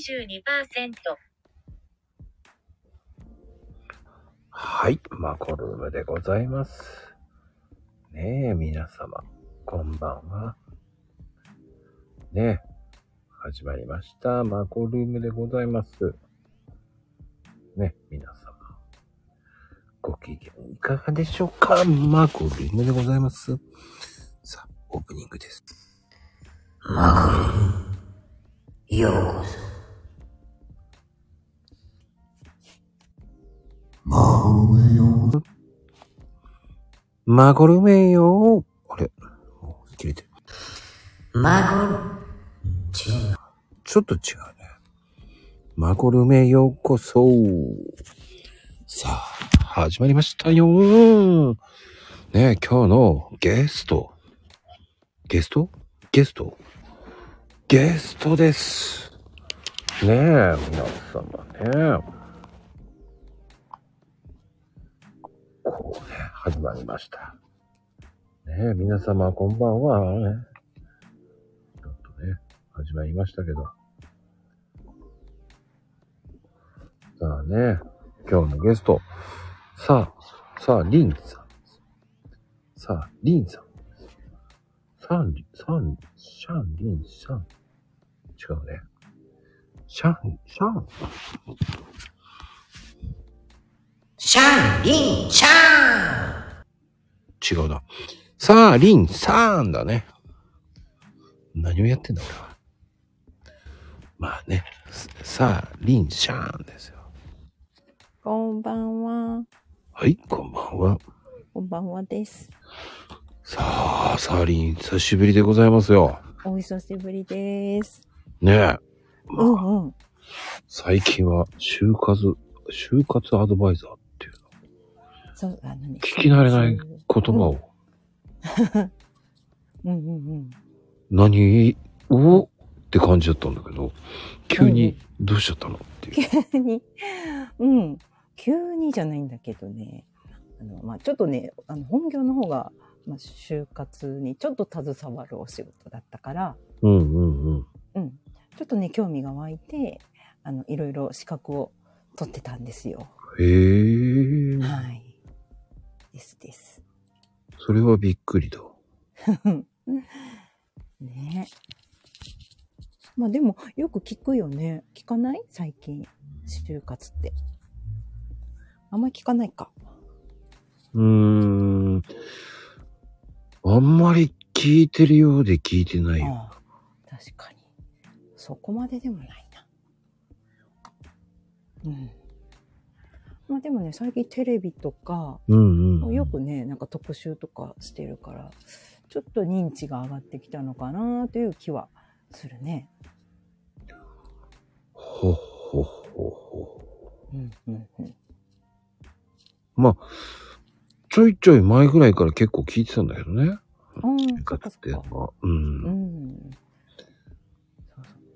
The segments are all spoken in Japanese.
22%、はい。マコルームでございます。ねえ、皆様、こんばんは。ねえ、始まりました。マコルームでございます。ねえ、皆様、ご機嫌いかがでしょうかマコルームでございます。さあ、オープニングです。ようこそ。マコルームへよあれもう切れてる。マゴ違うな。ちょっと違うね。マコルメようこそ。さあ、始まりましたよー。ねえ、今日のゲスト。ゲストゲストゲストです。ねえ、皆様ね。こうね、始まりました。ねえ、皆様こんばんは。ちょっとね、始まりましたけど。さあね、今日のゲスト。さあ、さあ、リンさん。さあ、リンさん。サンリ、サン、シャン、リン、シャン。違うね。シャン、シャン。シャンリンシャン違うな。さあ、リン、さーんだね。何をやってんだ、俺は。まあね、ささあ、リン、シャーンですよ。こんばんは。はい、こんばんは。こんばんはです。さあ、サーリン、久しぶりでございますよ。お久しぶりです。ねえ。まうあんうん。最近は、就活、就活アドバイザーっていうそう、あのね。聞き慣れない言葉を、うんうんうん。何をって感じだったんだけど、急にどうしちゃったのっていう。急に、 うん。急にじゃないんだけどね。あの、まあ、ちょっとね、あの、本業の方が、まあ、就活にちょっと携わるお仕事だったから、うんうんうん。うん。ちょっとね、興味が湧いて、あの、いろいろ資格を取ってたんですよ。へえ、はい。ですです。それはびっくりだ。ねまあでもよく聞くよね。聞かない最近。就活って。あんまり聞かないか。うーん。あんまり聞いてるようで聞いてないよ。ああ確かに。そこまででもないな。うん。まあでもね、最近テレビとか、うんうん。よくね、なんか特集とかしてるから、ちょっと認知が上がってきたのかなという気はするね。ほっほっほっほ。うんうんうん。まあ、ちょいちょい前ぐらいから結構聞いてたんだけどね。うん、そっか活そっていっうか。のは。うん。うんそうそ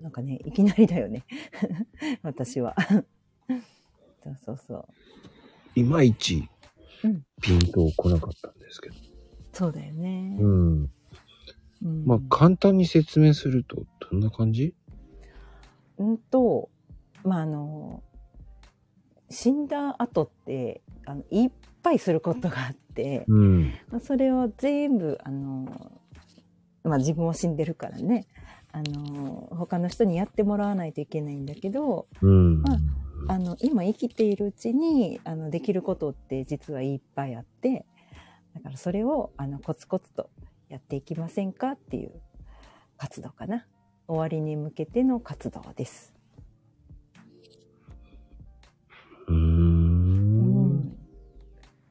うなんかね、いきなりだよね。 私は。そうそうそう。いまいちうん、ピンと来なかったんですけど。そうだよね。うん。うんまあ、簡単に説明すると、どんな感じうんと、まあ、あの、死んだ後って、あの、いっぱいすることがあって、うん。まあそれを全部、あの、まあ、自分は死んでるからね、あの、他の人にやってもらわないといけないんだけど、うん。まあの今生きているうちにあのできることって実はいっぱいあってだからそれをあのコツコツとやっていきませんかっていう活動かな終わりに向けての活動です。うー。うんん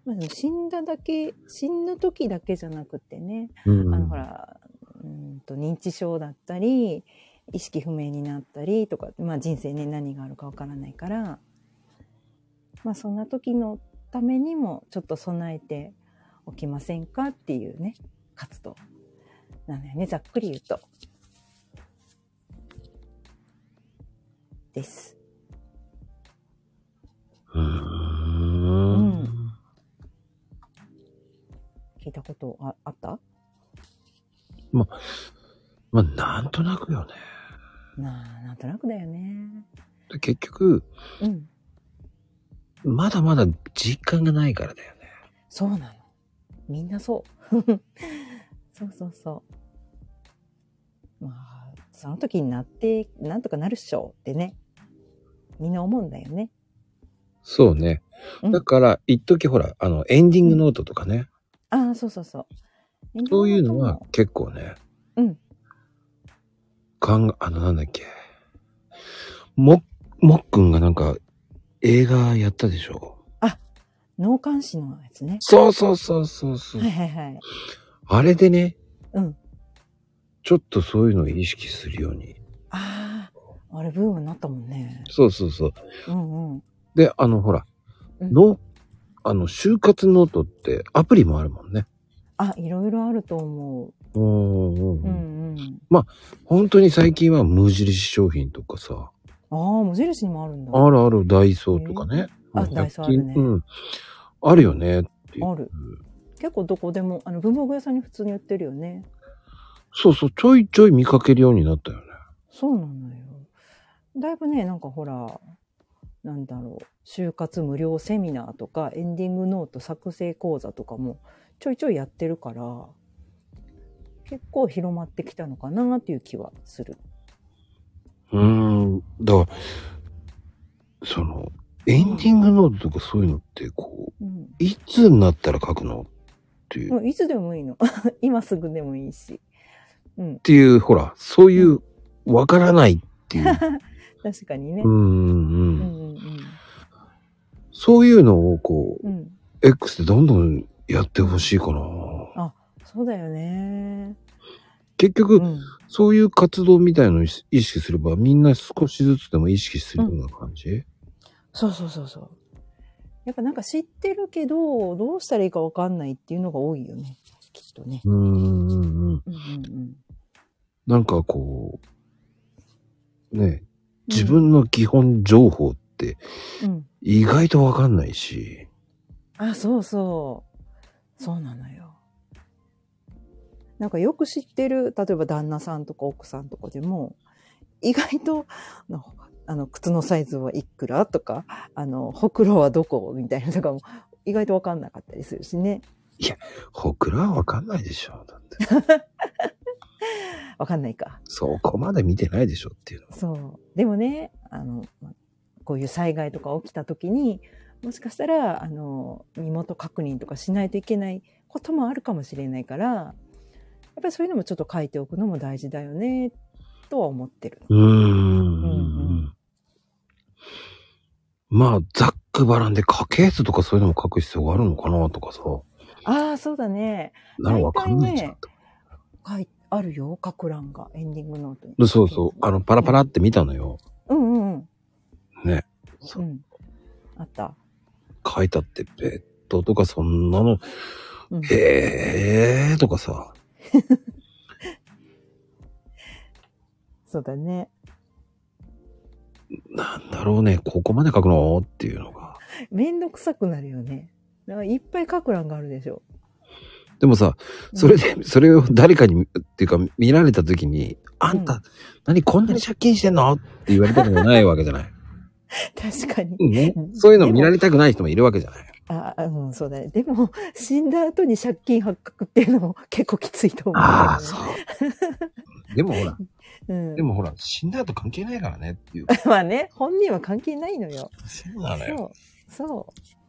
まあ、でも死んだだけ死ぬ時だけじゃなくてね、うん。あのほらうんと認知症だったり意識不明になったりとか、まあ、人生に何があるかわからないから、まあ、そんな時のためにもちょっと備えておきませんかっていうね活動なのよねざっくり言うと。です。うー。うん聞いたことああったまあ、なんとなくよね。なあなんとなくだよね。で結局、うん。まだまだ実感がないからだよね。そうなの。みんなそう。 そうそうそう。まあ、その時になって、なんとかなるっしょってね。みんな思うんだよね。そうねう。んだから、一時ほら、あの、エンディングノートとかね、ああ、そうそうそう。そういうのは結構ね、うん。考え、あの、なんだっけ。も、もっくんがなんか、映画やったでしょ。脳幹視のやつね。そうそうそうそうそう。はいはいはい。あれでね、うん。ちょっとそういうのを意識するように。ああ、あれブームになったもんね。そうそうそう。うんうん。で、あの、ほら、うんの、あの、就活ノートってアプリもあるもんね。あ、いろいろあると思うう。んうんううん。んうん。本当に最近は無印商品とかさ、ああ、無印にもあるんだ。あるあるダイソーとかね。あうんダイソーあるねうん。あるよね。ある。結構どこでも、あの、文房具屋さんに普通に売ってるよね。そうそう、ちょいちょい見かけるようになったよね。そうなのよ。だいぶね、なんかほら、なんだろう、就活無料セミナーとか、エンディングノート作成講座とかも、ちょいちょいやってるから、結構広まってきたのかなっていう気はする。うーん。だから、その、エンディングノートとかそういうのって、こうん。う、いつになったら書くのっていう、もっういつでもいいの。 今すぐでもいいし。うん。ていう、ほら、そういう、わからないっていう。確かにね。ううんんううんうん。んそういうのを、こうん。うん。う、X でどんどんやってほしいかな。そうだよね。結局、うん。そういう活動みたいのを意識すれば、みんな少しずつでも意識するような感じ、そうそうそうそう。やっぱなんか知ってるけど、どうしたらいいかわかんないっていうのが多いよね。きっとね。うーん、うん、うん。うんうんなんかこう、ね、自分の基本情報ってうん。うん。意外とわかんないし、あ、そうそう。そうなのよ。なんかよく知ってる、例えば旦那さんとか奥さんとかでも、意外と、あのあの、靴のサイズはいくらとか、あの、ほくろはどこみたいなのとかも、意外とわかんなかったりするしね。ほくらはわかんないでしょ。だって、わかんないか。そこまで見てないでしょっていうの。そう。でもね、あの、まこういう災害とか起きた時に、もしかしたら、あの、身元確認とかしないといけないこともあるかもしれないから、やっぱりそういうのもちょっと書いておくのも大事だよね、とは思ってる。うー。うんまあ、ざっくばらんで家系図とかそういうのも書く必要があるのかなとかさ、ああ、そうだね。なんかわかんないじゃん。大書いあるよ、書く欄が、エンディングノートに。でそうそう、あの、パラパラって見たのよ。うんうんうん。ね。うん。あった。書いたってペットとかそんなの、うん、へえーとかさ、そうだね。なんだろうね、ここまで書くのっていうのが。めんどくさくなるよね。だからいっぱい書く欄があるでしょ。でもさ、それで、それを誰かに、っていうか見られた時に、あんた、うん何こんなに借金してんのって言われたくないわけじゃない。確かに。ね、そういうの見られたくない人もいるわけじゃない。あ、あうん、そうだね。でも、 死んだ後に借金発覚っていうのも結構きついと思う、ああ、そう。 でもほら、うん。でもほら、死んだ後関係ないからねっていう。 まあね、本人は関係ないのよ。そうなのよ。そう。そう。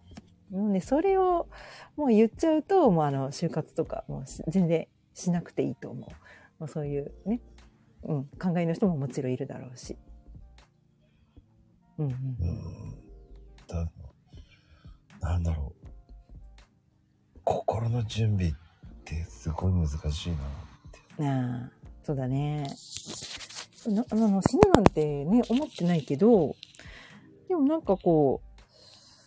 もうね、それをもう言っちゃうと、もうあの、就活とか、もうし全然しなくていいと思う。もうそういうね、うん、考えの人ももちろんいるだろうし。うんうん。うんだなんだろう。心の準備ってすごい難しいな。なあそうだねなあの死ぬなんてね思ってないけどでもなんかこ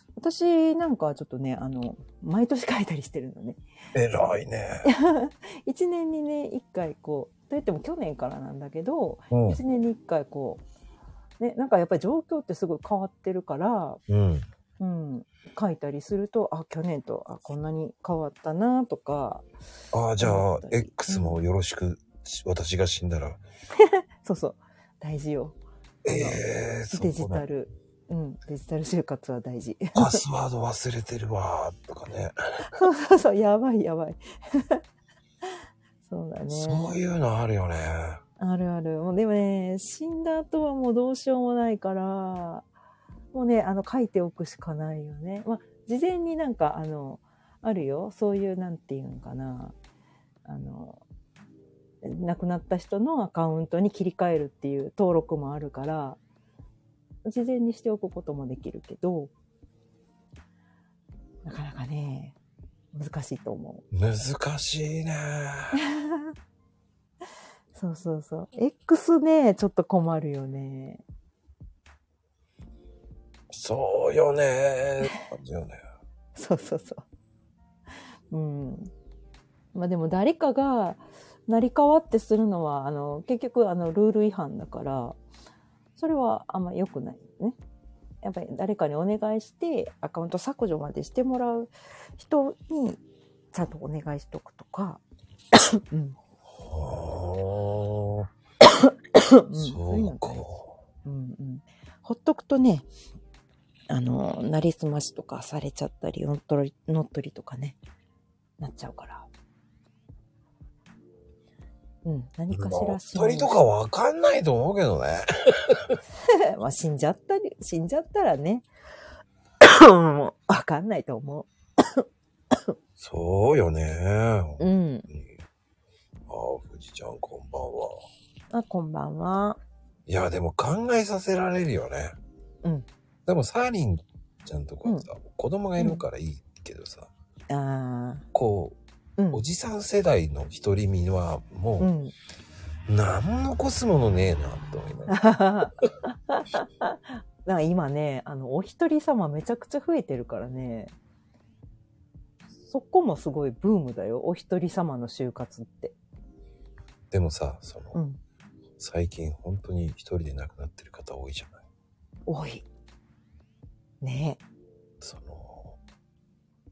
う私なんかちょっとねあの毎年書いたりしてるのね偉いね。 一年にね一回こうといっても去年からなんだけどうん一年に一回こう、ね、なんかやっぱり状況ってすごい変わってるから、うん。うん、書いたりするとあ去年とあこんなに変わったなとかああ、じゃ思あった、り X もよろしく、し私が死んだら。そうそう。大事よ。ええー、デジこねタル。うん、デジタル就活は大事。パスワード忘れてるわーとかねそうそうそう、やばいやばい。 そうだね。そういうのあるよね。あるある。もうでもね、死んだ後はもうどうしようもないから、もうね、あの、書いておくしかないよね。まあ、事前になんか、あの、あるよ。そういう、なんていうのかな。あの、亡くなった人のアカウントに切り替えるっていう登録もあるから、事前にしておくこともできるけど、なかなかね、難しいと思う。難し いね。そうそうそう。X ね、ちょっと困るよね。そうよねー。感じよね。そうそうそう。うん。まあでも誰かが成り代わってするのは、あの、結局、あの、ルール違反だから、それはあんま良くないよね。やっぱり誰かにお願いして、アカウント削除までしてもらう人に、ちゃんとお願いしとくとか、うん。ほうんー。そういうそのうがか大。事うんうん、ほっとくとねあのなりすましとかされちゃったり乗っ取り乗っ取りとかねなっちゃうからうん何かしらし鳥とかわかんないと思うけどね。 まあ死んじゃったり死んじゃった らねもうわかんないと思そうよねー。ううんああ、富士ちゃんこんばんは。あこんばんはいや、でも考えさせられるよね。うん。でもサーリンちゃんとかさ、子供がいるからいいけどさ、あこーうう、んおじさん世代の独り身はもう、うん何のコスモのねえなって思い ます。なんか今ね、あの、お一人様めちゃくちゃ増えてるからね、そこもすごいブームだよ。お一人様の就活って。でもさ、その、うん。最近本当に一人で亡くなってる方多いじゃない。多い。ねその、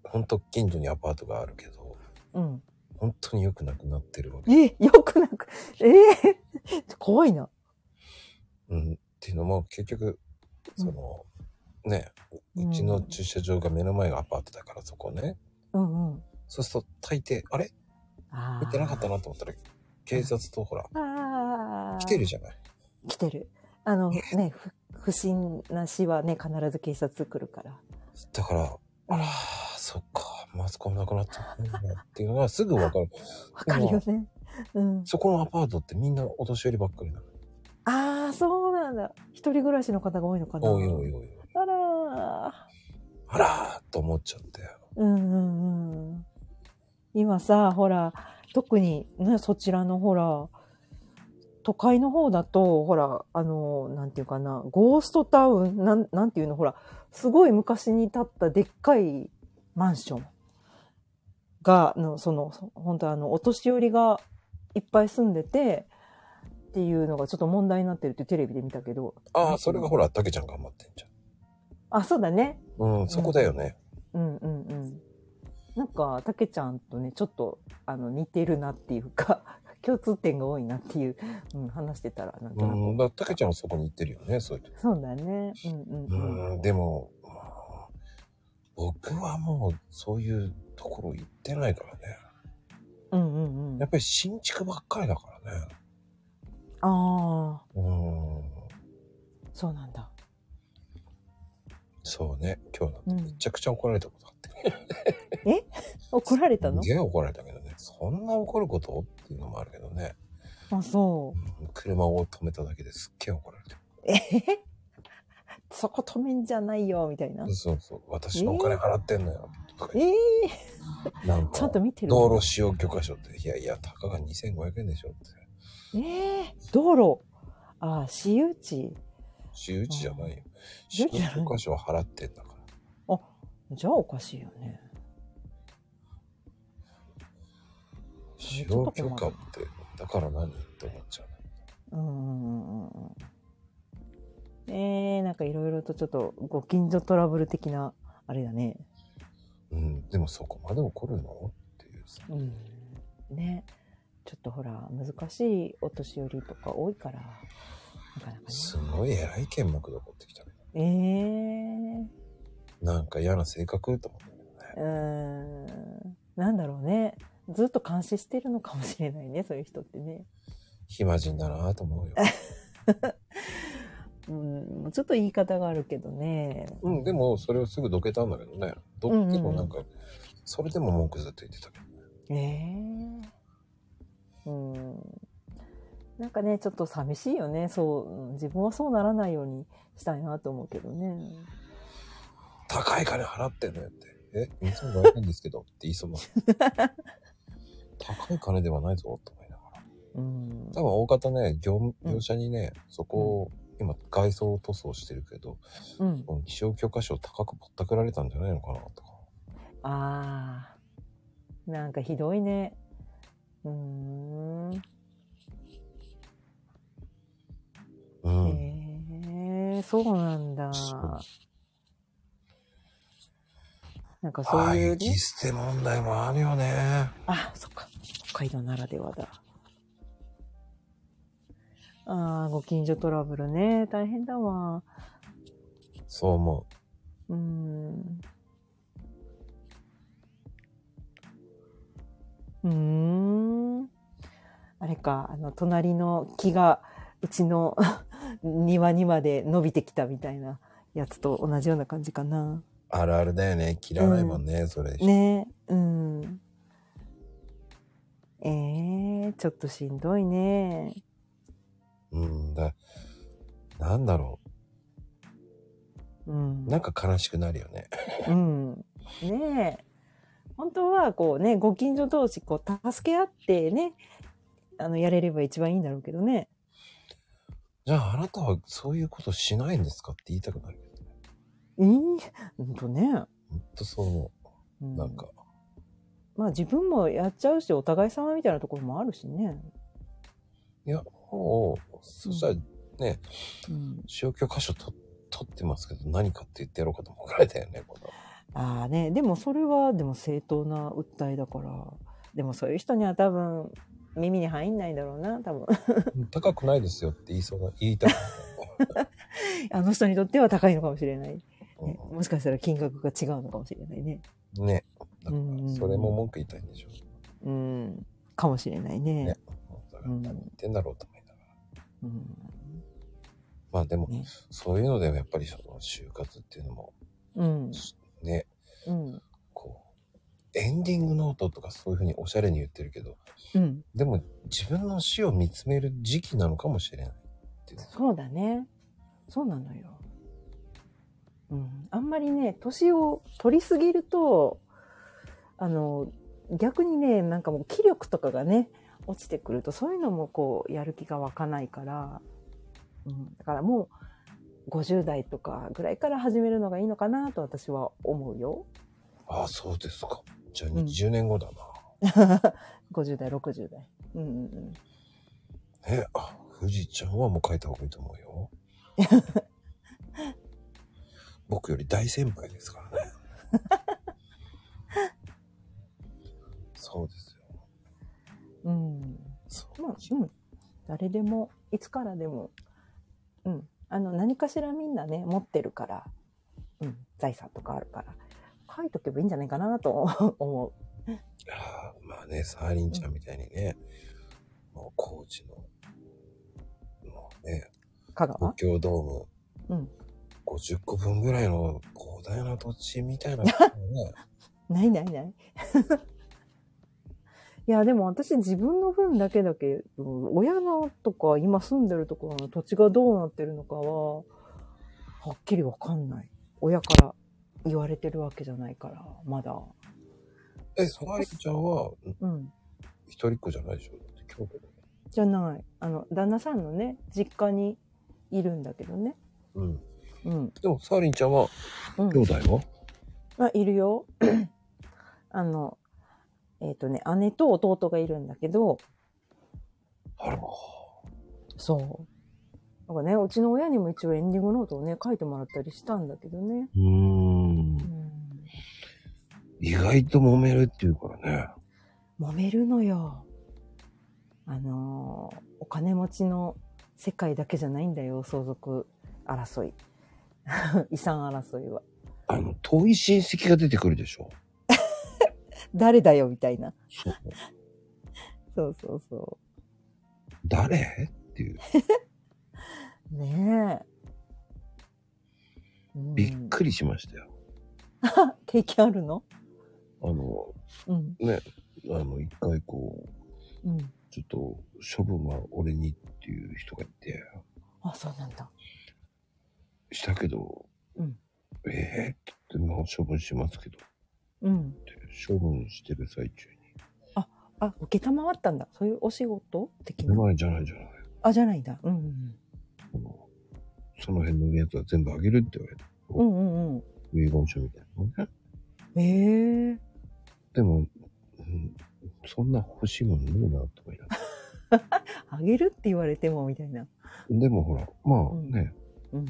本当近所にアパートがあるけど、え。うん。本当によく亡くなってるわけ。え、よくなく、えー怖いな。うん。っていうのも結局、その、ね、うんうちの駐車場が目の前がアパートだからそこね。うんうん。そうすると大抵、あれあー見てなかったなと思ったら、警察とほら、ああ。来てるじゃない。来てる。あの、ね、ふ不審な死はね、必ず警察来るから。だから、あらー、そっか、マスコミなくなっちゃったんだなっていうのがすぐわかる。わかるよね。うん。そこのアパートってみんなお年寄りばっかりなの。ああ、そうなんだ。一人暮らしの方が多いのかな。おいおいおい。あらあらーと思っちゃって。ー。うんうんうん。今さ、ほら、特にね、そちらのほら、都会の方だと、ほら、あの、なんていうかな、ゴーストタウン、なん、なんていうの、ほら、すごい昔に建ったでっかいマンションが、のその、本当あの、お年寄りがいっぱい住んでて、っていうのがちょっと問題になってるってテレビで見たけど。ああ、それがほら、たけちゃん頑張ってんじあ、そうだね。ゃん。うん、そこだよね。うんうんうん。なんか、たけちゃんとね、ちょっと、あの、似てるなっていうか、 共通点が多いなっていう、うん、話してたら、なんうとなく。ん、だからたけちゃんはそこに行ってるよね、そういう時。そうだね。うんううんうん。ん、でも、うん僕はもう、そういうところ行ってないからね。うんうんうん。やあっぱり新築ばっかりだからね。あうん、ー、そうなんだ。そうね、今日なんてうめん。ちゃくちゃ怒られたことあって。怒られたのすげえ怒られたけどね、そんな怒ることっていうのもあるけどね。あ、そうう。ん車を止めただけですっげえ怒られて。えへへそこ止めんじゃないよ、みたいな。そうそう、私のお金払ってんのよ。とかえ言っえてなんちゃかんと見てる。道路使用許可証って、いやいや、たかが2500円でしょって。ええ道路。ああ、私有地。私有地じゃないよ。私使有用地じゃない許可証払ってんだから。じゃあおかしいよね。使用許可って、だから何って思っちゃうね。うんうんうんうんうん。えー、なんかいろいろとちょっとご近所トラブル的な、あれだね。うん、でもそこまで怒るのっていうさ。うん。ね。ちょっとほら、難しいお年寄りとか多いから、なかなかね。すごい偉い剣幕で怒ってきたね。ええなんか嫌な性格と思ったけどね。うーん。なんだろうね。ずっと監視してるのかもしれないね、そういう人ってね。暇人だなと思うよ。うん、ちょっと言い方があるけどね。うん、でもそれをすぐどけたんだけどね。どうんうんでもなんか、それでも文句ずっと言ってたけどね。ええうん。なんかね、ちょっと寂しいよね。そううん、自分はそうならないようにしたいなと思うけどね。高い金払ってんのよって。え、2500円ですけどって言いそうな。 高い金ではないぞと思いながら。うん。多分大方ね、業うん業者にね、そこを、今外装塗装してるけど、うん。うん気象許可書高くぼったくられたんじゃないのかなとか。ああ。なんかひどいね。うーん。うん。へえ、そうなんだそう。なんかそう廃いう棄ね。捨て問題もあるよね。あ、そっか。北海道ならではだ。ああ、ご近所トラブルね。大変だわ。そう思うーん。うーん。あれか、あの、隣の木が、うちの 庭にまで伸びてきたみたいなやつと同じような感じかな。う。あるあるだよね。切らないもんね、それ。ねえ、うん。ええちょっとしんどいね。うんだ。なんだろうん。う。なんか悲しくなるよね。うん。ねえ。本当は、こうね、ご近所同士、こう、助け合ってね、あの、やれれば一番いいんだろうけどね。じゃああなたはそういうことしないんですかって言いたくなるけど。いい、うんとね。ほんとそう思うう。ん、なんか。まあ自分もやっちゃうし、お互い様みたいなところもあるしね。いや、もう、そしたらね、うん、消去箇所と取ってますけど何かって言ってやろうかと思うくらいだよね、この。ああね、でもそれは、でも正当な訴えだから。でもそういう人には多分、耳に入んないんだろうな、多分。 高くないですよって言いそうな、言いたくなる。あの人にとっては高いのかもしれない。ね うもしかしたら金額が違うのかもしれないね。んね。だかうんうんうら、んそれも文句言いたいんでしょ。うん。かもしれないね。ねだから何言ってんだろうと思いながら。うん。まあでも、ねそういうのでもやっぱりその就活っていうのも、うん。ね、うん。こう、エンディングノートとかそういうふうにおしゃれに言ってるけど、うん。でも自分の死を見つめる時期なのかもしれないっていう。そうだね。そうなのよ。うん。あんまりね、年を取りすぎると、あの、逆にね、なんかもう気力とかがね、落ちてくると、そういうのもこう、やる気が湧かないから、うん。だからもう、50代とかぐらいから始めるのがいいのかなと私は思うよ。ああ、そうですか。じゃあうん20年後だな。 50代、60代。うんうんうん。ね、あ、富士ちゃんはもう書いた方がいいと思うよ。 僕より大先輩ですから ね。そうですよ。うん、そうまあ、うん、誰でもいつからでも、うん、あの何かしらみんなね持ってるから、うん、財産とかあるから書いとけばいいんじゃないかなと 思ああまあね、サーリンちゃんみたいにね、もう高知の、もうね、う香川東京ドーうんム、50個分ぐらいの広大な土地み たいな、ね、ないないない いやでも私自分の分だけだけど親のとか今住んでるところの土地がどうなってるのかははっきりわかんない親から言われてるわけじゃないからまだえ、サーリンちゃんはんうん一人っ子じゃないでしょだって京都で。じゃない。あの、旦那さんのね、実家にいるんだけどね。うん。うん。でも、サーリンちゃんは、うん兄。弟はあ、いるよ。 あの、えっ、とね、姉と弟がいるんだけど、あら、そう。なんかね、うちの親にも一応エンディングノートをね、書いてもらったりしたんだけどね。うー。うんん。意外と揉めるっていうからね。揉めるのよ。あのーお金持ちの世界だけじゃないんだよ、相続争い。 遺産争いは。あの、遠い親戚が出てくるでしょ。誰だよ、みたいな。そう。そうそうそ誰っていう。う。ねえ。うんびっくりしましたよ。経験あるのあの、うん。あの、一回こう、うん。ちょっと、処分は俺にっていう人がいて、あ、そうなんだ。したけど、うんええって言って、まあ処分しますけどうん。って、処分してる最中に、あ、受けたまわったんだ。そういうお仕事的うな。まいじゃないじゃない。あ、じゃないんだ。うんうんそのその辺のやつは全部あげるって言われた。うん。うんうんうん。遺言書みたいなのね。ええでも、うん、そんな欲しいものねえなとか言いながら。あげるって言われても、みたいな。でもほら、まあね、うん。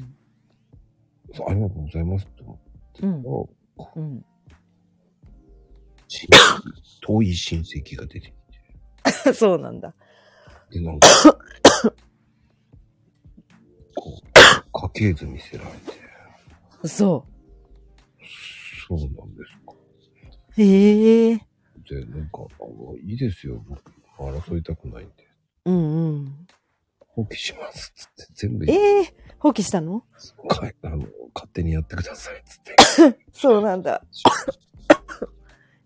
そうありがとうございますって思ってうんこううん。 親遠い親戚が出てきそうなんだ。て、なんか、こう、家系図見せられて、そそうなんですか。う。ええで、なんか、あのいいですよ、僕、争いたくないんで、うんうん。放棄しますっつって、全部、ええ放棄したのかあの勝手にやってくださいっつって。そうなんだ。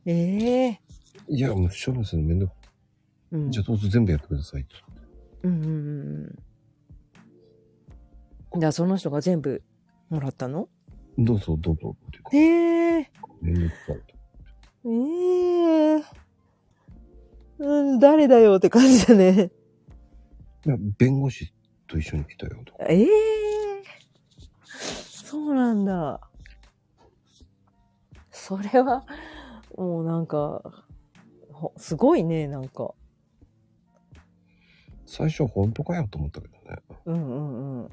ええいや、もう処分するのめんどくうん。じゃあどうぞ全部やってくださいっつって。うんうんうんうん。じゃあその人が全部もらったのどうぞどうぞっていうか、ええめんどくさいと。ええうん、誰だよって感じだね。いや、弁護士と一緒に来たよとか。ええそうなんだ。それは、もうなんか、ほすごいね、なんか。最初本当かよと思ったけどね。うんうんうん。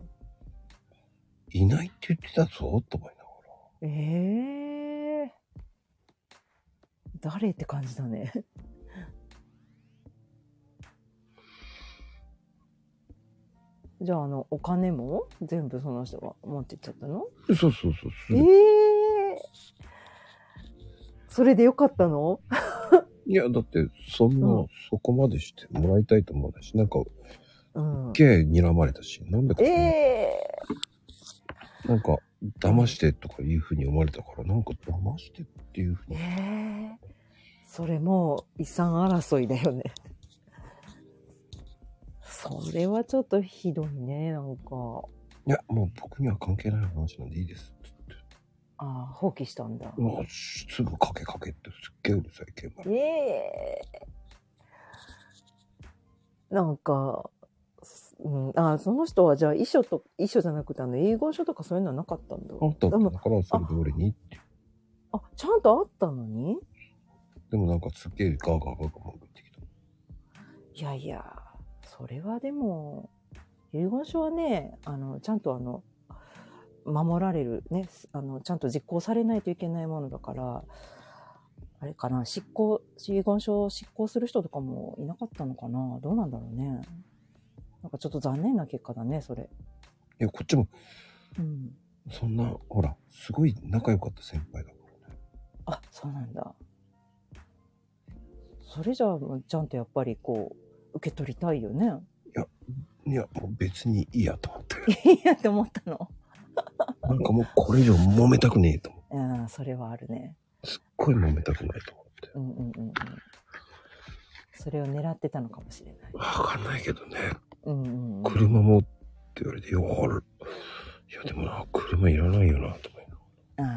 いないって言ってたぞと思いながら。ええ誰って感じだね。 じゃあ、あの、お金も全部その人が持ってっちゃったのそうそうそうえそう。えそれでよかったのいや、だって、そんな、うんそこまでしてもらいたいと思わないし、なんか、 うん。ゲー睨まれたし、なんでか、ええなんか、騙してとかいうふうに思われたから、なんか騙してっていうふうえに。えそれもう遺産争いだよね。 それはちょっとひどいね、なんか。いや、もう僕には関係ない話なんでいいです。つって。ああ、放棄したんだ。もうわ、すぐかけかけって、すっげえうるさい現場。ええなんか、すうん、あその人はじゃあ遺書と、遺書じゃなくてあの遺言書とかそういうのはなかったんだ。あったでんだも、から、それで俺にって。あ、ちゃんとあったのにでもなんかすっげえガーガーガーガー文句言ってきた。いやいや、それはでも、遺言書はね、あの、ちゃんとあの、守られる、ね、あの、ちゃんと実行されないといけないものだから、あれかな、執行、遺言書を執行する人とかもいなかったのかなどうなんだろうね。なんかちょっと残念な結果だね、それ。いや、こっちも、うん。そんな、ほら、すごい仲良かった先輩だからね。あ、そうなんだ。それじゃあ、ちゃんとやっぱりこう、受け取りたいよね。いや、もう別にいいやと思って。 いや、って思ったの。なんかもうこれ以上揉めたくねえと思って。うん、それはあるね。すっごい揉めたくないと思って。うんうんうんうん。それを狙ってたのかもしれない。わかんないけどね。うんうんうん。車もって言われて、よほる。いや、でもな、車いらないよな、と思いな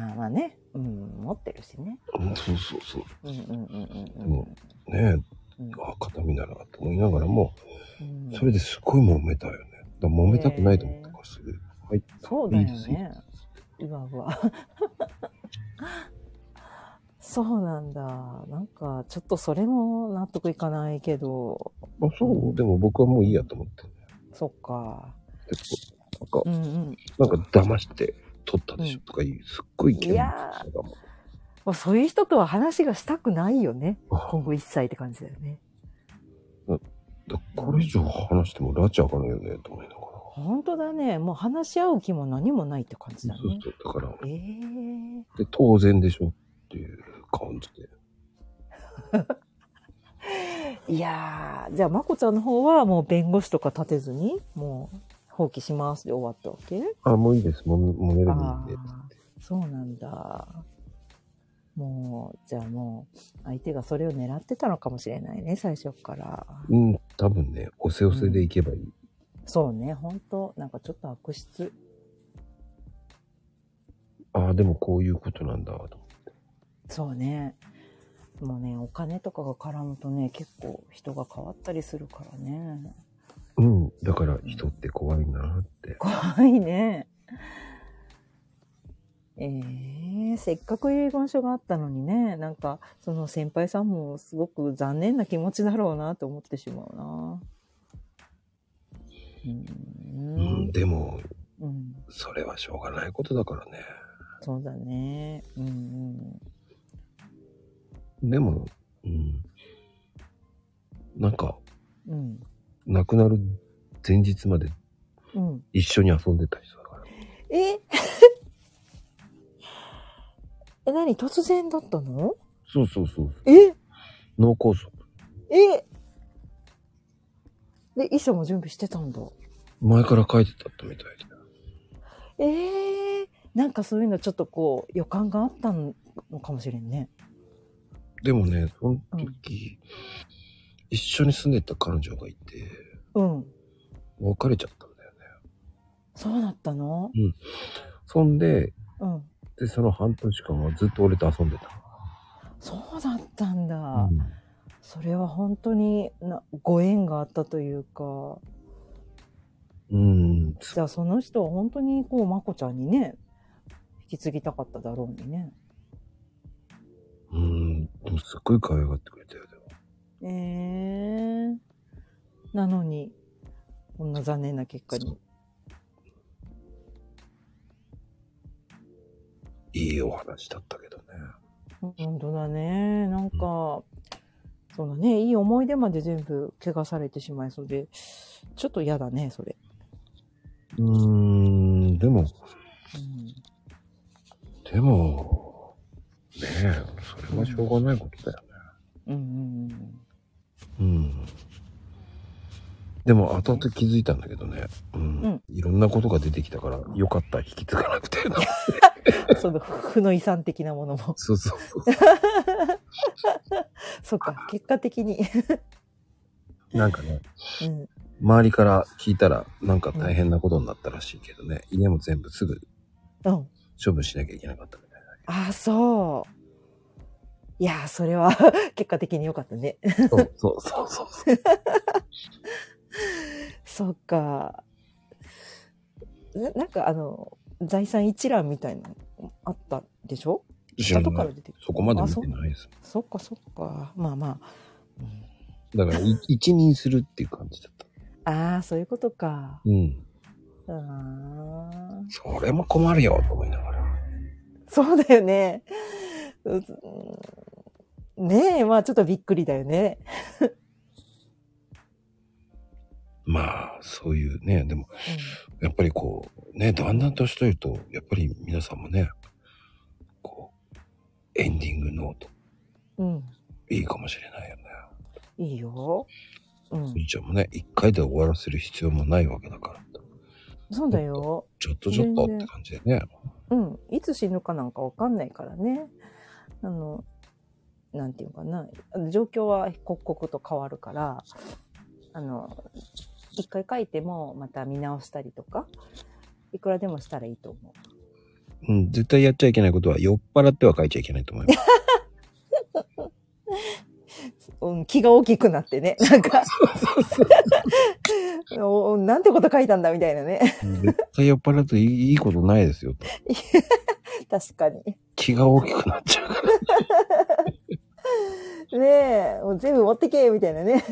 ああ、まあね。うん、持ってるしね。がら。うんそうそうそう。うんうんうんうんうん。もう、ねえ、うんあ、片身なら、と思いながらも、うんそれですっごい揉めたよね。だから揉めたくないと思ったから、すぐ。はい。そうだよいいですよね。うわうわ。 そうなんだ。なんか、ちょっとそれも納得いかないけど、あ、そうでも僕はもういいやと思って、ね。そっか。でこううんうん。なんか、なんか騙して取ったでしょ、とかいう、すっごい気持ちいやがもうまあそういう人とは話がしたくないよね。今後一切って感じだよね。だからこれ以上話してもラチ開かないよね、と思いながら。本当だね。もう話し合う気も何もないって感じだそうね。そう。だから、ええで当然でしょっていう感じで。いやー、じゃあ、まこちゃんの方はもう弁護士とか立てずに、もう放棄しますで終わったわけあ、もういいです。も揉めるあのいいんで。あー、そうなんだ。もう、じゃあもう、相手がそれを狙ってたのかもしれないね、最初から。うん、多分ね、おせおせでいけばいい。そうね、本当なんかちょっと悪質。ああ、でもこういうことなんだと。そうね。もうね、お金とかが絡むとね、結構人が変わったりするからね。うん、だから人って怖いなって。怖いね。えー、せっかく遺言書があったのにね、なんか、その先輩さんもすごく残念な気持ちだろうなと思ってしまうな。ううんん、。でも、うん。それはしょうがないことだからね。そうだね。うんでも、うん、なんか、うん。うん。亡くなる前日までうん。一緒に遊んでた人だから。え え、何突然だったのそうそうそう。え脳梗塞。えで、衣装も準備してたんだ。前から書いてたったみたいで。ええなんかそういうのちょっとこう予感があったのかもしれんね。でもね、その時、一緒に住んでた彼女がいて、うん。別れちゃったんだよね。そうだったのそんで、うん。で、その半年間はずっと俺と遊んでた。そうだったんだ。うんそれは本当になご縁があったというか、うん、じゃあその人は本当にこう、まこちゃんにね、引き継ぎたかっただろうにね。うん、でもすっごい可愛がってくれたよ。でもええなのに、こんな残念な結果に。いいお話だったけどね。本当だね。なんか、そうだね。いい思い出まで全部怪我されてしまいそうで、ちょっと嫌だね、それ。うーん、でも、うん、でも、ねえ、それはしょうがないことだよね。うん、うん。でも、後々気づいたんだけどね。うん。うんいろんなことが出てきたから、よかった、引き継がなくて。うん。その、負の遺産的なものも。 そうそうそう。そっか、結果的に。なんかね、うん。周りから聞いたら、なんか大変なことになったらしいけどね。家も全部すぐうん。処分しなきゃいけなかったみたいああ、そう。いやー、それは、 結果的に良かったね。 な。そうそうそうそうそう。そっか。ななんか、あの、財産一覧みたいなのあったでしょ知ら後かならい。出てくる。そこまであ見そうてないです。そっかそっか。まあまだから、い一任するっていう感じだった。あ。ああ、そういうことか。うん。うーん。それも困るよ、と思いながら。そうだよね。ううんねえ、まあちょっとびっくりだよね。まあ、そういうね、でも、やっぱりこう、ね、だんだん年取ると、やっぱり皆さんもね、こう、エンディングノート、うん。ういいかもしれないよね。ん、いいよ。うんみ。ーちゃんもね、一回で終わらせる必要もないわけだから、そうだよ。ちょっとちょっとって感じでね。うん。いつ死ぬかなんかわかんないからね。あの、なんていうかな。あの状況は刻々と変わるから、あの、一回書いてもまた見直したりとか、いくらでもしたらいいと思う。うん、絶対やっちゃいけないことは、酔っ払っては書いちゃいけないと思います。うん、気が大きくなってね。なんか、 おおなんてこと書いたんだみたいなね。 絶対酔っ払うといいいいことないですよ。確かに。ね気が大きくなっちゃうから。え、もう全部持ってけみたいなね。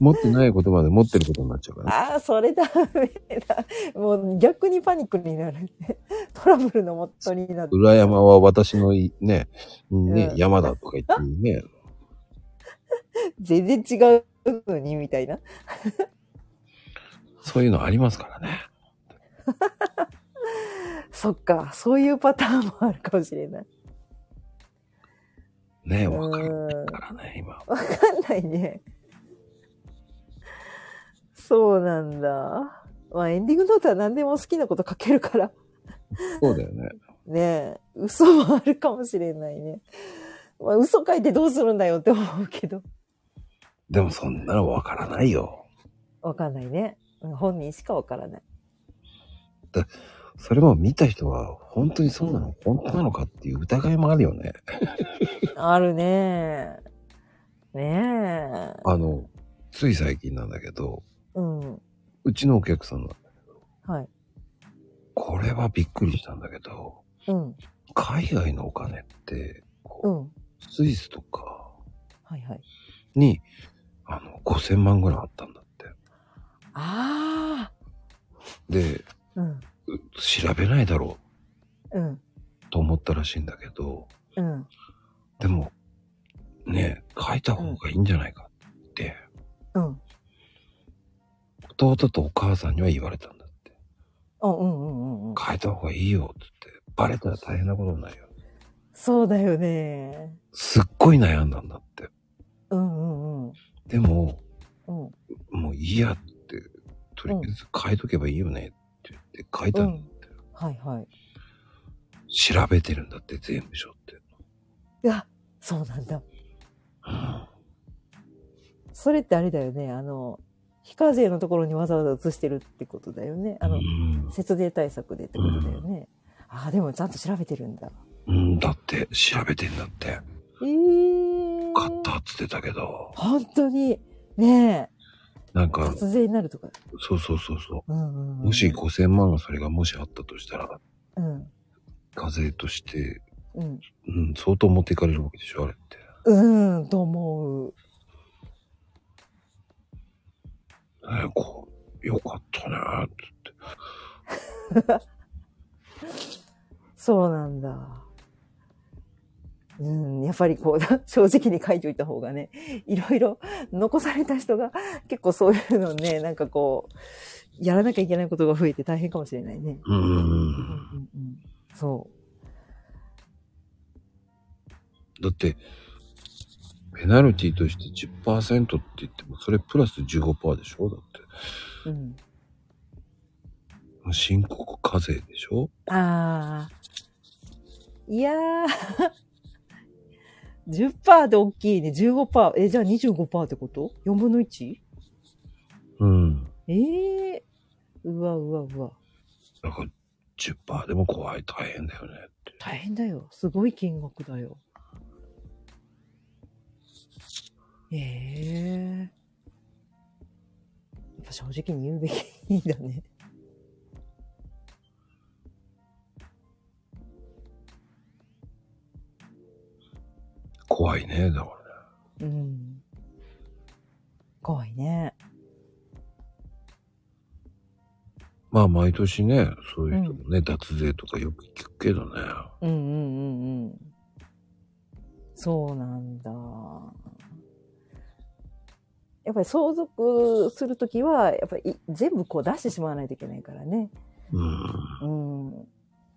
持ってないことまで持ってることになっちゃうから。ああ、それダメだ。もう逆にパニックになる、ね。 トラブルのもとになる。裏山は私のいね、ね、うん山だとか言ってね、全然違うのにみたいな。そういうのありますからね。そっか、そういうパターンもあるかもしれない。ねえ、うわかるん。からね、今。わかんないね。そうなんだ。まあエンディングノートは何でも好きなこと書けるから。そうだよね。ねえ、嘘もあるかもしれないね。まあ嘘書いてどうするんだよって思うけど。でもそんなのわからないよ。わかんないね。うん本人しかわからない。それも見た人は、本当にそうなの、本当なのかっていう疑いもあるよね。あるね。ねえ。あの、つい最近なんだけど、うん。うちのお客さんが、はい。これはびっくりしたんだけど、うん。海外のお金って、うこん。うスイスとかはいはい。に、あの、5000万ぐらいあったんだって。ああ。で、うん。う調べないだろうん。うと思ったらしいんだけど、うん。でも、ねえ、書いた方がいいんじゃないかって、うん。弟とお母さんには言われたんだって。あうんうんうんうん。書いた方がいいよって言って、バレたら大変なことになるよ。そうだよね。すっごい悩んだんだって。うんうんうん。でも、うん。もういいやって、とりあえず書いとけばいいよねって言って書いたうの、ん。はいはい。調べてるんだって全部しょって。いや、そうなんだ。うんそれってあれだよね。あの、非課税のところにわざわざ移してるってことだよね。あのう、ん節税対策でってことだよね。ああ、でもちゃんと調べてるんだ。うん、だって調べてんだって。ええ買ったっつってたけど、本当に。ねなんえ。か、脱税になるとか。そうそうそうそうんうんうう。ん。もし5000万がそれがもしあったとしたら、うん。課税として、うん。うん、相当持っていかれるわけでしょ、あれって。うーん、と思う。えこう、よかったね、つって。そうなんだ。うん、やっぱりこう、 正直に書いといた方がね、いろいろ残された人が結構そういうのね、なんかこう、やらなきゃいけないことが増えて大変かもしれないね。ううんうんん。うん。そだって、ペナルティとして10%って言っても、それプラス15%でしょだって。う。うん。もう申告課税でしょああ。いやー。10%で大きいね。15%。え、じゃあ25%ってこと ?4 分の 1? うん。ええー。うわうわうわ。だから、10%でも怖い、大変だよねって。大変だよ。すごい金額だよ。ええやっぱ正直に言うべきだね。怖いね、だからね。うん。怖いね。まあ、毎年ね、そういう人もね、脱税とかよく聞くけどね。うんうんうんうん。そうなんだ。やっぱり相続するときは、やっぱりい全部こう出してしまわないといけないからね。うん。うん。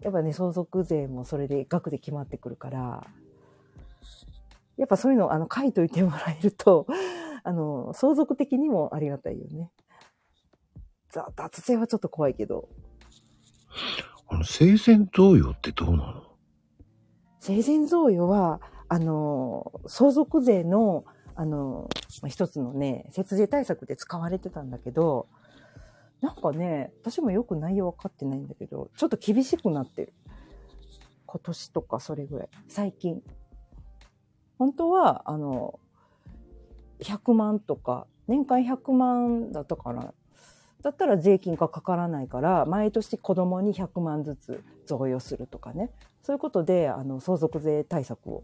やっぱね、相続税もそれで額で決まってくるから、やっぱそういうのあの書いといてもらえると、 あの、相続的にもありがたいよね。ざ脱税はちょっと怖いけど、あの、生前贈与ってどうなの生前贈与は、あの、相続税の、あの、まあ一つのね、節税対策で使われてたんだけど、なんかね、私もよく内容分かってないんだけど、ちょっと厳しくなってる。今年とかそれぐらい。最近。本当は、あの、100万とか、年間100万だったから、だったら税金がかからないから、毎年子供に100万ずつ贈与するとかね。そういうことで、あの、相続税対策を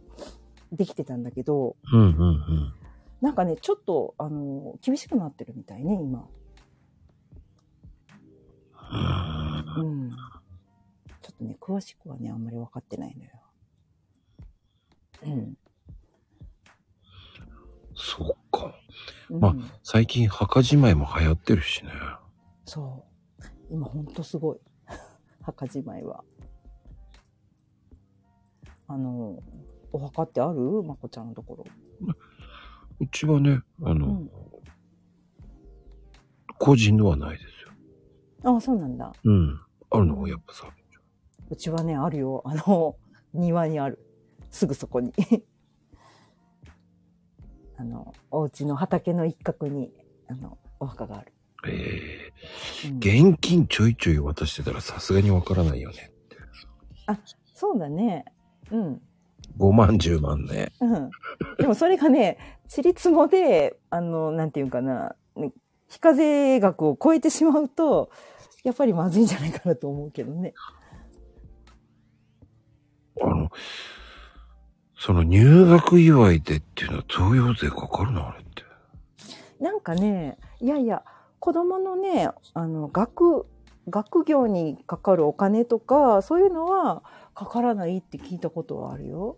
できてたんだけど、うんうんうん。なんかね、ちょっと、あの、厳しくなってるみたいね、今。うんうん。ちょっとね、詳しくはね、あんまり分かってないのよ。うん。そうか。うんまあ最近墓じまいも流行ってるしね。そう。今ほんとすごい。 墓じまいは。あの、お墓ってあるまこちゃんのところ。うちはね、あの、うん個人のはないですよ。ああ、そうなんだ。うん。あるのはやっぱさ、うちはね、あるよ。 あの、庭にある。すぐそこに。 あの、お家の畑の一角に、あの、お墓がある。えうんー、現金ちょいちょい渡してたらさすがにわからないよね。そうだね。うん。 5万、10万ね。うん。でもそれがね、ちりつもで、あの、なんていうかな、ね非課税額を超えてしまうと、やっぱりまずいんじゃないかなと思うけどね。あの、その入学祝いでっていうのは東洋税かかるのあれって。なんかね、いやいや、子供のね、あの、学、学業にかかるお金とか、そういうのはかからないって聞いたことはあるよ。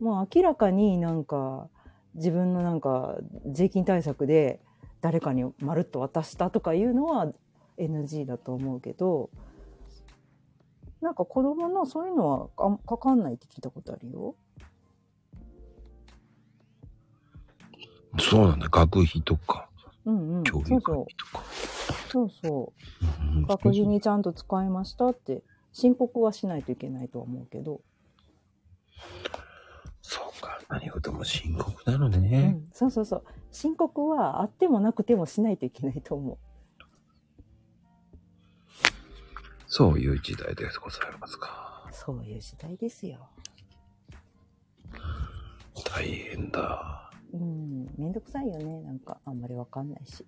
もう明らかになんか、自分のなんか、税金対策で誰かにまるっと渡したとかいうのは NG だと思うけど、なんか子供のそういうのはあんかかんないって聞いたことあるよ。そうなんだ。学費とか、うんうん。そ教う育費とそか。う。そうそう。うん学費にちゃんと使いましたって申告はしないといけないとは思うけど、そうか。何事も深刻なのうね。んそうそうそう申告はあってもなくてもしないといけないと思そういう時代でございますか。うそういう時代ですよ大変だ。うんめんどくさいよねなんかあんまりわかんないし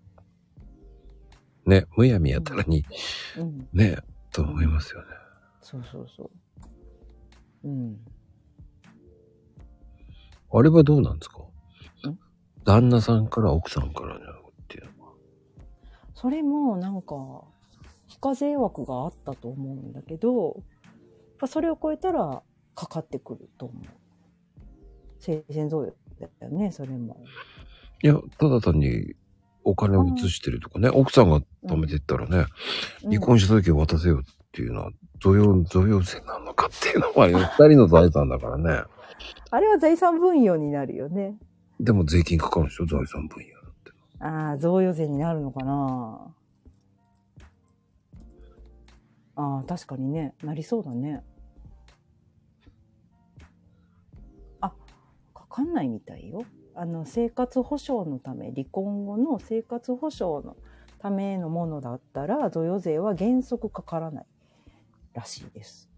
ね、むやみやたらに、うんね、と思いますよね。そうそうそううんあれはどうなんですかん旦那さんから奥さんからじゃなくて。それもなんか非課税枠があったと思うんだけどやっぱそれを超えたらかかってくると思う生前贈与だったよねそれもいや、ただ単にお金を移してるとかね、奥さんが貯めてったらね、離婚した時渡せよっていうのは、贈与、贈与税なのかっていうの は、二人の財産だからね。あれは財産分与になるよね。でも税金かかるんでしょ財産分野だって。ああ、贈与税になるのかな。ああ、確かにね、なりそうだね。あ、かかんないみたいよ。あの、生活保障のため、離婚後の生活保障のためのものだったら、贈与税は原則かからないらしいです。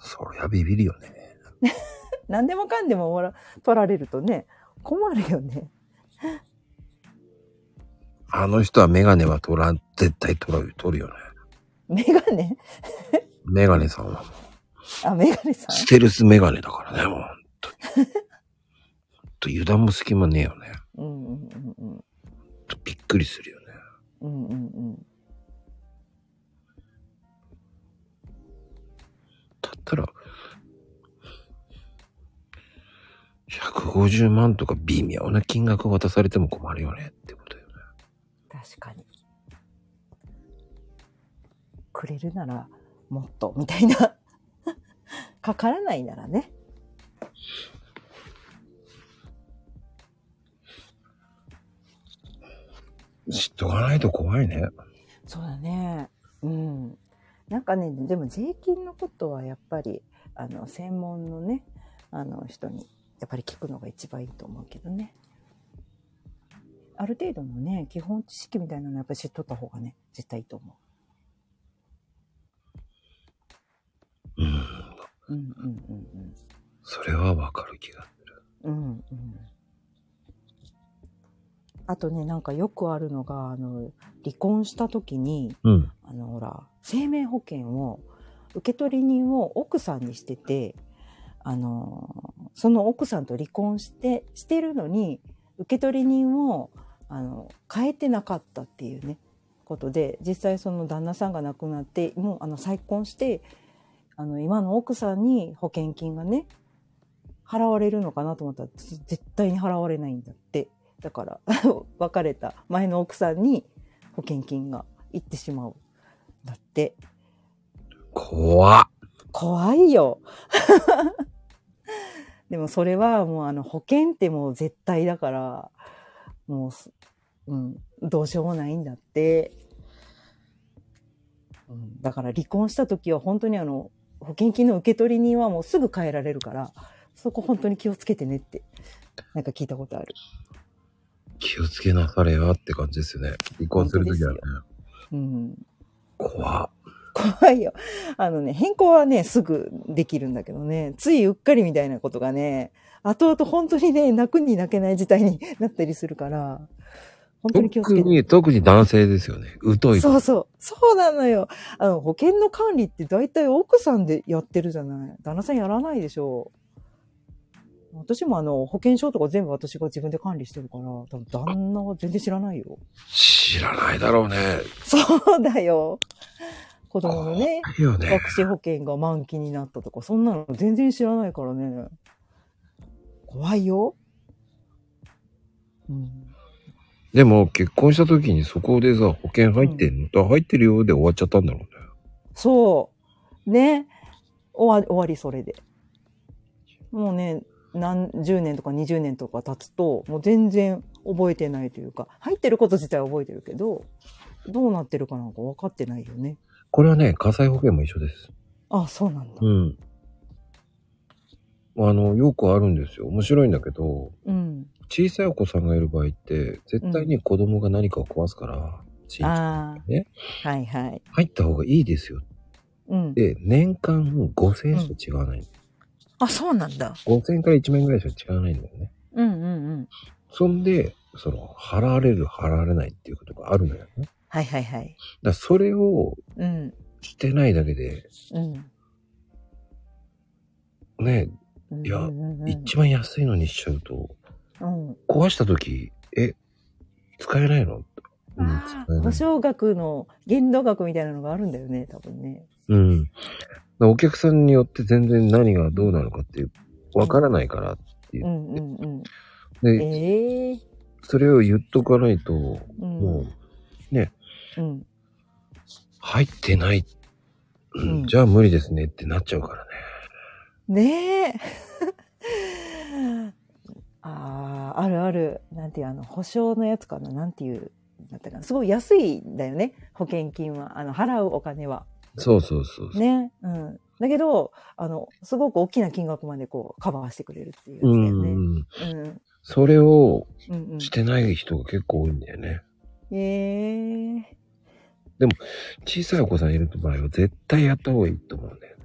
そりゃビビるよね。何でもかんでももら取られるとね、困るよね。あの人はメガネは取らん、絶対取ら取るよね。メガネメガネさんはもあ、メガネさう、んステルスメガネだからね、もう本 当に。と油断も隙間ねえよね。うんうんうんほんとびっくりするよね。うんうんうんうんだったら、150万とか微妙な金額渡されても困るよねってことよね。確かにくれるならもっとみたいな かからないならね知っとかないと怖いね。そうだねうんなんかねでも税金のことはやっぱりあの専門のねあの人にやっぱり聞くのが一番いいと思うけどねある程度のね基本知識みたいなのやっぱり知っとった方がね絶対いいと思うん。ううんうんうんうんそれはわかる気がする。うんうんあとねなんかよくあるのがあの離婚した時にうん。あのほら生命保険を受取人を奥さんにしててあのその奥さんと離婚してしてるのに受取人をあの変えてなかったっていうねことで実際その旦那さんが亡くなってもうあの再婚してあの今の奥さんに保険金がね払われるのかなと思ったらつ絶対に払われないんだってだから 別れた前の奥さんに保険金が行ってしまう。だって怖っ。怖いよ。 でもそれはもうあの保険ってもう絶対だから、もうす、うん、どうしようもないんだって。うん、だから離婚した時は本当にあの、保険金の受取人はもうすぐ変えられるから、そこ本当に気をつけてねって、なんか聞いたことある。気をつけなされよって感じですよね。離婚するときはね。うん。怖っ。怖いよ。あのね、変更はね、すぐできるんだけどね、ついうっかりみたいなことがね、後々本当にね、泣くに泣けない事態になったりするから、本当に気をつ特けて。に、特に男性ですよね。疎いと。そうそう。そうなのよ。あの、保険の管理って大体奥さんでやってるじゃない。旦那さんやらないでしょう。私もあの、保険証とか全部私が自分で管理してるから、多分旦那は全然知らないよ。知らないだろうね。そうだよ。子供のね。いいよね。学士保険が満期になったとか、そんなの全然知らないからね。怖いよ。うん。でも、結婚したときにそこでさ、保険入ってんの、あ入ってるようで終わっちゃったんだろうね。そう。ね。終わ終わり、それで。もうね、何十年とか20年とか経つと、もう全然覚えてないというか、入ってること自体は覚えてるけど、どうなってるかなんか分かってないよね。これはね、火災保険も一緒です。あ、そうなんだ。うん。あの、よくあるんですよ。面白いんだけど、うん。小さいお子さんがいる場合って、絶対に子供が何かを壊すから、ちんちゃんあねあ。はいはい。入った方がいいですよ。うん。で、年間5000円しか違わない。あ、そうなんだ。 5000円から1万円ぐらいしか違わないんだよね。うんうんうん。そんで、その、払われる、払われないっていうことがあるのよね。だかはいはいはい。らそれをうん。してないだけで、うん。ね、いいや一番安いのにしちゃうと、うん、壊した時、え、使えないのうん、使あえーな保い。証額の限度額みたいなのがあるんだよね、多分ね。うん。だからお客さんによって全然何がどうなのかって、わからないから。うんうんうん。で、ええー。それを言っとかないと、うんもう、うん。入ってない、うんうんじゃあ無理ですねってなっちゃうからね。ねえ。 ああ、あるある。なんていう、あの、保証のやつかな。なんていう、だったかな。すごい安いんだよね。保険金は。あの、払うお金は。そうそうそうそう。ね。うん。だけど、あの、すごく大きな金額までこう、カバーしてくれるっていうやつうだんようね。んうん。うん。うんそれをうんしてない人が結構多いんだよね。ええ小さいお子さんいる場合は絶対やった方がいいと思うんだよね。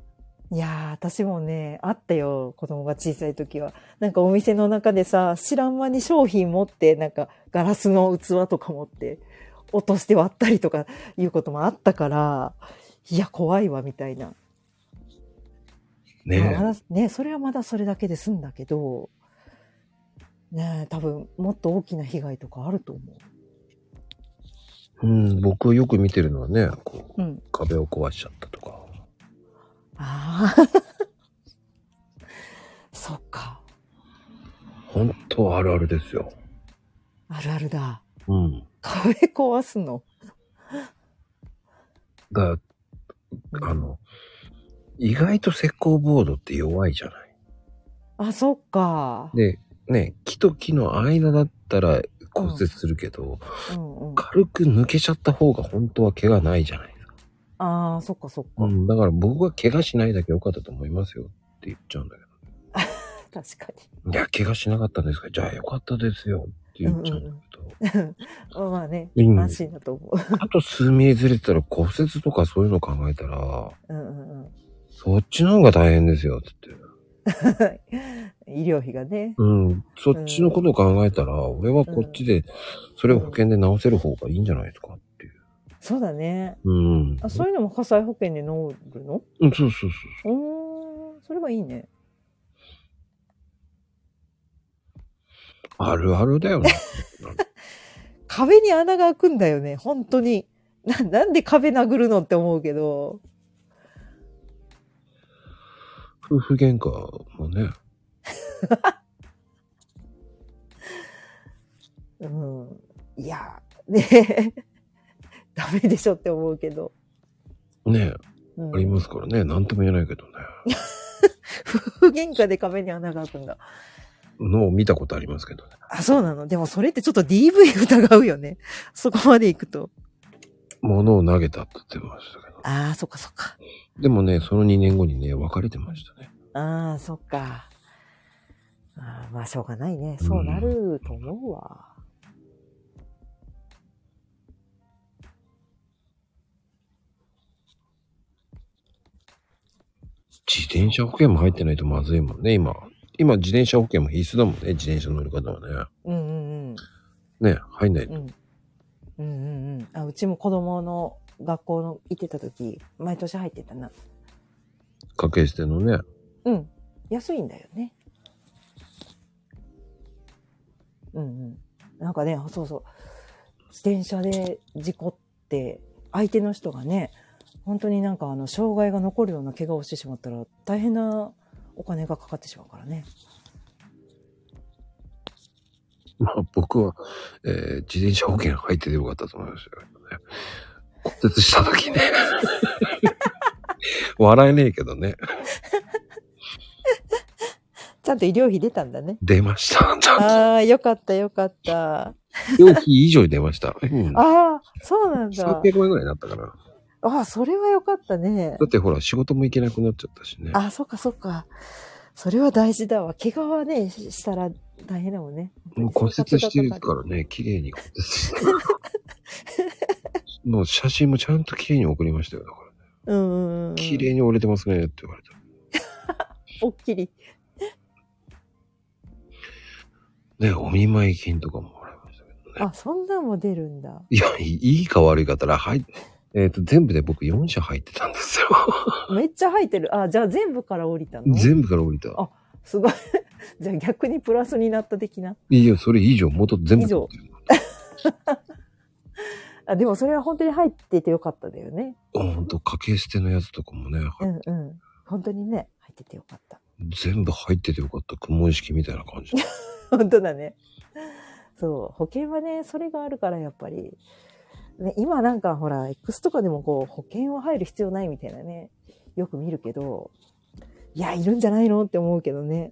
いやー、私もね、あったよ、子供が小さい時は。なんかお店の中でさ、知らん間に商品持って、なんかガラスの器とか持って、落として割ったりとかいうこともあったから、いや、怖いわ、みたいな。まあまねだね、それはまだそれだけで済んだけど、ねえ多分、もっと大きな被害とかあると思え。うん、僕よく見てるのはね、こう。うんう、。壁を壊しちゃったとか。ああ。そっか。本当あるあるですよ。あるあるだ。うん。壁壊すの。だから、あの、意外と石膏ボードって弱いじゃない。あ、そっか。で、ね、木と木の間だったら骨折するけど、うんうん、軽く抜けちゃった方が本当は怪我ないじゃないですか。ああ、そっかそっか。うん、だから僕は怪我しないだけ良かったと思いますよって言っちゃうんだけ確かど。いや、怪我しなかったんですかじゃあ良かったですよって言っちゃうんだけど。に。まあね、うん安心だと思う。あと数ミリずれてたら骨折とかそういうの考えたら、うんうん うんそっちの方が大変ですよって言って。医療費がね。うん、そっちのことを考えたら、俺はこっちで、それを保険で直せる方がいいんじゃないですかっていう。そうだね。うん。あそういうのも火災保険で治るのうん、そうそうそうそう。うーん、それはいいね。あるあるだよね。壁に穴が開くんだよね、本当に。ななんで壁殴るのって思うけど。夫婦喧嘩もね。うん、いや、ね ダメでしょって思うけど。ねえ、うんあ りますからね。なんとも言えないけどね。夫婦喧嘩で壁に穴が開くんだ。のを見たことありますけどね。あ、そうなのでもそれってちょっと DV 疑うよね。 そこまで行くと。物を投げたって言ってましたけど。ああ、そっかそっか。でもね、その2年後にね、別れてましたね。ああ、そっか。あーまあ、しょうがないね。そうなると思うわ。自転車保険も入ってないとまずいもんね、今。今、自転車保険も必須だもんね、自転車乗る方はうんうんね。ね、入んないうん。うん。うんうんうん。あ、うちも子供の学校の行ってた時、毎年入ってたな。家計捨てのね。うん。安いんだよね。うんうん。なんかね、そうそう。自転車で事故って、相手の人がね、本当になんかあの、障害が残るような怪我をしてしまったら、大変なお金がかかってしまうからね。 まあ、僕は、えー自転車保険入っててよかったと思いましたけどね。骨折した時 ね。笑えねえけどね。ちゃんと医療費出たんだね。出ました。ちゃんとああ、よかったよかった。料費以上に出ました。うん。ああ、そうなんだ。 300円ぐらいになったから。だああ、それはよかったね。ってほら、仕事も行けなくなっちゃったしね。あ、そっかそっか。それは大事だわ。怪我はね、ししたら大変だもんね。もう骨折してるからね、綺麗に骨折して る。もう写真もちゃんと綺麗に送りましたよ。だから、うんうんうん。綺麗に折れてますねって言われた。おっきり。ね、お見舞い金とかももらいましたけどね。あ、そんなんも出るんだ。いや、いいいいか悪いかったら、はい。えっ、と、全部で僕4社入ってたんですよ。めっちゃ入ってる。あ、じゃあ全部から降りたの全部から降りた。あすごい。 じゃあ逆にプラスになった的な。いや、それ以上、元全部以上取ってる。あ、でもそれは本当に入っててよかっただよね。ほんと、家計捨てのやつとかもね、うんうん。本当にね、入っててよかった。 全部入っててよかった。雲紋式みたいな感じ。本当だね。そう、保険はね、それがあるからやっぱり。ね、今なんかほら、X とかでもこう、保険を入る必要ないみたいなね、よく見るけど、いや、いるんじゃないのって思うけどね。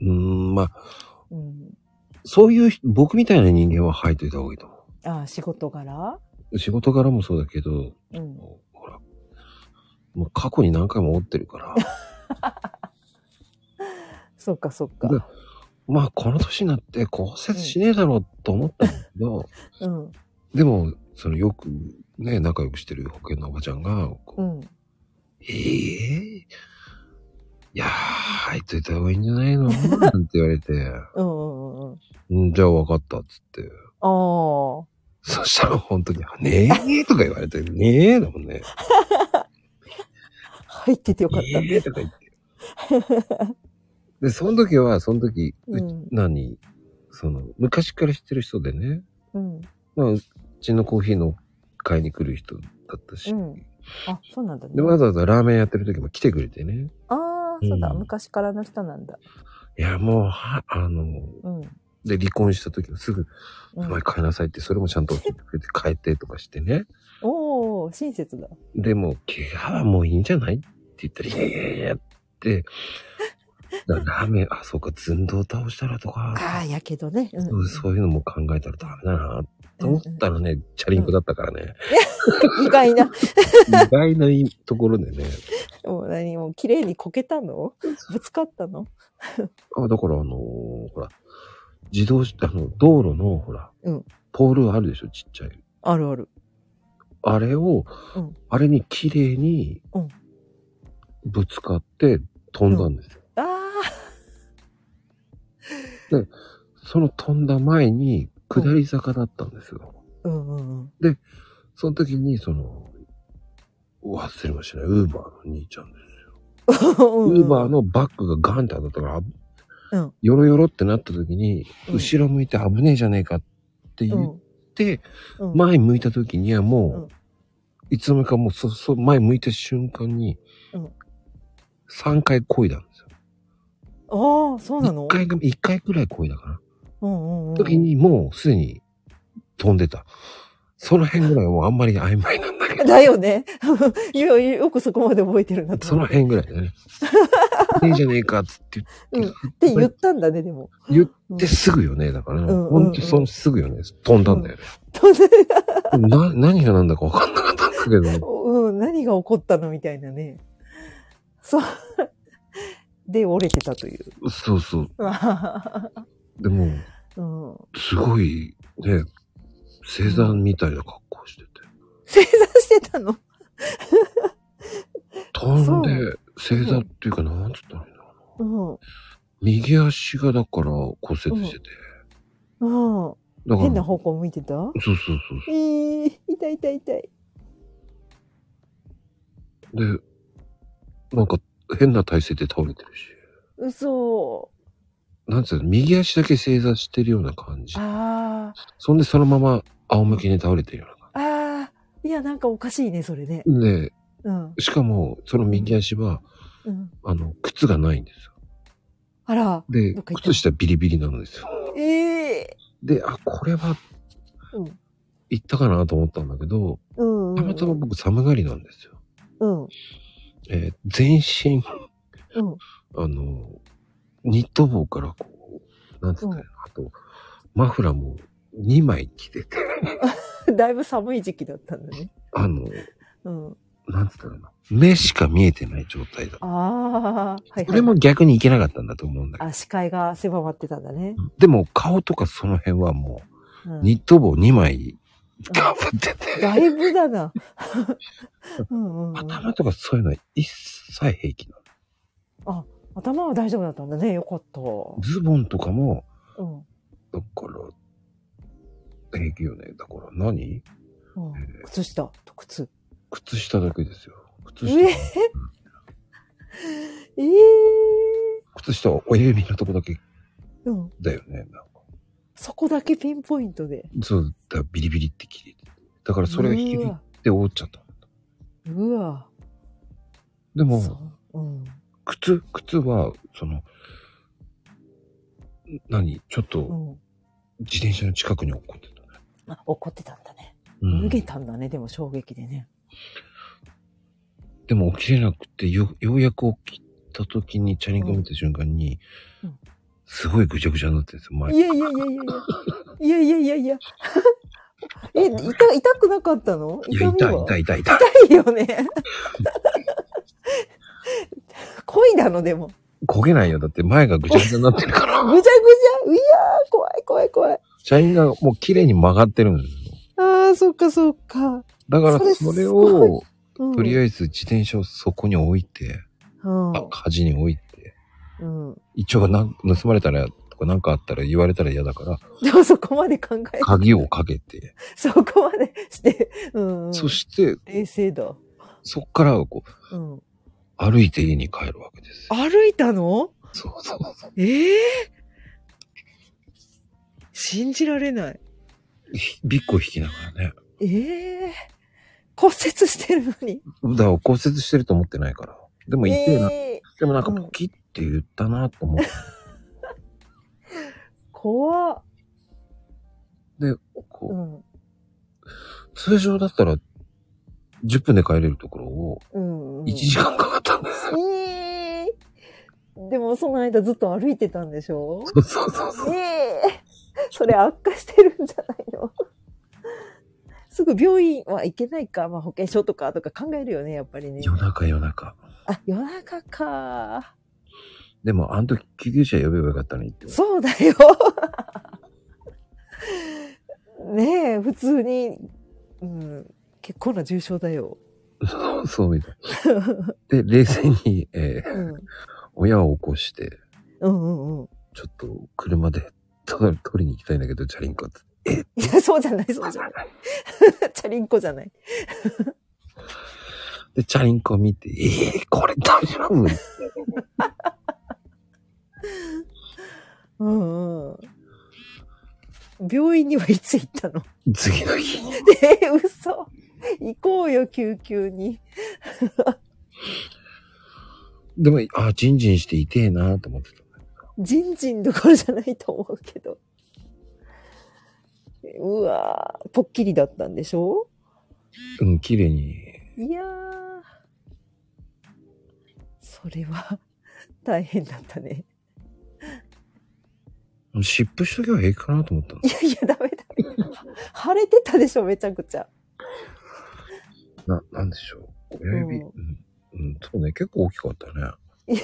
うーん、まあ、うん。そういう人、僕みたいな人間は入っていた方がいいと思ああ、仕事柄う。仕事柄もそうだけど、うん。もうほら、もう過去に何回も折ってる から、そっかそっか。でまあこの年になって骨折しねえだろうと思ったんだけど、うん。でも、そのよくね、仲良くしてる保険のおばちゃんが、こううん。ええいやー、入っといた方がいいんじゃない のなんて言われて、うんうんうんうん。んじゃあ分かったっつって。ああ。そしたら本当に、ねえとか言われて、ねえだもんね。入っててよかった。ねえとか言って。 で、その時は、その時、ううん何その、昔から知ってる人でね、うん。まあ、うちのコーヒーの買いに来る人だったし、うんあ、そうなんだねで、。わざわざラーメンやってる時も来てくれてね、ああ、そうだ。うん昔からの人なんだ。いや、もう、は、あの、うん。で、離婚した時もすぐ、うお前ん、帰りなさいって、それもちゃんと教えてくれて帰ってとかしてね。おお親切だ。でも、怪我はもういいんじゃないって言ったら、いやいやいや って、だからラーメン、あ、そうか、寸胴倒したらとか、ああ、やけどね。うんそうそういうのも考えたらダメだな、と思ったらね、チャリンコだったからね、意外な。意外ないいところでね、もう何もう綺麗にこけたのぶつかったのあ、だからあのーほら、自動車、あの、道路の、ほら、うんポールあるでしょ、ちっちゃい。あるある。あれを、うんあれに綺麗にうん、ぶつかって飛んだんですよ。あその飛んだ前に、下り坂だったんですよ。あ。うんうんうん。その時に、その、忘れましたね、ウーバーの兄ちゃんです。ウーバーのバッグがガンって当たったから、あうんよろよろってなった時に、うん後ろ向いて危ねえじゃねえかってう言っんて、うん。前向いた時にはもうんう、いつの間にかもうそ、そ、前向いた瞬間にうん、 3回漕いだんですよ。ああ、そうな1の回ぐ、一回くらい漕いだかうんうんうん。時にもうすでに飛んでた。その辺ぐらいはもうあんまり曖昧なんだけど。だよね。 よ、よくそこまで覚えてるなとそ思のって。辺ぐらいだね。ねえじゃねえかっつってうん。って言ったんだね、でも。言ってすぐよね。だから、うんほんとそのすぐよね。飛んだんだよね。当然、な、何が何だか分かんなかったんだけど。うん、何が起こったのみたいなね。そう。で、折れてたという。そうそう。うでも、ん。すごい、ね、星座みたいな格好してて。正座してたの飛んでそ、星座っていうか、なんつったらいいんだろうな。うん。右足がだから骨折してて。うん。だから、変な方向向いてたそうそうそうえー、痛い痛い痛い。そう。で、なんか変な体勢で倒れてるし。嘘。なんつうの、右足だけ正座してるような感じ。あー、そんでそのまま仰向けに倒れてるような感あー。いや、なんかおかしいね、それね。じ。で、うん。しかも、その右足は、うん。あの、靴がないんですよ。あら。でどっ、か行った靴下ビリビリなんですよ。ええで、あ、これはー。うん。行ったかなと思ったんだけど、うん、うん。たまたま僕寒がりなんですよ。うん。 うん。えー全身、あの、ニット帽からこう、なんつったらいいの、あと、マフラーも2枚着てて、だいぶ寒い時期だったんだね。あの、うん。なんつったらいいの、目しか見えてない状態だ。ああ、はい、はい。これも逆に行けなかったんだと思うんだけど。あ、視界が狭まってたんだね。でも顔とかその辺はもうんう、ニット帽2枚かぶってて、だいぶ だな。うんうんうん、頭とかそういうのは一切平気なの。頭は大丈夫だったんだね。よかった。うズボンとかも、ん。だから、平気よね。だから何うん、靴下と靴。靴下だけですよ。靴え下えは、ええ靴下は親指のとこだけうん。だよね。なんかそこだけピンポイントで。そう、だからビリビリって切れて。だからそれが引きうずっわ。て覆っちゃった。うわ。でも、そう。うん。靴、靴は、その、何ちょっうとん。自転車の近くに落っこってたね。あ、怒ってたんだね。うん脱げたんだね。でも衝撃でね。でも起きれなくてよ、ようやく起きた時に、チャリンコ見た瞬間に、うんすごいぐちゃぐちゃになってるんですよ、前い。やいやいやいやいや。いやいやいやいや。え、痛、痛くなかったのいや、痛み痛、はい痛い、痛い、痛い。痛いよね。恋なのでも。焦げないよ。だって前がぐちゃぐちゃになってるかぐら。ちゃぐちゃ。いやー、怖い怖い怖い。車輪がもう綺麗に曲がってるんですよ。ああ、そっかそっか。だかそられそれを、うん、とりあええず自転車をそこに置いて、ず。あ端に置いて、うん。うん。一応なん盗まれたらとかなんかあったら言われたら嫌だから、でもそこまで考え、鍵をかけて、そこまでして、うん。そして冷静だ。そこからこううん。歩いて家に帰るわけですよ。歩いたのそうそうそう。ええ信じられない。ひビッグを引きながらね。ええ骨折してるのに。だから骨折してると思ってないから。でも痛いな。ええでもなんかうんポキって言ったなと思って。怖っ。こううん。通常だったら10分で帰れるところをうん、うん。 1時間かかったん ですよ。ええでもその間ずっと歩いてたんでしょそうそうそうそう。ええそれ悪化してるんじゃないのすぐ病院は行けないか、まあ、保険証とかとか考えるよね、やっぱりね。夜中夜中。あ、夜中か。でもあの時救急車呼べばよかったのにって。そうだよ。ねえ、普通に、うん、結構な重症だよ。そうそうみたい。 で、冷静に、えーうん、親を起こして、うん、うんうん。ちょっと車で、ただ取りに行きたいんだけど、チャリンコって。いや、そうじゃない、そうじゃない。チャリンコじゃない。で、チャリンコ見て、えー、これ大丈夫うんうん。病院にはいつ行ったの次の日。え、嘘。行こうよ、救急に。でも、あー、ジンジンして痛えなと思ってた。ジンジンどころじゃないと思うけど。うわー、ポッキリだったんでしょうん、綺麗に。いやー、それは大変だったね。湿布しとけば平気かなと思ったのい。やいや、ダメだ。腫れてたでしょ、めちゃくちゃ。な、なんでしょう。親指。うんうん、うん、そうね、結構大きかったね。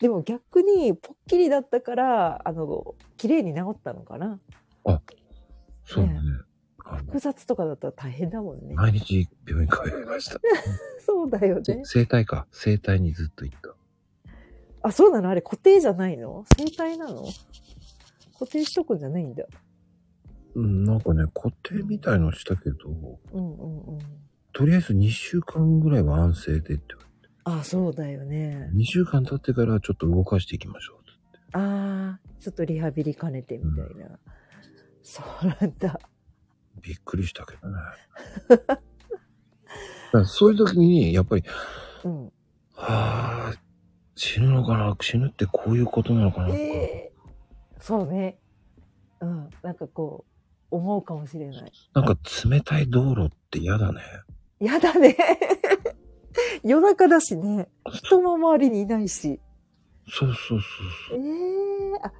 でも逆に、ポッキリだったから、あの、綺麗に治ったのかな。そうねね。あの複雑とかだったら大変だもんね。毎日病院通いました。そうだよね。整体か。整体にずっと行った。あ、そうなのあれ固定じゃないの整体なの固定しとくんじゃないんだ。うん、なんかね、固定みたいのしたけど、うんうんうん。とりあえず2週間ぐらいは安静でって言われあ、そうだよねて。。2週間経ってからちょっと動かしていきましょうって。ああ、ちょっとリハビリ兼ねてみたいな。そうなんだ。びっくりしたけどね。 だからそういう時に、やっぱり、うん。はあ、死ぬのかな死ぬってこういうことなのかなとか、えーそうね。うん。なんかこう、思うかもしれない。なんか冷たい道路って嫌だね。やだね。 夜中だしね。人も周りにいないし。そうそうそうそえう。えあ、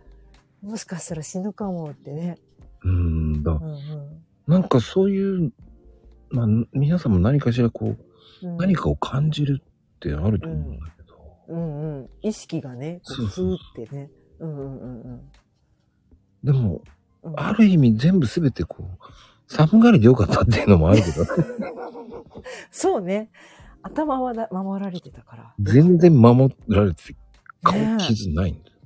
もしかしたら死ぬかもってね。うんだう。んうんなんかそういう、まあ、皆さんも何かしらこう、うん。何かを感じるってあると思うんだけど、うんうん。意識がね、こそううスそうーってね。うんうんうんうんでも、うん。ある意味全部全てこう、寒がりでよかったっていうのもあるけど、そうね。頭はだ守られてたから。全然守られてて、顔ねえ傷ないんだよ。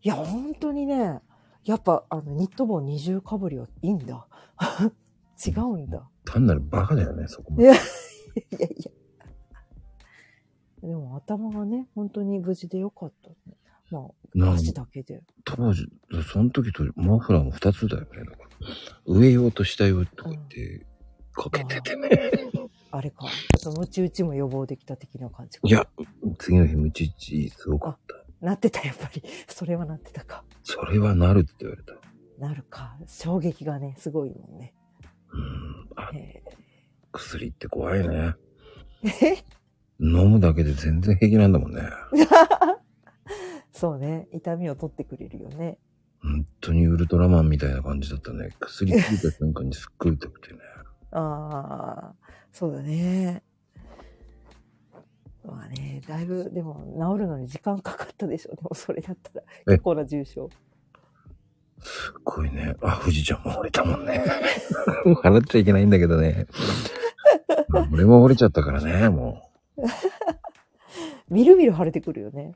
いや、本当にね、やっぱ、あの、ニット帽二重かぶりはいいんだ。 違うんだ。単なるバカだよね、そこもね。いやいや。でも頭がね、本当に無事でよかった、ね。まなあ、ん足だけで。当時、その時とマフラーも2つだよね。だから上用と下用とか言って、かけててね。あれか。そのうちうちも予防できた的な感じかいや、次の日ムチッチすごかった。なってた、やっぱり。それはなってたか。それはなるって言われた。なるか。衝撃がね、すごいもんね。うん、あえ薬って怖いね。ーえ飲むだけで全然平気なんだもんね。そうね。痛みを取ってくれるよね。本当にウルトラマンみたいな感じだったね。薬ついた瞬間にすっごい痛くてね。ああ、そうだね。まあね、だいぶ、でも治るのに時間かかったでしょ。でもそれだったら、結構な重症。すっごいね。あ、富士ちゃんも折れたもん ね。笑っちゃいけないんだけどね。まあ俺も折れちゃったからね、もみるみる腫れてくるよね。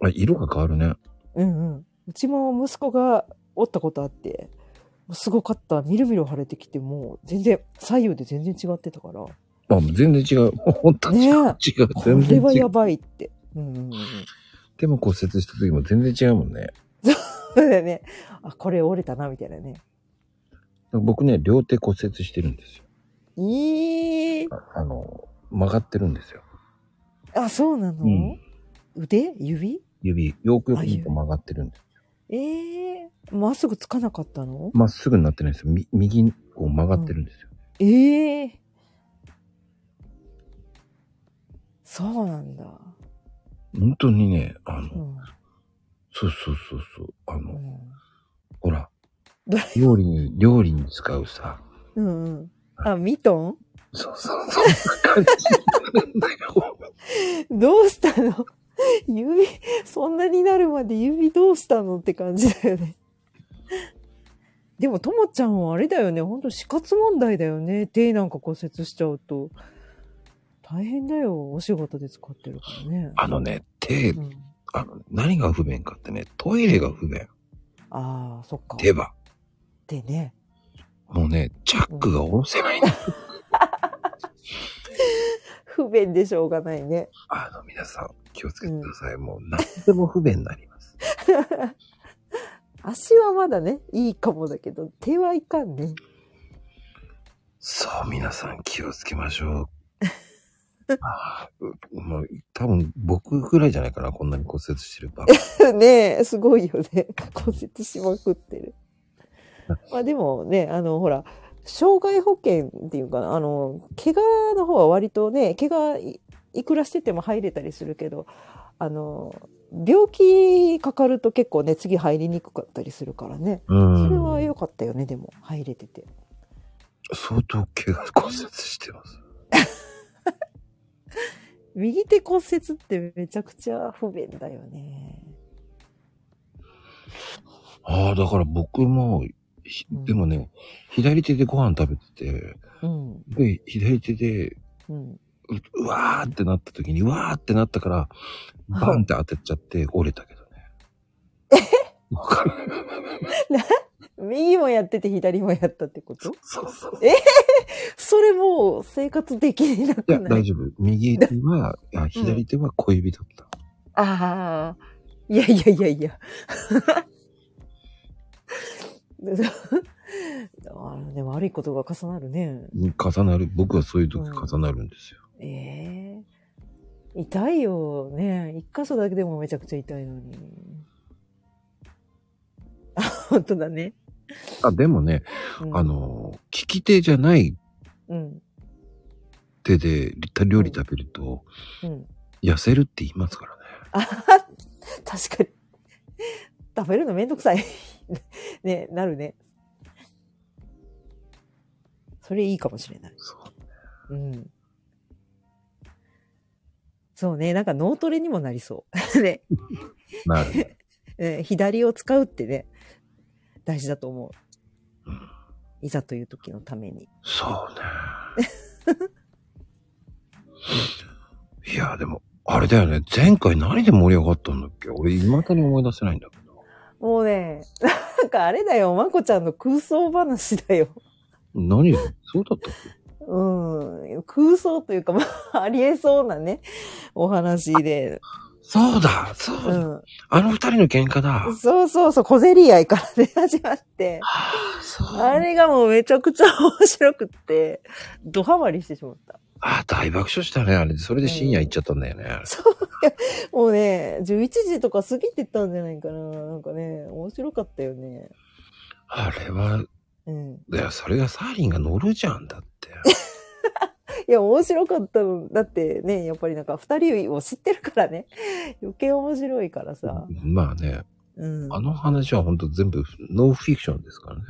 う。あ色が変わるね。うんうん。うちも息子がおったことあって、もうすごかった。みるみる腫れてきて、もう全然、左右で全然違ってたから。あ、全然違う。本当にね違えう。違う。こ全れ然は違やう。ばいって。うんうんうん。手も骨折した時も全然違うもんね。そうだよね。あ、これ折れたな、みたいなね。僕ね、両手骨折してるんですよ。ええああの、曲がってるんですよ。あ、そうなの、うん腕指指、よくよく見ると曲がってるんです。ええまっすぐつかなかったのまっすぐになってないんですよ。み右にこう曲がってるんですよ。ええそうなんだ。本当にね、あうの、ん。そうそうそうそう、あうの、んほらどれ、料理に、料理に使うさ、うんうん。あ、ミトそうそう、そんな感じ なんだよ。ンどうしたの指、そんなになるまで指どうしたのって感じだよね。でも、ともちゃんはあれだよね。ほんと死活問題だよね。手なんか骨折しちゃうと。大変だよ。お仕事で使ってるからね。あのね、手う、ん、あの、何が不便かってね、トイレが不便。ああ、そっか。手羽。でね。もうね、チャックが下ろせないんだ。不便でしょうがないね。あの、皆さん、気をつけてください。もう、何でも不便になります。足はまだね、いいかもだけど、手はいかんね。 そう、皆さん気をつけましょ う。あーうもう多分僕ぐらいじゃないかな、こんなに骨折してるバカ。 ねえ、すごいよね。骨折しまくってる。まあでもね、あの、ほら、障害保険っていうかな、あの、怪我の方は割とね、怪我いいくらしてても入れたりするけど、あの、病気かかると結構ね、次入りにくかったりするからね。うん。それは良かったよね、でも、入れてて。相当怪我骨折してます。右手骨折ってめちゃくちゃ不便だよね。ああ、だから僕も、ひうんでもね、左手でご飯食べてうん、て、で、左手で、うん。ううわーってなった時に、うわーってなったから、バンって当てちゃって折れたけどね。えわかる。右もやってて左もやったってこと そうそう。それもう生活できなくいや、な大い丈夫。右手は、あ左手は小指だった。ああ。いやいやいやいや。 あでも悪いことが重なるね。重なる、僕はそういう時重なるんですよ。ええ痛いよね。一箇所だけでもめちゃくちゃ痛いのに。あ、本当だね。あ、でもね、うん、あ、の、利き手じゃないうん、手で料理食べると、うん。痩せるって言いますからね。あはは確かに。 食べるのめんどくさい。 ね、なるね。それいいかもしれない。そう。うん。そうね、なんか脳トレにもなりそう。 ね、なる。えー左を使うってね、大事だと思う。いざという時のために。そう ね。いや、でも、あれだよね。前回何で盛り上がったんだっけ俺、未だに思い出せないんだけど。もうね、なんかあれだよ、まこちゃんの空想話だよ。何そうだったっうん、空想というか、まあ、ありえそうなね、お話けで。そうだそうだ、うあの二人の喧嘩だん。そうそうそう、小競り合いからね、始まって。あそう あれがもうめちゃくちゃ面白くって、ドハマりしてしまった。あ、大爆笑したね。あれ、それで深夜行っちゃったんだよね。もうね、11時とか過ぎてたんじゃないかな。なんかね、面白かったよね。あれは、うん。いや、それがサーリンが乗るじゃんだって。いや、面白かったの。だってね、やっぱりなんか二人を知ってるからね、 余計面白いからさ。まあね、うん。あの話は本当全部ノンフィクションですからね。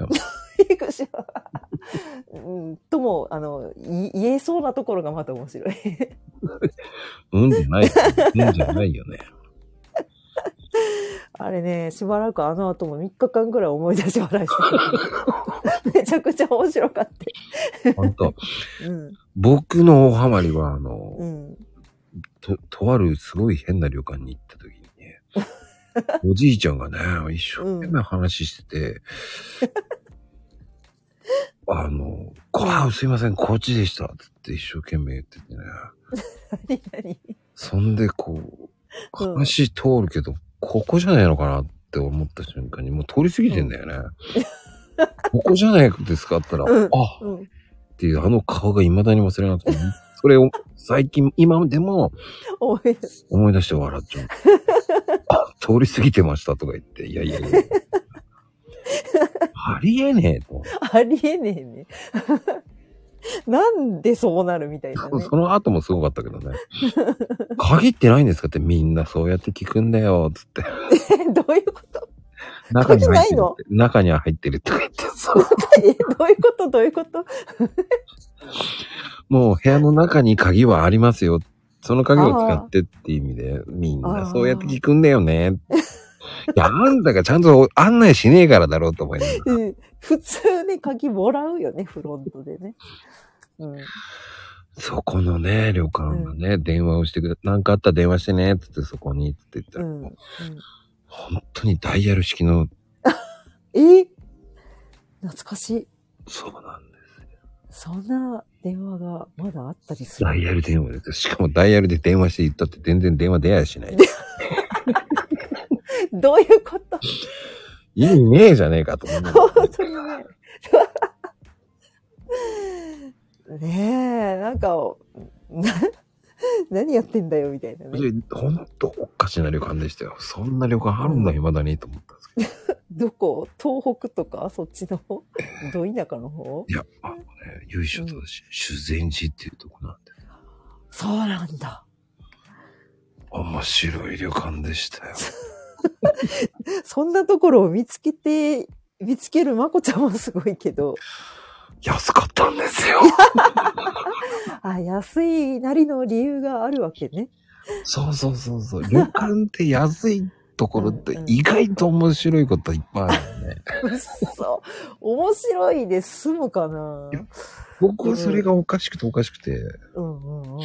びっくりした うん、とも、あの、い言えそうなところがまた面白い。うんじゃない。うんじゃないよね。あれね、しばらくあの後も3日間ぐらい思い出し笑いし てた。めちゃくちゃ面白かっ本当た。うん。僕の大ハマりは、あの、うん。と、とあるすごい変な旅館に行った時に ね、おじいちゃんがね、一生懸命話して て、あの、こあ、すいません、こっちでしたって言って一生懸命言っててね。何何そんでこう、うん話通るけど、ここじゃないのかなって思った瞬間に、もう通り過ぎてんだよ ね。ここじゃないですかって言ったら、うんあっうん。ていうあの顔が未だに忘れなくて、それを最近、今でも思い出す。思い出して笑っちゃ う。あ、通り過ぎてましたとか言って、いやいやいや。ありえねえと。 ありえねえね。 なんでそうなるみたいなね。その後もすごかったけどね。限ってないんですかってみんなそうやって聞くんだよ、つって。 どういうこと 中に入って鍵ないるのって。中には入ってるとか言ってそう。えどういうことどういうこともう部屋の中に鍵はありますよ。その鍵を使ってっていう意味で、みんなそうやって聞くんだよね。いや、あんたがちゃんと案内しねえからだろうと思いながらうん普通ね、鍵もらうよね、フロントでね。うん、そこのね、旅館がね、電話をしてくれ、なんかあったら電話してね、っつってそこに、つって言ったうら、ん、うん。本当にダイヤル式の、えー懐かしい。そうなんです。そんな電話がまだあったりすダイる。ヤル電話です。しかもダイヤルで電話して言ったって全然電話出やし ない。 どういうこと意味ねえじゃねえかと思う。本当にね。ねえ、なんか、な何やってんだよみたいなねでほんとおかしな旅館でしたよ。そんな旅館あるんだ、未だにと思ったんですけど。どこ東北とかそっちの方ど田舎の方いや、あのね、由緒正しい修善寺っていうとこなんで、そうなんだ面白い旅館でした よ。そんなところを見つけて見つけるまこちゃんもすごいけど安かったんですよ。あ安いなりの理由があるわけねそうそうそうそう。旅館って安いところって意外と面白いこといっぱいある よね。うっそ面白いで済むかないや僕はそれがおかしくておかしくて、いうんうんうん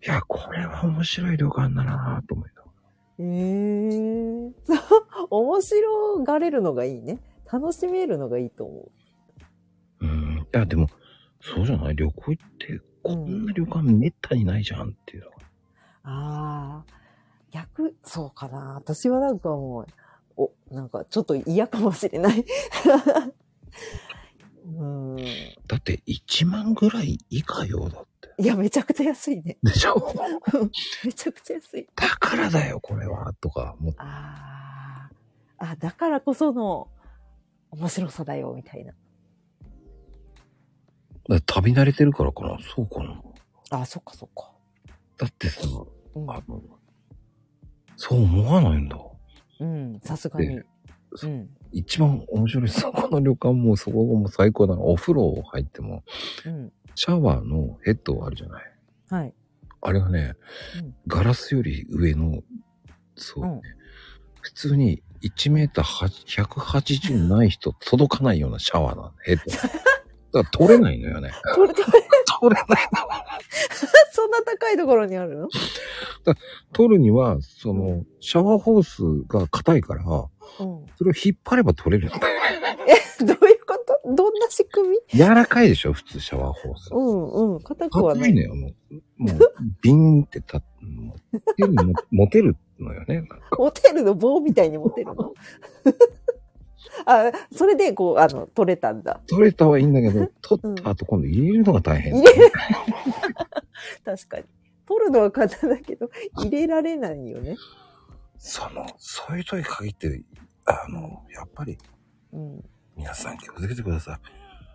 や、これは面白い旅館だなぁと思いながらええ 面白がれるのがいいね楽しめるのがいいと思ううん。いや、でも、そうじゃない旅行行って、こんな旅館めったにないじゃんっていうのが。ああ、逆、そうかな。私はなんかもう、お、なんかちょっと嫌かもしれない。 うん。いだって1万ぐらい以下よ、だって。や、めちゃくちゃ安いね。 でしょめちゃくちゃ安い。だからだよ、これは、とか思って。ああ。あ、だからこその面白さだよ、みたいな。だから旅慣れてるからかな、そうかな。あ、そっかそっか。だってさ、うんあの、そう思わないんだ。うん、さすがに。うん。一番面白い、 そこの旅館もそこがもう最高だなの。お風呂入っても、うん。シャワーのヘッドあるじゃない。はい。あれがね、うんガラスより上の、そうね、うん普通に1メーター180ない人届かないようなシャワーなんで、ヘッ ド。だから取れないのよね。これ、これ取れないの。そんな高いところにある の取るには、その、シャワーホースが硬いから、うん。それを引っ張れば取れるんだよね。どういうことどんな仕組み柔らかいでしょ、普通シャワーホース。うんうん。硬くは硬ないい。のよ、もう。もう、ビンってた、もう手にも持てるのよね。なんかモテるの棒みたいにモテる のあ、それで、こう、あの、取れたんだ。取れたはいいんだけど、取った後今度入れるのが大変。入れる確かに。取るのは簡単だけど、入れられないよね。 その、そういう時限って、あの、やっぱり、うん。皆さん気をつけてくださ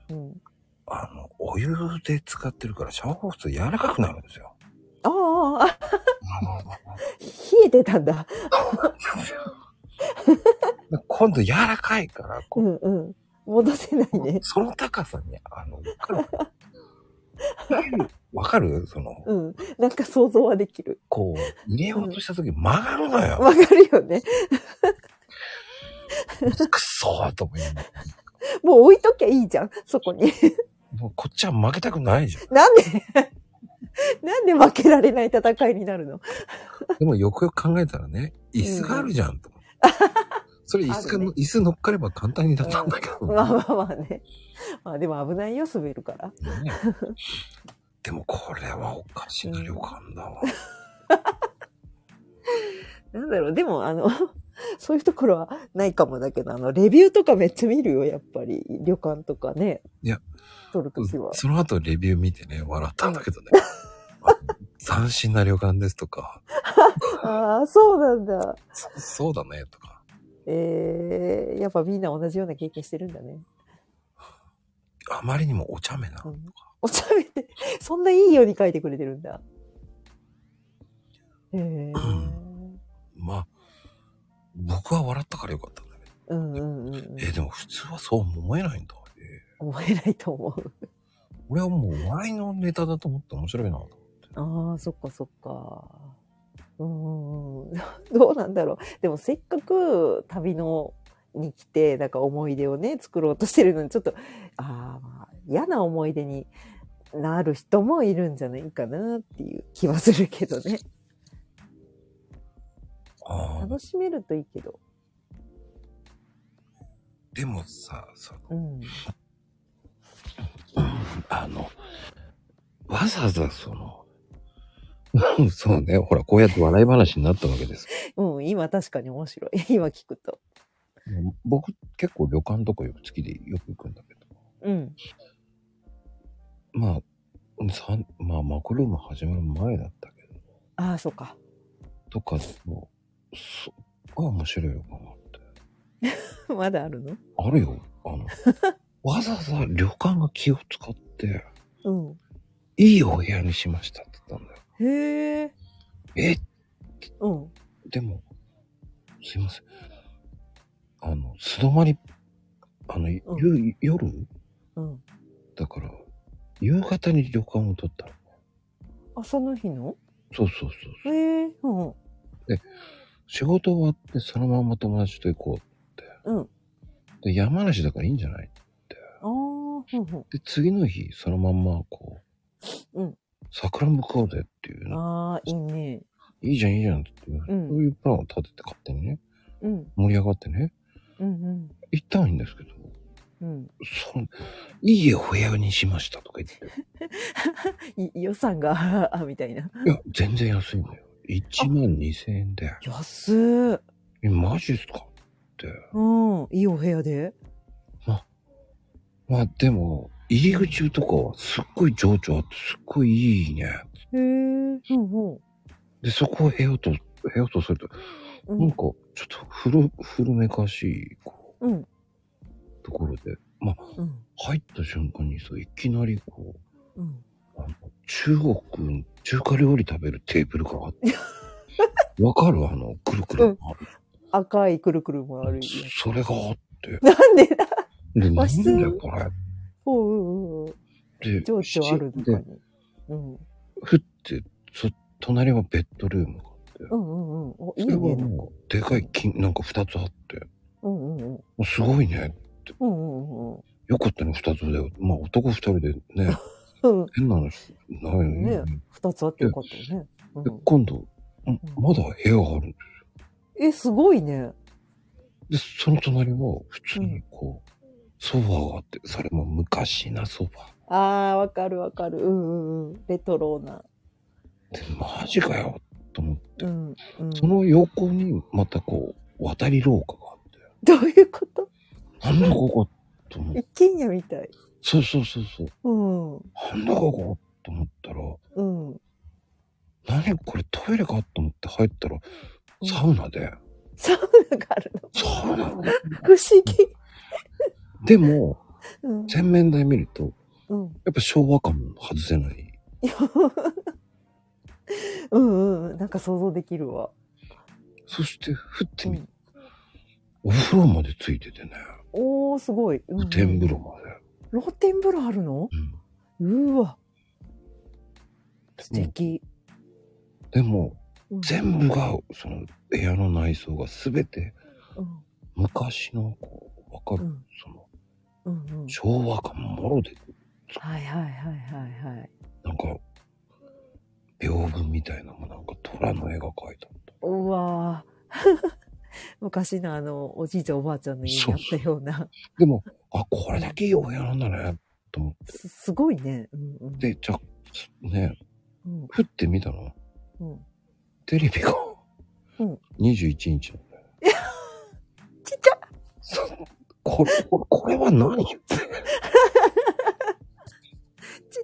い。うん。あの、お湯で使ってるから、シャワーホース柔らかくなるんですよ。ああああ、冷えてたんだ。 今度柔らかいから、うこんうん。戻せないうね。その高さに、あの、わかる。わかるその、うん。なんか想像はできる。こう、入れようとした時曲がるのよ。わかるよね。くそーと思いながらもう置いときゃいいじゃん。そこに。もうこっちは負けたくないじゃん。なんでなんで負けられない戦いになるのでもよくよく考えたらね、椅子があるじゃんと思って。それ椅子かあるねの、椅子乗っかれば簡単にだったんだけど、まあまあまあね。まあでも危ないよ、滑るから。ねでもこれはおかしな旅館だわ。なんだろう、でもあの、 そういうところはないかもだけど、あの、レビューとかめっちゃ見るよ、やっぱり。旅館とかね。いや。取るときは。その後レビュー見てね、笑ったんだけ どね。あ斬新な旅館ですとか、 ああ、そうなんだ。そそうだねとか。えー、やっぱみんな同じような経験してるんだね。あまりにもお茶目な。うん、お茶目って、そんないいように書いてくれてるんだ。えー。 まあ、僕は笑ったからよかったんだけど。うんうんうんうん。えでも普通はそう思えないんだ。え思えないと思う。俺はもう笑いのネタだと思って面白いなと。ああ、そっかそっか。うんうん うん。どうなんだろう。でもせっかく旅のに来て、なんか思い出をね、作ろうとしてるのに、ちょっと、あーまあ、嫌な思い出になる人もいるんじゃないかなっていう気はするけどね。ああ、楽しめるといいけど。でもさ、そのうん。あの、わざわざその、 そうね、ほら、こうやって笑い話になったわけです。うん、今確かに面白い。 今聞くと。僕、結構旅館とかよく好きでよく行くんだけど。うん。まあ、さんまあ、マクルーム始まる前だったけど、ああ、そう か。とかの、そっが面白いのかなって。まだあるのあるよ。あ の、わざわざ旅館が気を使って、うん。いいお部屋にしましたって言ったんだよ。へえ。え、うん。でも、すいません。あの、素泊まり、あの、ゆう夜うん。だから、夕方に旅館を取ったの。あ、その日のそうそうそうそう。へえ。うん。仕事終わってそのまま友達と行こうん。う。で、山梨だからいいんじゃないああ、うんうん。で、次の日、そのまんま、こう、うん。桜も食おうぜっていうね、ああ、いいね。いいじゃんいいじゃんって言って、うんそういうプランを立てて勝手にね、うん。盛り上がってね、うん行ったはいいんですけど、うん。うん。その、いいお部屋にしましたとか言って、 い予算が、 あ、みたいな。いや、全然安いんだよ。1万2000円で、安い。え、マジっすかって。うん。いいお部屋で。まあでも、入り口とかはすっごい情緒あって、すっごいいいね。へえ。うんうん。で、そこを部屋と、部屋とすると、うなんんか、ちょっと古、古めかしい、こう、うんところで、まあ、うん。入った瞬間にそういきなりこう、うん。あの中国、中華料理食べるテーブルがあって、 わかるあの、くるくる回る、赤いくるくるもあるやつ。それがあって、なんで だで、な和ん室だよこれっおううんうん。て、情緒あるで中、に。うん。ふって、そ隣はベッドルームがあって、うんうんうん。お、いいそれはね。もう、でかい金、なんか二つあって、うんうんうん。もうすごいね。うんうんうん。よかったね、二つだよ。まあ、男二人で ね、うん。変な話、ないよね。ね二つあってよかったよね。うでん、今度、んまだ部屋があるんでえ、すごいね。す。で、その隣は、普通にこう、ソファーがあって、それも昔なソファああ、わかるわかる。うんうんうん。レトロな。ー。で、マジかよ、と思って。うん。うん、その横に、またこう、渡り廊下があどういうことって、なんだここと思って、一軒家みたい。そうそうそうそう、うん。なんだここと思ったうん。ら、何これトイレかと思って入ったら、サウナで、サウナがあるの。サウナ 不思議。でも、うん。洗面台見ると、うん。やっぱ昭和感も外せない。うんうん。なんか想像できるわ。そして、降ってうみ、ん、お風呂までついててね。おー、すごい。うんう露ん天風呂まで。露天風呂あるのうんうわ。素敵。でも、うん全部が、その、部屋の内装が全て、うん。昔の、こう、わかうる、ん。その、うんうん。昭和感もろで、はいはいはいはいはい。なんか、屏風みたいなのもなんか虎の絵が描いた。うわー 昔のあの、おじいちゃんおばあちゃんの家にあったような。でも、あ、これだけいいお部屋なんだね、と思っすすごいね。うんうん。て、じゃあ、ね、うん降ってみたら、うん、テレビが、うん21インチなんだよ。 ちっちゃそうこれ、これは何ちっ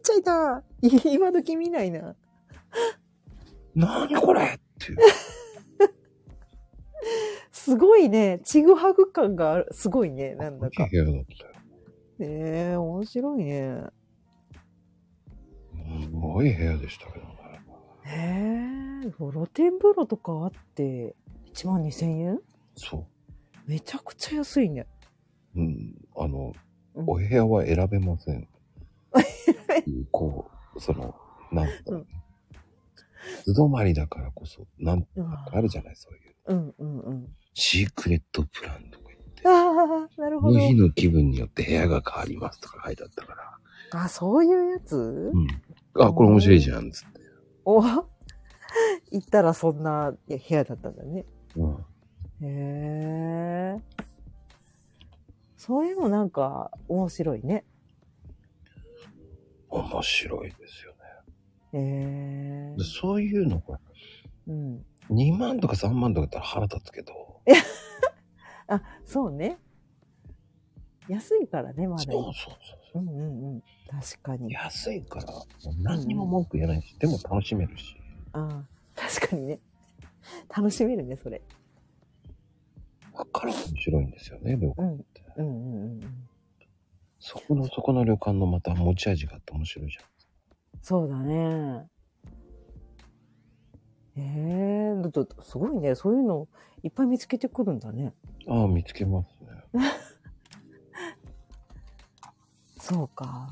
ちゃいな。い今時見ないな。何これっていう。すごいね。ちぐはぐ感があるすごいね。なんだか。いい部屋だったよ。ねえ、面白いね。すごい部屋でしたけどね。へえ、露天風呂とかあって、1万2000円そめちゃくちゃ安いね。う。うん。あの、うんお部屋は選べま せん。こう、その、なんだろうね。素泊まりだからこそ、なんうあわるじゃない、そういう。うんうんうん。シークレットプランとか言って。ああ、なるこほどの。日の気分によって部屋が変わりますとか書いてあったから。あ、そういうやつうん。あ、これ面白いじゃん、つって。お行ったらそんな部屋だったんだね。うん。へえ。それもなんか面白いね。面白いですよね。へえで。そういうのが、うん。 2万とか3万とかだったら腹立つけど、あ、そうね。安いからね、まそうだ。そうそう。うんうんうん。確かに。安いから、もう何にも文句言えないし、でも楽しめるし。あ確かにね。楽しめるね、それ。だから面白いんですよね、旅う館。ん。うんうんうん。そこの、そこの旅館のまた持ち味があって面白いじゃん。そうだね。ええだと、すごいね。そういうのいっぱい見つけてくるんだね。ああ、見つけますね。そうか。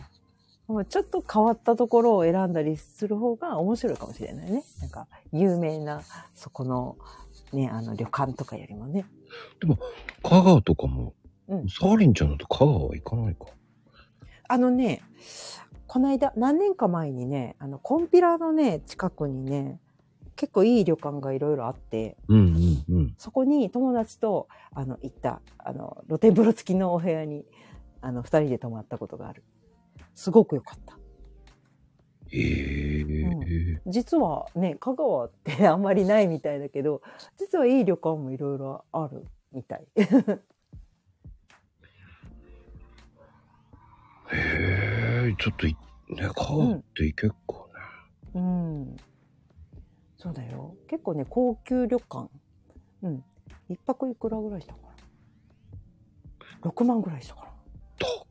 まあちょっと変わったところを選んだりする方が面白いかもしれないね。なんか、有名な、そこの、ね、あの、旅館とかよりもね。香川とかも、うんサーリンちゃんだと香川は行かないか。あのね、この間、何年か前にね、あの、コンピラのね、近くにね、結構いい旅館がいろいろあって、うんうんうん。そこに友達と、あの、行った、あの、露天風呂付きのお部屋に、あの、二人で泊まったことがある。すごく良かった。へえう実はね、香川ってあんまりないみたいだけど、実はいい旅館もいろいろあるみたい。へえ、ちょっとい、ね、香川って結構ね。うん。そうだよ。結構ね、高級旅館。うん。一泊いくらぐらいしたかな ?6 万ぐらいしたか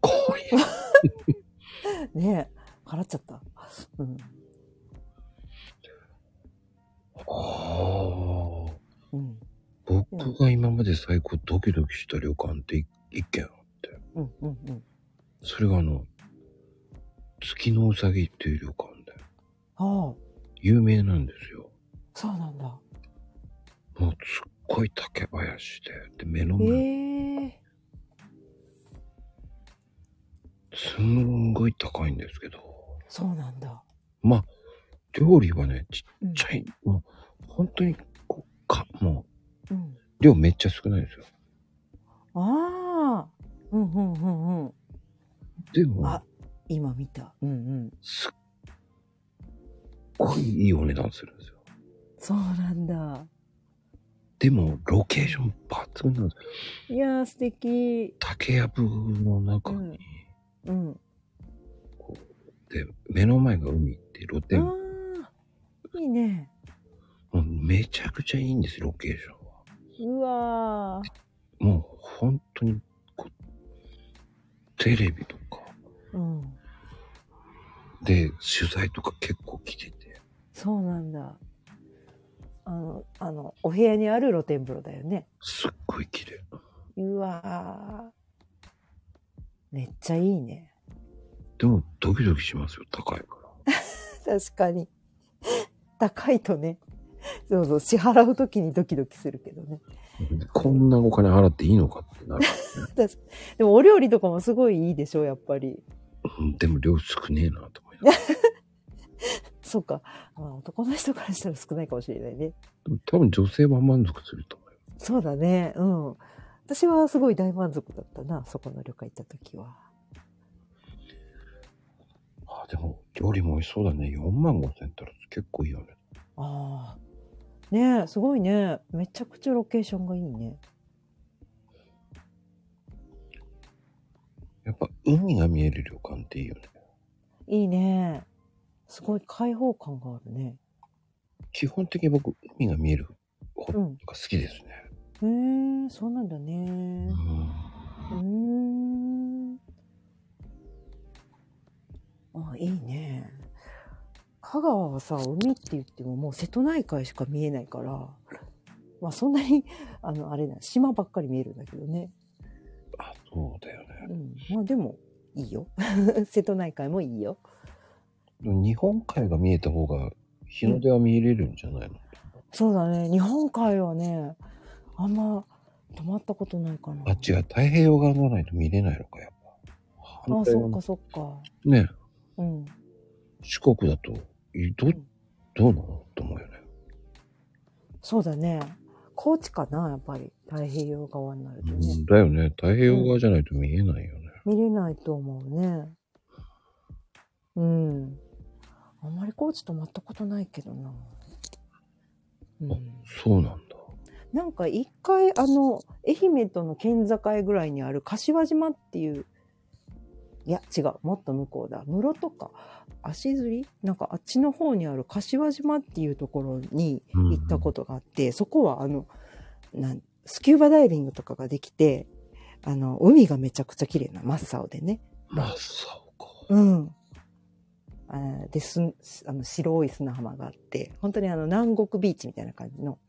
高い。なねえ、払っちゃった。うん。ああ。うん。僕が今まで最高ドキドキした旅館ってい一軒あって、うんうんうん。それがあの、月のうさぎっていう旅館で、ああ、有名なんですよ。そうなんだ。もうすっごい竹林で、で、目のええ前、すんごい高いんですけど、そうなんだ。まあ、料理はね、ちうんっちゃい、もう、本当に、こう、か、もうん。う、量めっちゃ少ないですよ。ああ、うんうんうんうん。でもあ、今見た。うんうん。すっごいいいお値段するんですよ。そうなんだ。でも、ロケーション抜群なんですよいやー素敵。竹やぶの中に、うんうん。で目の前が海って露あ天、もあ、いいね。うめちゃくちゃいいんですロケーションはうわもう本当にこうテレビとかーうん。で取材とか結構来ててそうなんだ。あの、あの、お部屋にある露天風呂だよね。すっごい綺麗うわーめっちゃいいね。でもドキドキしますよ高いから確かに。高いとね。そうそう、支払うときにドキドキするけどね。こんなお金払っていいのかってなる、でもお料理とかもすごいいいでしょ、やっぱり。うんでも量少ねえなと思いながらそうか。まあ、男の人からしたら少ないかもしれないね。でも多分女性は満足すると思うよそうだね。うん。私はすごい大満足だったな、そこの旅館行った時は。あでも料理も美味しそうだね4万5千円ったら結構いいよねああ。ねえ、すごいね。めちゃくちゃロケーションがいいね。やっぱ海が見える旅館っていいよねいいね。すごい開放感があるね。基本的に僕海が見えるホテうルん。が好きですね、へえそうなんだうね。ん、うーん。あ、いいね。香川はさ、海って言ってももう瀬戸内海しか見えないから、まあそんなに、 あの、あれだ、島ばっかり見えるんだけどね。あそうだよねうん。まあでも、いいよ。 瀬戸内海もいいよ。でも日本海が見えた方が日の出は見れるんじゃないの、そうだね。日本海はね、あんま泊まったことないかな。あっちが太平洋側がないと見れないのかやっぱあ、そっかかそっか。ねうん。四国だといどうんどうなのと思うよねそうだね。高知かな、やっぱり。太平洋側になるとうね。んだよね太平洋側じゃないと見えないよね、見れないと思うね。うん。あまり高知泊まったことないけどな。うん、そうなんだなんか一回あの愛媛との県境ぐらいにある柏島っていういや、違う。もっと向こうだ。室とか、足摺りなんかあっちの方にある柏島っていうところにうん行ったことがあって、そこはあの、なん、スキューバダイビングとかができて、あの、海がめちゃくちゃ綺麗な、真っ青でね。まあ、そうか。うん。あーです、あの、白い砂浜があって、本当にあの、南国ビーチみたいな感じの、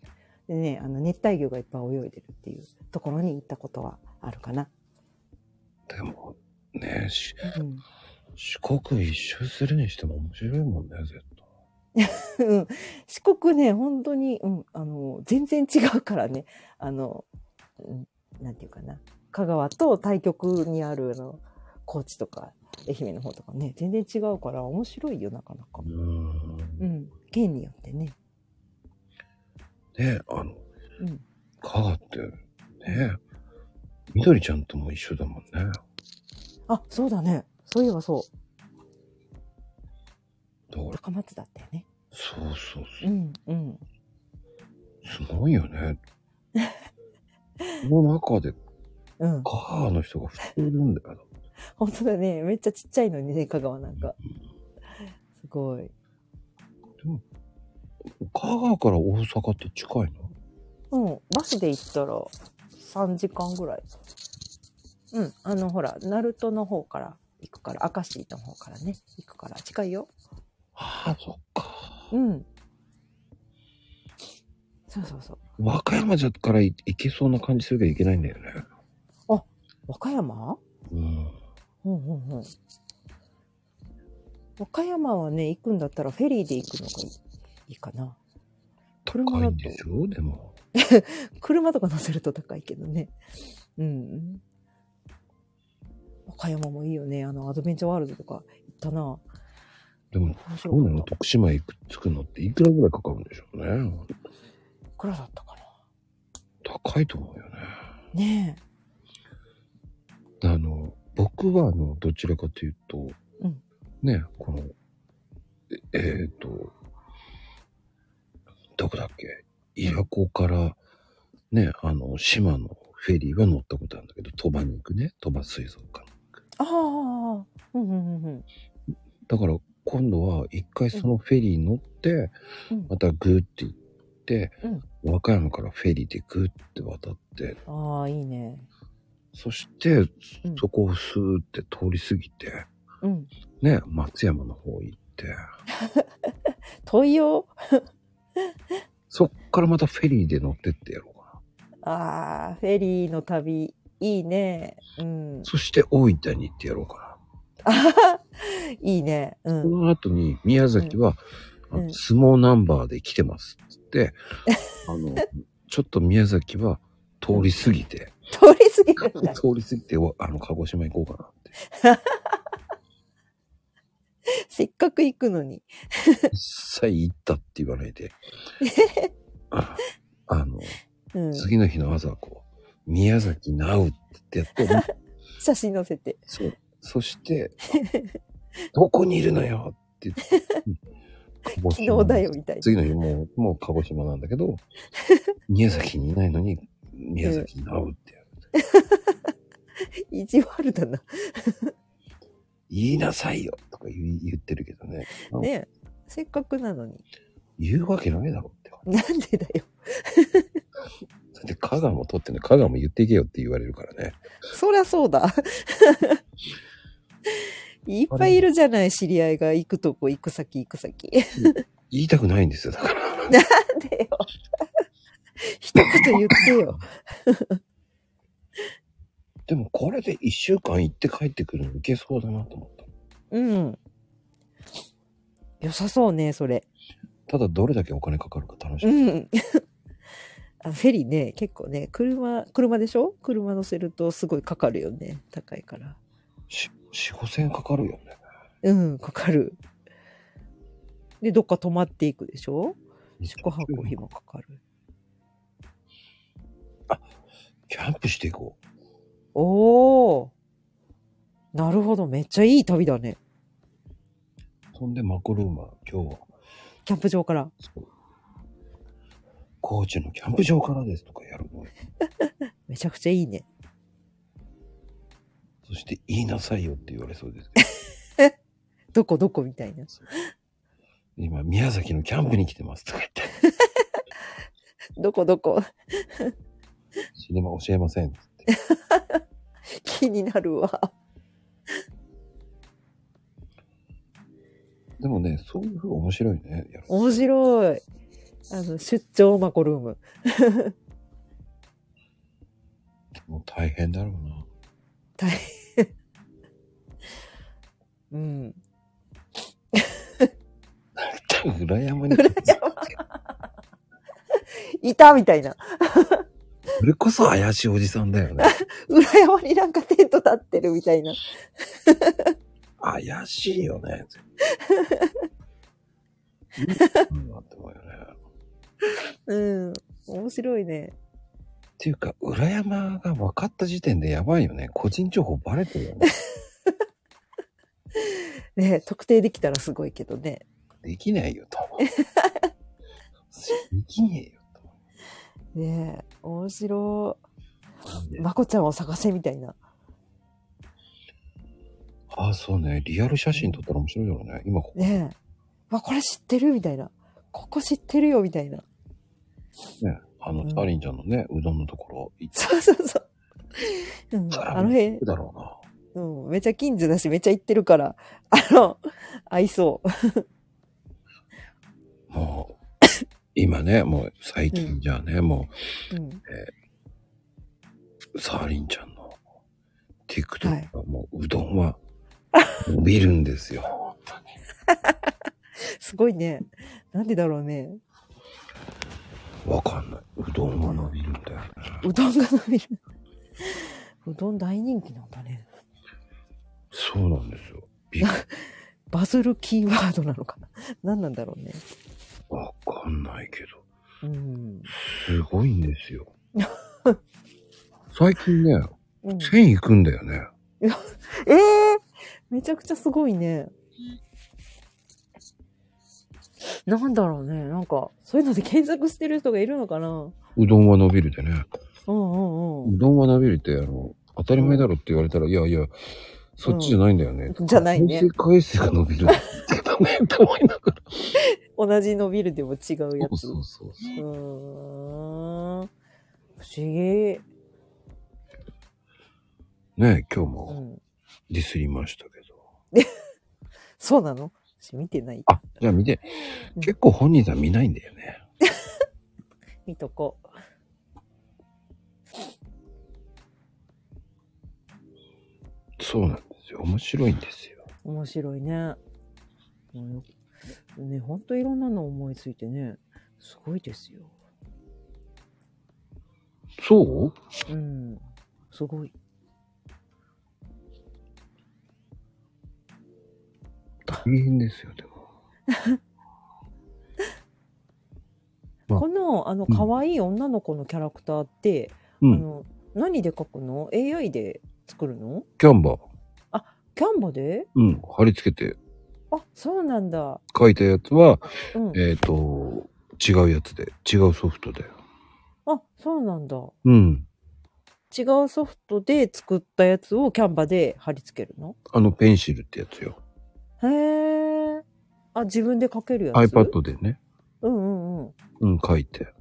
でね、あの、熱帯魚がいっぱい泳いでるっていうところに行ったことはあるかな。でも、ね、しうん。四国一周するにしても面白いもんね、絶対。うん四国ね、本当に、うん、あの、全然違うからね、あの、うんなんていうかな、香川と対極にある、あの、高知とか、愛媛の方とかね、全然違うから面白いよ、なかなかう。ん。うん、県によってね。ね、あの、うん香川って、ね、みどりちゃんとも一緒だもんね。あ、そうだね。そういえばそう。だから、高松だったよね。そうそうそうう。んうん。すごいよね。この中でうん。香川の人が普通いるんだよ本当だね。めっちゃちっちゃいのにね、香川なんなか。。すごい。香川から大阪って近いのうん。バスで行ったら3時間ぐらい。うん。あの、ほら、鳴門の方から行くから、明石の方からね、行くから、近いよ。ああ、そっか。うん。そうそうそう。和歌山じゃからい行けそうな感じするけど行けないんだよね。和歌山うん。うんうんうん。和歌山はね、行くんだったらフェリーで行くのがいいいいかな。高いんでしょでも。車とか乗せると高いけどね。うん。岡山もいいよね。あの、アドベンチャーワールドとか行ったな。でも、面白そうなかのった。徳島へ行く着くのっていくらぐらいかかるんでしょうね。いくらだったかな。高いと思うよね。ねあの、僕は、あの、どちらかというと、うんね、この、ええーと、どこだっけ伊良湖から、ね、あの、島のフェリーは乗ったことあるんだけど、鳥羽に行くね、鳥羽水族館。え。ああ、うんうんうんうん。だから、今度は一回そのフェリー乗って、うんまたグーって行って、うん和歌山からフェリーでグーって渡って、ああ、いいね。そして、うんそこをスーって通り過ぎて、うん。ね、松山の方行って、遠いよ。そっからまたフェリーで乗ってってやろうかな。ああ、フェリーの旅、いいね。うん。そして大分に行ってやろうかあははいいね。うな。ん。その後に宮崎は、うんあのうん相撲ナンバーで来てますっつ って、あの、ちょっと宮崎は通り過ぎて、通り過ぎるん だ。通り過ぎて、わあの、鹿児島行こうかなって。せっかく行くのに。一切行ったって言わない で。ああの、うん。次の日の朝、こう、宮崎なうってやって、写真載せて。そう。そ して、どこにいるのよって言って。 昨日だよ、みたいな。次の日もう、もう鹿児島なんだけど、 宮崎にいないのに、宮崎に会うってやる。意地悪だな。言いなさいよとか言い言ってるけどね。ねえせっかくなのに。言うわけないだろって。なんでだよ。それで、香川も取ってね、香川も言っていけよって言われるからね。そりゃそうだ。 いっぱいいるじゃない、知り合いが行くとこ、行く先、 行く先。言いたくないんですよ、だから。なんでよ。一言言ってよ。でも、これで一週間行って帰ってくるのいけそうだなと思った。うん。良さそうね、それ。ただ、どれだけお金かかるか楽しうみ。ん。 あフェリーね、結構ね、車、車でしょ車乗せるとすごいかかるよね。高いから。し四五千円かかるよね。うん、かかる。で、どっか泊まっていくでしょ宿泊費もかかる。キャンプしていこう。おお。なるほど。めっちゃいい旅だね。そんでマコルーマ、今日は、キャンプ場から。そう高知のキャンプ場からですとかやるの。めちゃくちゃいいね。そして言いなさいよって言われそうですけど。どこどこみたいな。今、宮崎のキャンプに来てますとか言って。どこどこ知りま、教えませんって。気になるわ。でもね、そういう風面白いね。やる面白い。あの、出張マコルーム。もう大変だろうな。うん。裏山に。そいたみたいな。れこそ怪しいおじさんだよね。裏山になんかテント立ってるみたいな。怪しいよね。うん、なって思うよね。うん。面白いね。っていうか、裏山が分かった時点でやばいよね。個人情報バレてるよ ね。ね特定できたらすごいけどね。できないよ、多分。できねえよ、多分ねえ、面白なんでい。まこちゃんを探せみたいな。ああ、そうね。リアル写真撮ったら面白いだろうね。今、ここねえ。わ、これ知ってるみたいな。ここ知ってるよみたいな。ね、あの、うんチャーリンちゃんのね、うどんのところ行っそうそうそう。うん、たら、あの辺、だろうな。うん、めちゃ近所だし、めちゃ行ってるから、あの、合いそう。もう、今ね、もう最近じゃあね、もうん、う、サーリンちゃんのは TikTok いがもう、うどんは 伸びるんですよ。本当にすごいね。なんでだろうね。わかんない。うどんは伸びるんだよね。うどんが伸びる。うどん大人気なんだね。そうなんですよ。びっくバズるキーワードなのかな。何なんだろうね。わかんないけど、うん。すごいんですよ。最近ね、うん、 1000いくんだよね。ええめちゃくちゃすごいね。なんだろうね。なんか、そういうので検索してる人がいるのかな。うどんは伸びるでね。うんうんうん。うどんは伸びるって、あの、当たり前だろって言われたら、いやいや、そっちじゃないんだよね。うんじゃないね再生回数が伸びるんだね、と思いながら。同じ伸びるでも違うやつ。そうそうそうーん。不思議。う。ねえ今日うもん。ディスりましたけど。そうなの私見てない。あ、じゃあ見て。うん結構本人さん見ないんだよね。見とこう。そうなんですよ。面白いんですよ。面白いね。うんね、ほんといろんなの思いついてね。すごいですよ。そううん。すごい。大変ですよ、でも。あこの、あの、うん可愛い女の子のキャラクターって、うあん。の、何で描くの ?AI で作るのキャンバー。キャンバでうん。貼り付けてあ、そうなんだ。書いたやつは、うん。えっ、と、違うやつで、違うソフトで。あ、そうなんだ。うん。違うソフトで作ったやつをキャンバで貼り付けるのあの、ペンシルってやつよ。へえ。あ、自分で描けるやつ。。 iPad でね。うんうんうん。うん、書いて。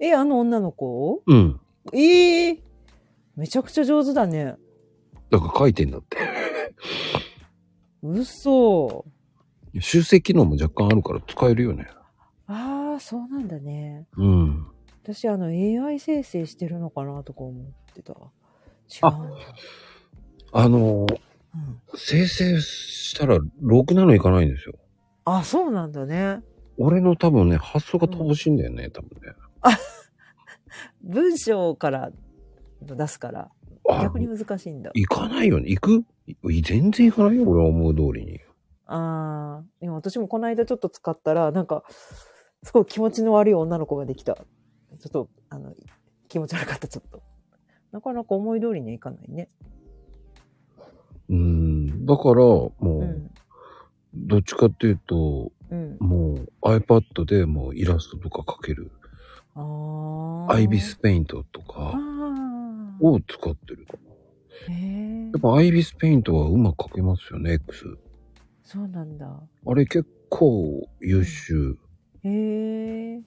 え、あの女の子うん。ええめちゃくちゃ上手だね。だから書いてんだって。 嘘。修正機能も若干あるから使えるよね。ああ、そうなんだね。うん。私、あの、AI 生成してるのかなとか思ってた。違あうんだ。あのーうん、生成したら、ろくなのいかないんですよ。あ、そうなんだね。俺の多分ね、発想が乏しいんだよね、多分ね。文章から出すから、あ逆に難しいんだ。いかないよね。行くい全然行かないよ、俺は思う通りに。ああ、でも私もこの間ちょっと使ったら、なんか、すごい気持ちの悪い女の子ができた。ちょっと、あの、気持ち悪かった、ちょっと。なかなか思い通りにはいかないね。うん。だから、もう、うん。どっちかっていうと、うん。もう iPad でもうイラストとか描ける。ああ。アイビスペイントとあかあ。を使ってるかな。へえやっぱアイビスペイントはうまく描けますよね、X。そうなんだ。あれ結構優秀。へえ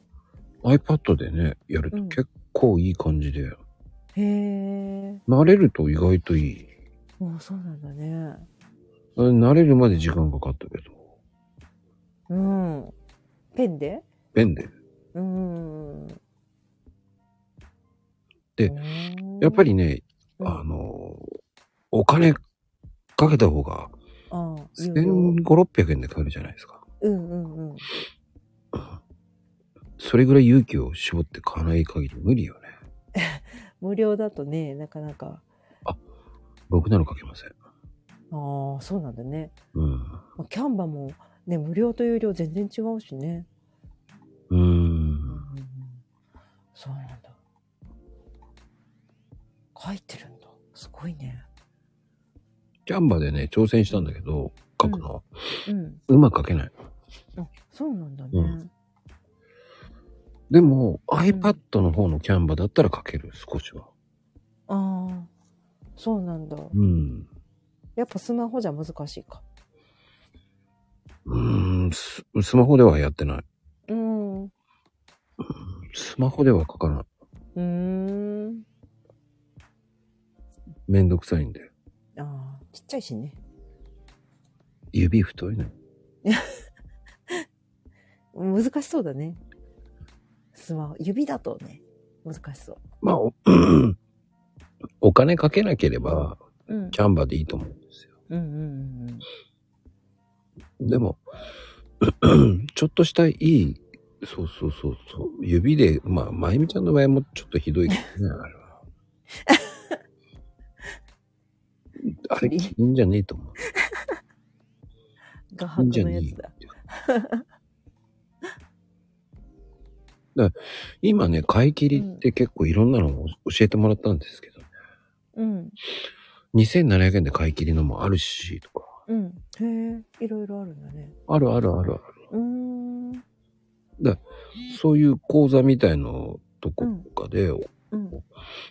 iPad でね、やるとうん結構いい感じで、へえ慣れると意外といい。もうそうなんだね。うん慣れるまで時間かかったけど、うん。ペンでペンで。うん。でうんやっぱりね、うんあの、お金かけた方がああ、有料1500、600円で買えるじゃないですか。うんうんうん。それぐらい勇気を絞って買わない限り無理よね。無料だとね、なかなか。僕なら書けません。ああ、そうなんだね。うん。まあキャンバもね、無料と有料全然違うしね。うーん。そうなんだ。書いてるんだ。すごいね。キャンバでね、挑戦したんだけど、書くの、うん。うまく書けない。あ、そうなんだね。うんでも、iPad の方のキャンバだったら書ける、少しは。ああ、そうなんだ。うん。やっぱスマホじゃ難しいか。うーん、ススマホではやってない。うん。うスマホでは書かない。ーん。めんどくさいんで。ああ、ちっちゃいしね。指太いね。難しそうだね。スマホ、指だとね、難しそう。まあ、お お金かけなければ、うんキ。ャンバでいいと思うんですよ。うんうんうん。でも、 ちょっとしたいい、そうそうそうそう、指で、まあ、まゆみちゃんの場合もちょっとひどいけどね、あれ は。あれ、いいんじゃねえと 思う。画いい伯んじゃのねやえつよだ。だから今ね、買い切りって結構いろんなのを教えてもらったんですけど、うん。 2700円で買い切りのもあるし、とか。うん。へえ、いろいろあるんだね。あるあるあるある。うーん。そういう講座みたいのとことかで、うん。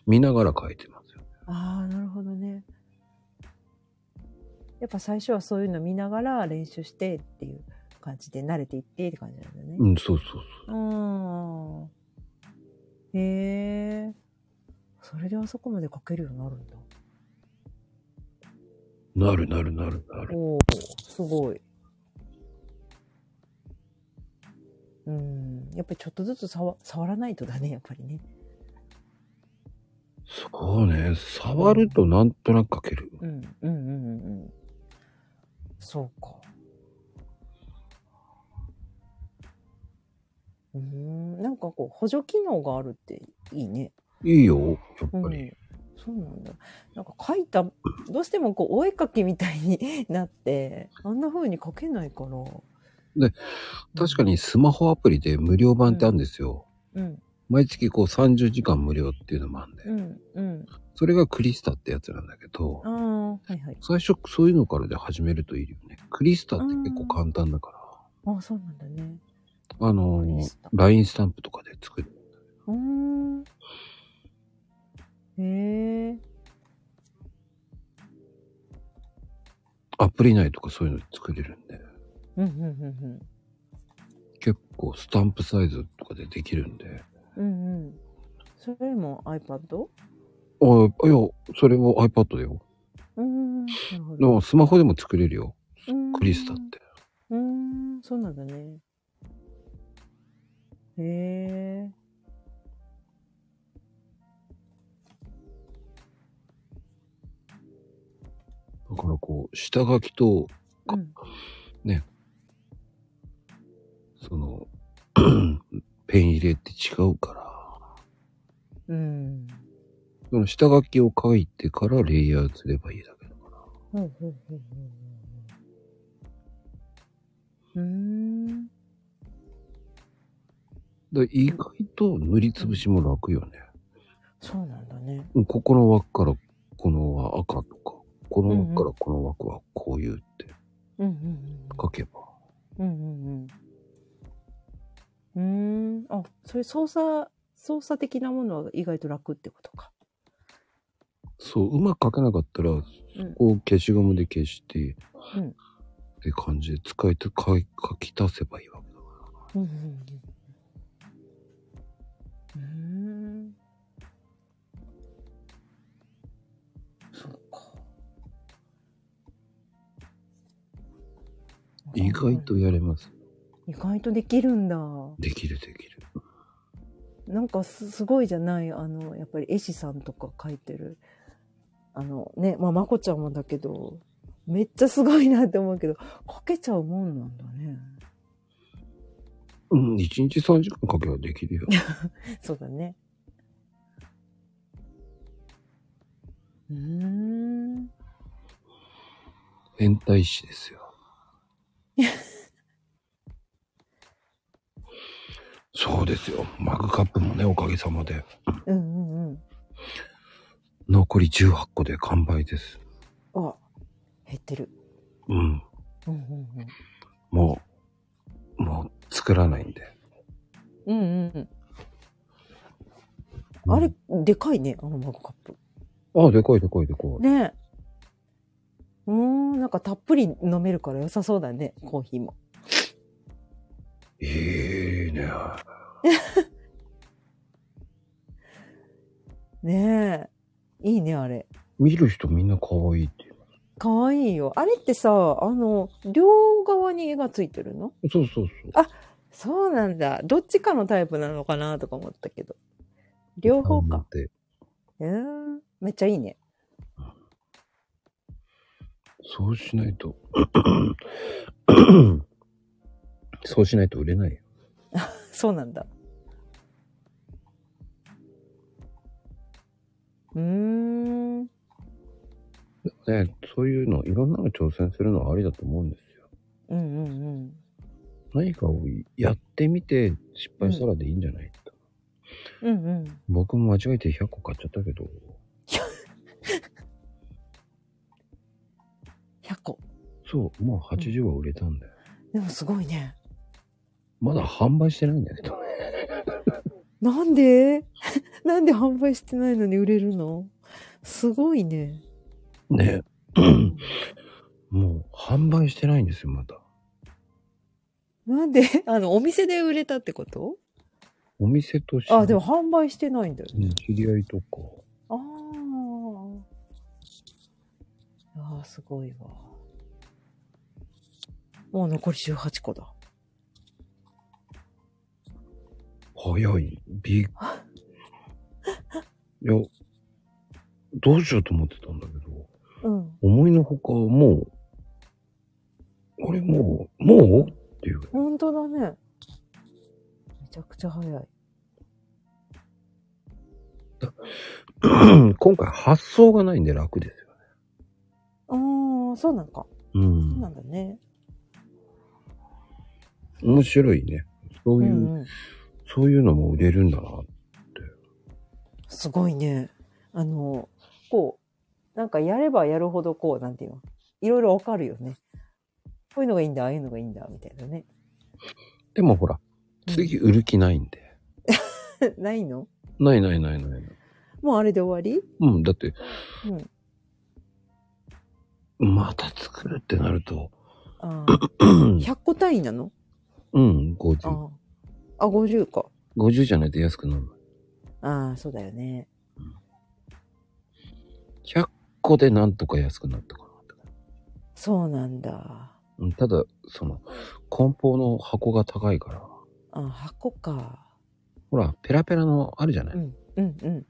見ながら書いてますよ。ああ、なるほどね。やっぱ最初はそういうの見ながら練習してっていう感じで慣れていってって感じなんだね。うん、そうそうそう。うん。へえ。それであそこまで書けるようになるんだ。なるなるなるなる。おお、すごい。うん。やっぱりちょっとずつ触触らないとだね、やっぱりね。そうね。触るとなんとなく書ける。うん、うん、うん、うん。うんそうか。うーん、なんかこう、補助機能があるっていいね。いいよ、やっぱうり。ん。そうなんだ。なんか書いた、どうしてもこう、お絵かきみたいに なって、あんな風に書けないから。で、確かにスマホアプリで無料版ってあるんですよ。うん、毎月こう30時間無料っていうのもあるんで。うん、うん。それがクリスタってやつなんだけどあ、あ、はいはい。最初そういうのからで始めるといいよね。クリスタって結構簡単だかああ、そうなんだね。ら。あのクリスタ、 LINE スタンプとかで作る。うーん。へえ。アプリ内とかそういうの作れるんで。うん、うん、うん、結構スタンプサイズとかでできるんで。うん。うん、うん。それも iPad? ああ、いや、それも iPad だよ。うーんなるほでど。もスマホでも作れるよ。ククリスタって。うーん、そうなんだね。へえ。だからこう、下書きと、うん。その、 ペン入れって違うから。うん。その下書きを書いてからレイヤーすればいいだけだから。ほうほうほうほうほうほう。うーん。で意外と塗りつぶしも楽よね。そうなんだね。うんここの枠からこの輪赤とか、この枠からこの枠はこういうってうん書けば。うんうん。うんうんうん。うーん。あ、それ操作、操作的なものは意外と楽ってことか。そう、うまく書けなかったら、そこを消しゴムで消して、うんって感じで使いと書い書き足せばいいわけだかうんうんうん。そうか。ら。意外とやれます。意外とできるんだ。できるできる。なんかすすごいじゃないあのやっぱり絵師さんとか書いてるあのねまあまこちゃんもだけどめっちゃすごいなって思うけど書けちゃうもんなんだね。うん、1日3時間書けばでき るよ。そうだね。うーん。変態師です よ。そうですよ。マグカップもね、おかげさまで。うんうんうん。残り18個で完売です。あ減ってる。うん。うんうんもう、もう作らないんで。うん。うんうんうん。あれ、でかいね、あのマグカップ。うんあ、でかいでかいでかい。ねえ。うーん、なんかたっぷり飲めるから良さそうだね、コーヒーも。いいね。ねえ。いいね、あれ。見る人みんな可愛いっていう。かわいいよ。あれってさ、あの、両側に絵がついてるのそうそうそう。そうなんだ。どっちかのタイプなのかなとか思ったけど。両方なかん。でえー、めっちゃいいね。そうしない と、そうしないと売れないよ。そうなんだ。うーん。ね、そういうの、いろんなの挑戦するのはありだと思うんですよ。うんうん何かをやってみて失敗したらでいいんじゃない、うん。うんうん。僕も間違えて100個買っちゃったけど、 100個。そう、もう80は売れたんだよ。でもすごいね。まだ販売してないんだけどね。なんで なんで販売してないのに売れるのすごいね。ね。もう販売してないんですよ、まだ。なんで あの、お店で売れたってことお店として、あ、でも販売してないんだようねん。知り合いとか。ああ。ああ、すごいわ。もう残り18個だ。早い。びっ。いや、どうしようと思ってたんだけど、うん。思いのほかもう、これもう、もうっていう。 ほんとだね。めちゃくちゃ早い。今回発想がないんで楽ですよ。ああ、そうなんか。うそうんな。んだね。面白いね。そうういう、ん、うん。そういうのも売れるんだな。すごいね。あの、こう、なんかやればやるほどこう、なんていうの、いろいろわかるよね。こういうのがいいんだ、ああいうのがいいんだ、みたいなね。でもほら、次売る気ないんで。 ないのないないないないない。もうあれで終わりうん、だって、うん。また作るってなると、ああ。100個単位なのうん、あ50。あ。あ、50か。 50じゃないと安くなる。ああ、そうだよね。 100個でなんとか安くなったかなってそうなんだ。うんただ、その、梱包の箱が高いから、あ、箱か。ほら、ペラペラのあるじゃない、うん、うん、うん。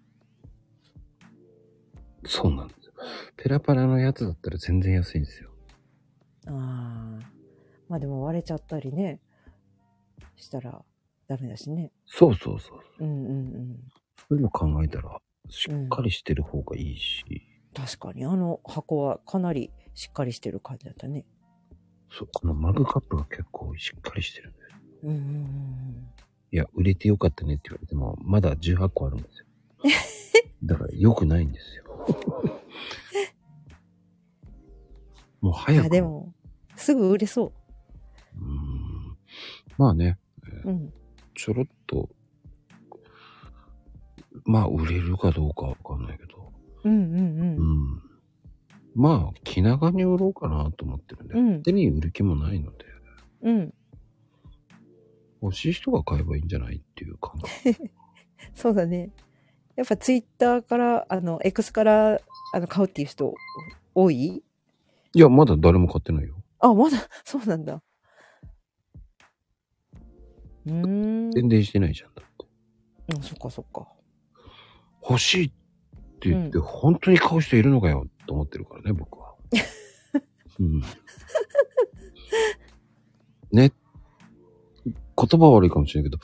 そうなんですよ。ペラペラのやつだったら全然安いんですよ。ああ。まあでも割れちゃったりね。したらダメだしね。そうそうそう。うん、うん、うん。そういうの考えたら、しっかりしてる方がいいし、確かにあの箱はかなりしっかりしてる感じだったね。そう、このマグカップが結構しっかりしてるんですよ。うんうんうんうん。いや、売れてよかったねって言われても、まだ18個あるん ですよ。だから良くないんですよ。 もうい早やく。でもすぐ売れそーうんまあね、う。うん。ちょろっと、まあ売れるかどうかわかんないけど、うんうんううん。ん。まあ、気長に売ろうかなと思ってるんで、うん手に売る気もないので、うん。欲しい人が買えばいいんじゃないっていう感覚。 そうだね。やっぱツイッターから、あの、X から、あの、買うっていう人多いいや、まだ誰も買ってないよ。あ、まだ、そうなんだ。うーん。宣伝してないじゃんだって。あそっかそっか。欲しいって言って、う本当に買う人いるのかよと思ってるからね、僕は。うん。ね、言葉悪いかもしれないけど、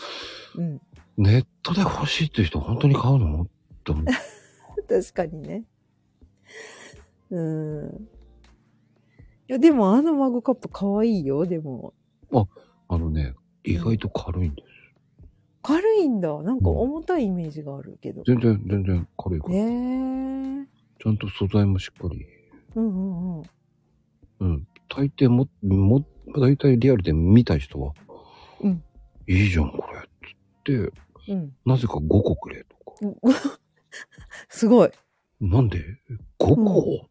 うん。ネットで欲しいっていう人本当に買うのって思う。 確かにね。うーん。いや、でもあのマグカップかわいいよ、でも。あのね、意外と軽いんだよ。軽いんだ。なんか重たいイメージがあるけど。全然、全然軽いから。ねえ。うんちゃんと素材もしっかり。うんうん。うん。大抵も、も、大体リアルで見た人は、うんいいじゃん、これ。つって、うん。なぜか5個くれとか。すごい。なんで ?5 個、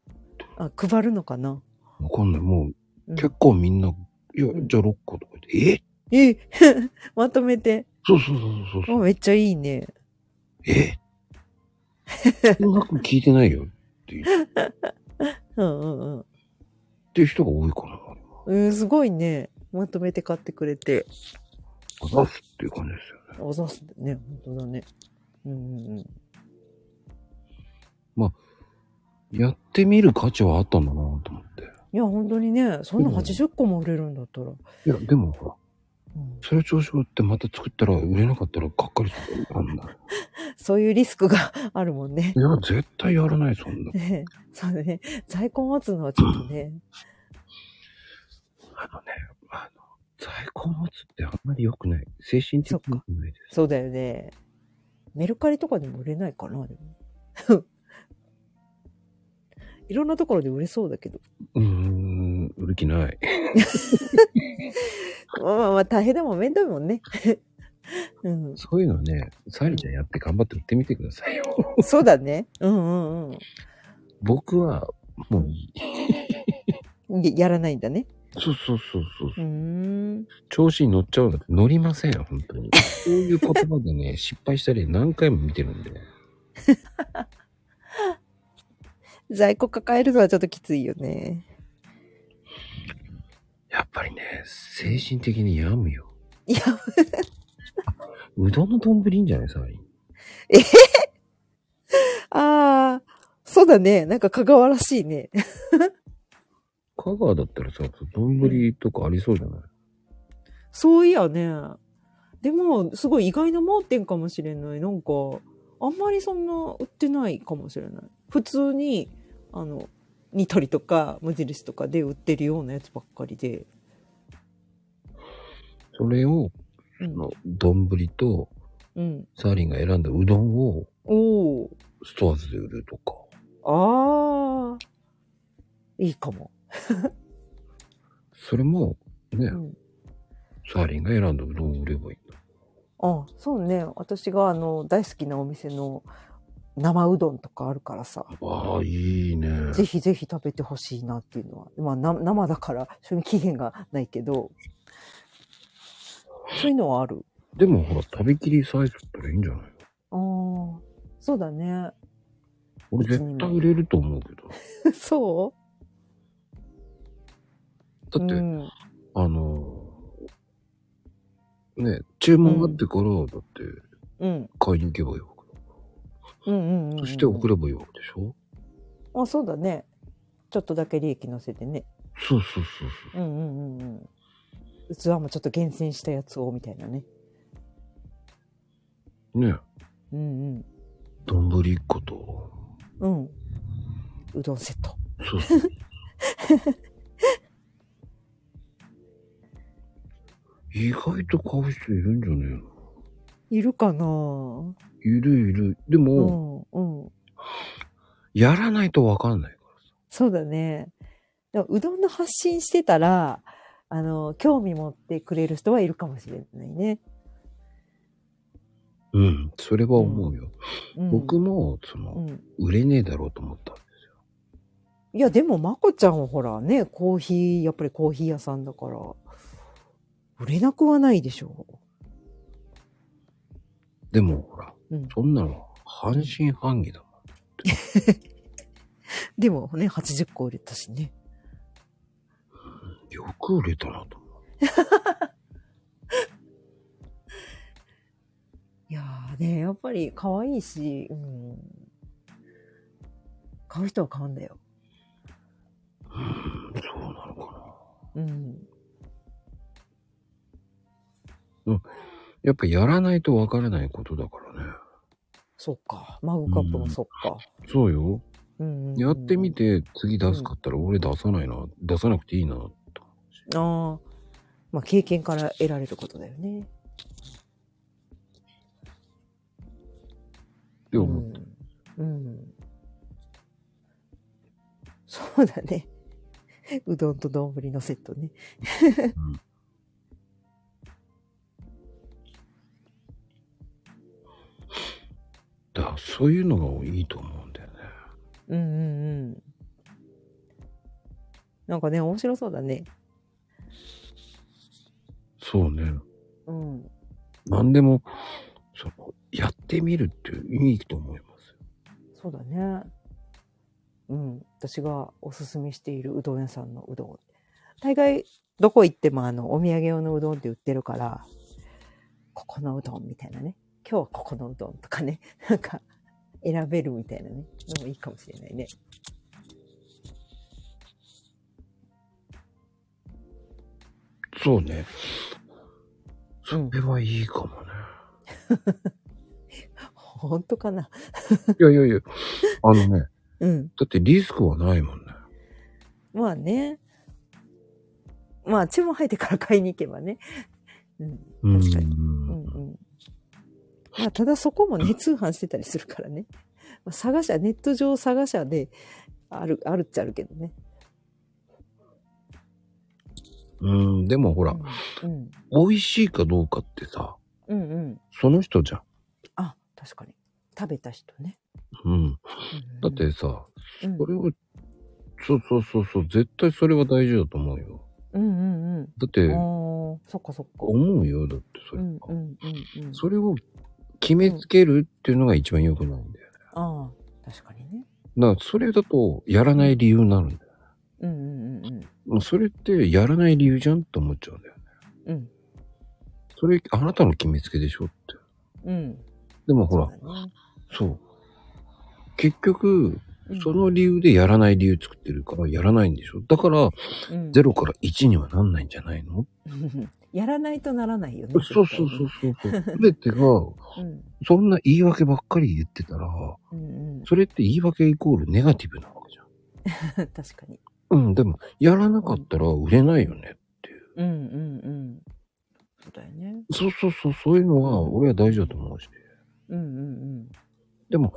あ、配るのかなわかんない。もう、うん結構みんな、いや、うんじゃあ6個とか言って、ええ まとめて。そうそうそうそうあ、そう。めっちゃいいね。えそんなこと聞いてないよって言っうんうんうん。てる人が多い かな。うん、すごいね。まとめて買ってくれて。あざっすっていう感じですよね。おざすね。本当だね。うんうんうん。やってみる価値はあったんだなと思って。いや、本当にね、そんなうん80個も売れるんだったら。いや、でもほら、うんそれ調子を売ってまた作ったら売れなかったらがっかりするなんだ。そういうリスクが あるもんねい。や、絶対やらない、そんな。ねそうだね。在庫持つのはちょっとね。あのね、あの、在庫持つってあんまり良くない。精神的に良くないです。そうだよね。メルカリとかでも売れないかな、でも いろんなところで売れそうだけど。うーん、売る気ない。まあまあまあ、大変でも面倒いもんね。うん。そういうのね、サリちゃんやって頑張って売ってみてくださいよ。そうだね。うんうん僕は、もういい、うん。ややらないんだね。そうそうそうそううーん。調子に乗っちゃうんだって乗りません、本当に。そういう言葉でね、失敗したり何回も見てるんで。在庫抱えるのはちょっときついよね。やっぱりね、精神的に病むよ。いや、 うどんの丼いいんじゃないサリン。ああ、そうだね。なんか香川らしいね。香川だったらさ、丼とかありそうじゃないそういやね。でも、すごい意外な盲点かもしれない。なんか、あんまりそんな売ってないかもしれない。普通に、あの、ニトリとか無印とかで売ってるようなやつばっかりで。それを、うあん。の、丼とうん、サーリンが選んだうどんをおストアーズで売るとか。お。ああ。いいかも。それも、ね、うんサーリンが選んだうどんを売ればいいんだ。あそうね私があの大好きなお店の生うどんとかあるからさ、ああ、いいね。ぜひぜひ食べてほしいなっていうのは、まあ、な生だから賞味期限がないけどそういうのはあるでもほら、食べきりサイズだったらいいんじゃないあーそうだね 俺絶対売れると思うけど。そだうって、うん、あのーね、注文があってから、だって、うん、買いに行けばいいわけだ。うんうんうんうんそして送ればいいわけでしょ、あそうだねちょっとだけ利益乗せてねそうそうそうそう。うんうんうんうん器もちょっと厳選したやつをみたいなねねうんうん丼1個と、うんうどんセットそう そう。意外と買う人いるんじゃねえのいるかないるいる。でうも、んうん、やらないとわかんないかそうだね。でもうどんの発信してたら、あの、興味持ってくれる人はいるかもしれないね。ら。うん。それは思うよ。うん僕も、その、うん、売れねえだろうと思ったんですよ。いやでもまこちゃんほらねコーヒーやっぱりコーヒー屋さんだから売れなくはないでしょでも、ほら、う、うん、そんなの、半信半疑だもん。でもね80個売れたしねよく売れたなと思う。いやーねやっぱり可愛いし、うん、買う人は買うんだうよ、んそうなのかな。うん、やっぱやらないとわからないことだからね。そっかマグカップもそっか、そうよ。うんうんやってみて、次出すかったら俺出さないな、出さなくていいな、と。ああまあ経験から得られることだよねで思って、うん、うん、そうだね うどんと丼のセットねだからそういうのがいいと思うんだよね。うんうんうんなんかね面白そうだねそうね。うん何でも、その、やってみるっていいと思いますよ。そうだねうん私がおすすめしているうどん屋さんのうどん大概どこ行ってもあのお土産用のうどんって売ってるからここのうどんみたいなね今日はここのうどんとかね なんか選べるみたいなねのもいいかもしれないねそうね。うそんれはいいかもね。本当かないやい やいや、あのね、だうんってリスクはないもんね。まあねまあ注文入ってから買いに行けばねうんうん確かにうんうんまあ、ただそこもね、 通販してたりするからね。まあ、探しゃ、ネット上探しゃで、ある、あるっちゃあるけどね。うん。うん、でもほら、うん。美味しいかどうかってさ、うんうん。その人じゃん。あ、確かに。食べた人ね。うん。うんだうっん、てさ、うん、それを、そうそうそうそう、絶対それは大事だと思うよ。うんうんうん。だって、ああ、そっかそっか。思うよ、だってそれうは。んうんうんうん。それを決めつけるっていうのが一番良くないんだよね。ああ、確かにね。だからそれだとやらない理由になるんだよ。うんうんうんうん。もうそれってやらない理由じゃんって思っちゃうんだよね。うん。それあなたの決めつけでしょって。うん。でもほら、そうだねそう。結局、うんその理由でやらない理由作ってるからやらないんでしょ。だから、うん0から1にはなんないんじゃないの、 やらないとならないよね。そうそうそうそうそう。すべてが、う。うん。そんな言い訳ばっかり言ってたら、うんうん。それって言い訳イコールネガティブなわけじゃん。確かに。うん、でも、やらなかったら売れないよね。うんうんうん。そうだよね。そうそうそう、そういうのは俺は大事だと思うし。うんうんでも、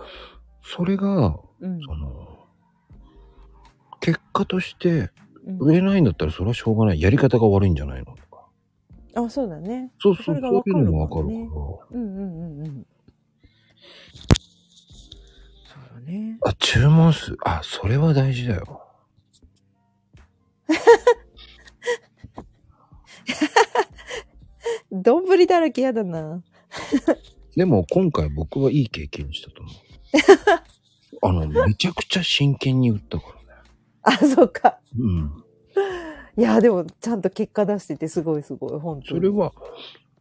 それが、うん。うんその、結果としてうん売れないんだったらそれはしょうがない。やり方が悪いんじゃないのとか。あ、そうだね。そうそう、そそういれがわかるうのもわかるもんねかうんうんうんうん。そうだね。ら。あ、注文数。あ、それは大事だよ。どんぶりだらけやだな。でも今回僕はいい経験した と思う。あの、めちゃくちゃ真剣に売ったからね。あ、そうか。うん。いや、でも、ちゃんと結果出してて、すごいすごい、本当そに。れは、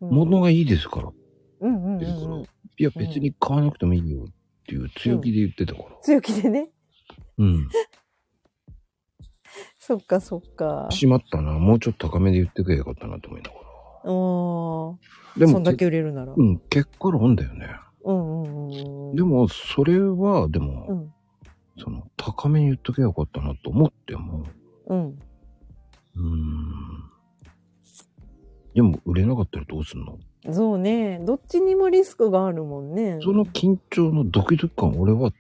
うん、物がいいですから。うんっうんうてるんかうらん。いや、別に買わなくてもいいよっていう強気で言ってたから。強気でね。うん。そっかそっか。しまったな。もうちょっと高めで言ってくれよかったなと思いながおーら。でも、そんだけ売れるなら。けうん、結果論だよね。うんうんうんうん。でも、それは、でも、うんその、高めに言っとけばよかったなと思っても、うん。うーん。でも、売れなかったらどうすんのそうね。どっちにもリスクがあるもんね。その緊張のドキドキ感、俺は、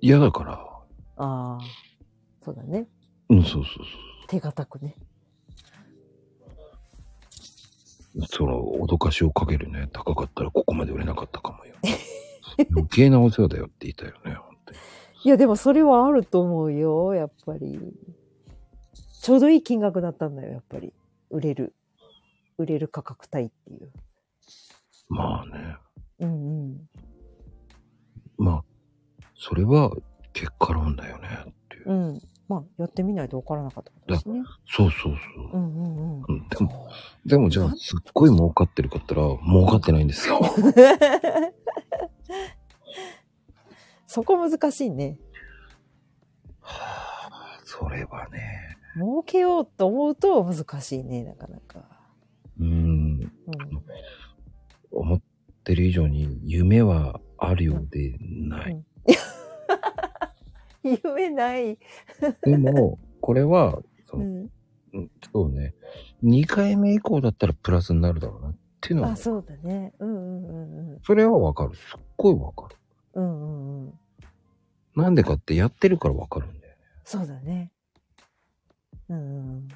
嫌だから。ああ。そうだね。うん、そうそうそう。手堅くね。その、脅かしをかけるね。高かったらここまで売れなかったかもよ。余計なお世話だよって言いたいよね、本当に。いや、でもそれはあると思うよ、やっぱり。ちょうどいい金額だったんだよ、やっぱり。売れる。売れる価格帯っていう。まあね。うんうん。まあ、それは結果論だよねっていう。うん。まあ、やってみないと分からなかったことですね。そうそううそんうんうんう。。うんでも、でもじゃあ、すっごい儲かってるかって言ったら、儲かってないんですよ。 そこ難しいね。それはね。儲けようと思うと難しいね、なかなか。うん。うん。思ってる以上に夢はあるようでない。夢ない。でも、これは、そうの、ん。うんそうね。2回目以降だったらプラスになるだろうなっていうのあ、は、そうだね。うんうんうんそれはわかる。すっごいわかる。うん。うんうんうん。なんでかってやってるからわかるんだよね。そうだね。うんうん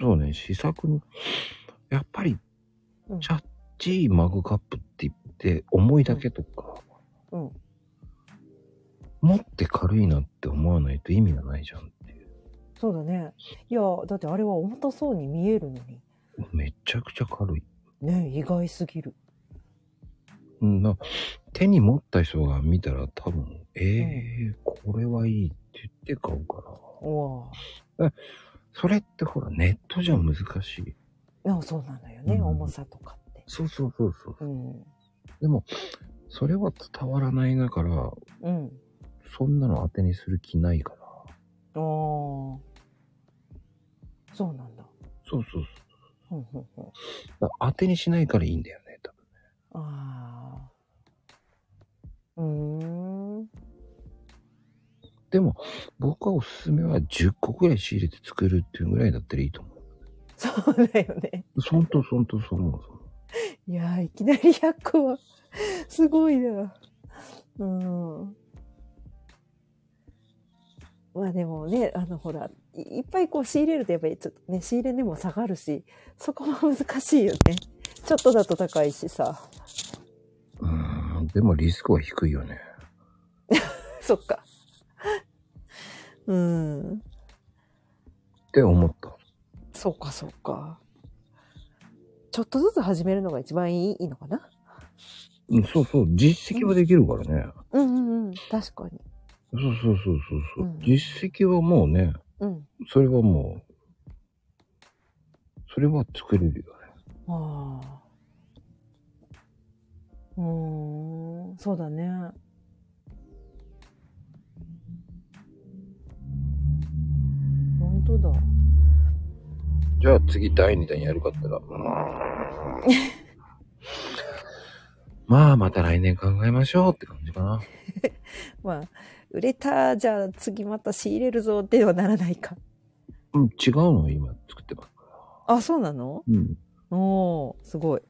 そうね、試作に、やっぱりうん。チャッチーマグカップって言って、重いだけとか、うん。持って軽いなって思わないと意味がないじゃんっていう。そうだね。いや、だってあれは重たそうに見えるのに。めちゃくちゃ軽い。ね意外すぎる。うんな手に持った人が見たら多分、ええー、これはいいって言って買うから。うわそれってほら、ネットじゃ難しい。あ。あそうなのよね、うん重さとかって。そうそうそうそう。うん。でも、それは伝わらないなから、うん。そんなの当てにする気ないから。ああ。そうなんだ。そうそうほんほんほん。そう。当てにしないからいいんだよね、多分。ああ。うーん。 でも、僕はおすすめは10個ぐらい仕入れて作るっていうぐらいだったらいいと思そうだよね。う。そんとそんとそう思う。いやー、いきなり100個は、すごいな。うん。まあでもね、あの、ほら、いいっぱいこう仕入れるとやっぱりちょっとね、仕入れ値も下がるし、そこも難しいよね。ちょっとだと高いしさ。 うーん、でもリスクは低いよね。そっか。うん。って思った。そうか、そうか。ちょっとずつ始めるのが一番いいいいのかなうん、そうそう。実績はできるからね。うんうんうん。確かに。そうそうそうそうそう、うん実績はもうね、うん。それはもう、それは作れるよね。ああ。うーん、そうだね。本当だ。じゃあ次第2弾やるかったら。まあまた来年考えましょうって感じかな。まあ、売れた、じゃあ次また仕入れるぞってはならないか。うん、違うのを今作ってますかあ、そうなのら。うん。おおすごい。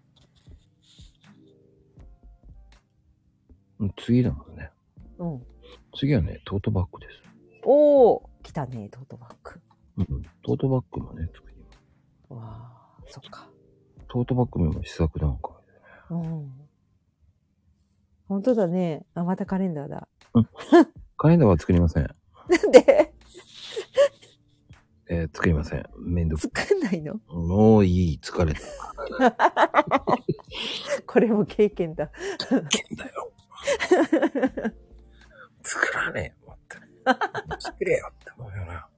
うん次だからね。うん。次はね、トートバッグです。おお来たね、トートバッグ。うん、トートバッグもね、作ります。わあ、そっか。トートバッグも試作段階。うん。本当だね。あ、またカレンダーだ。 カレンダーは作りません。なんでえー作りません。めんどく作んないの もういい、疲れた。これも経験だ。だよ。作らねえよ、って。作れよって思うよな。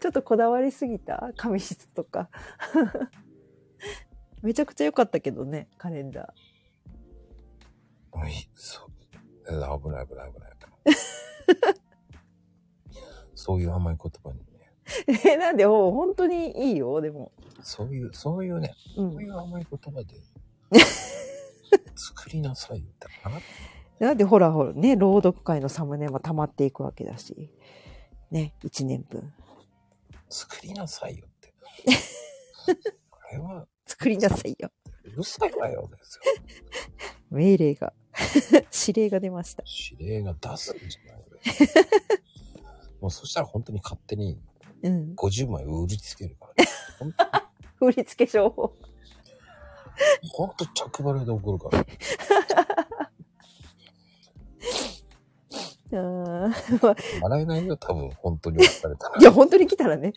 ちょっとこだわりすぎた紙質とか。 めちゃくちゃ良かったけどね、カレンダもういい、そう。危ない危ない危ない。そういう甘い言葉にね、ー。 え、なんで、お本当にいいよ、でも。そういう、そういうね、う。そうんいう甘い言葉で、作りなさいよって。あなたなんで、ほらほら、ね、朗読会のサムネも溜まっていくわけだし。ね、1年分。作りなさいよって。これは、作りなさいよ。うるさいわよですよ。命令が。 指令が出ました。指令が出すんじゃないよ。もうそしたら本当に勝手にうん。 50枚売りつける から、ね。振り付け情報。ほんと着払いで怒るから。笑えないよ、多分、本当に押されたら い。や、本当に来たらね、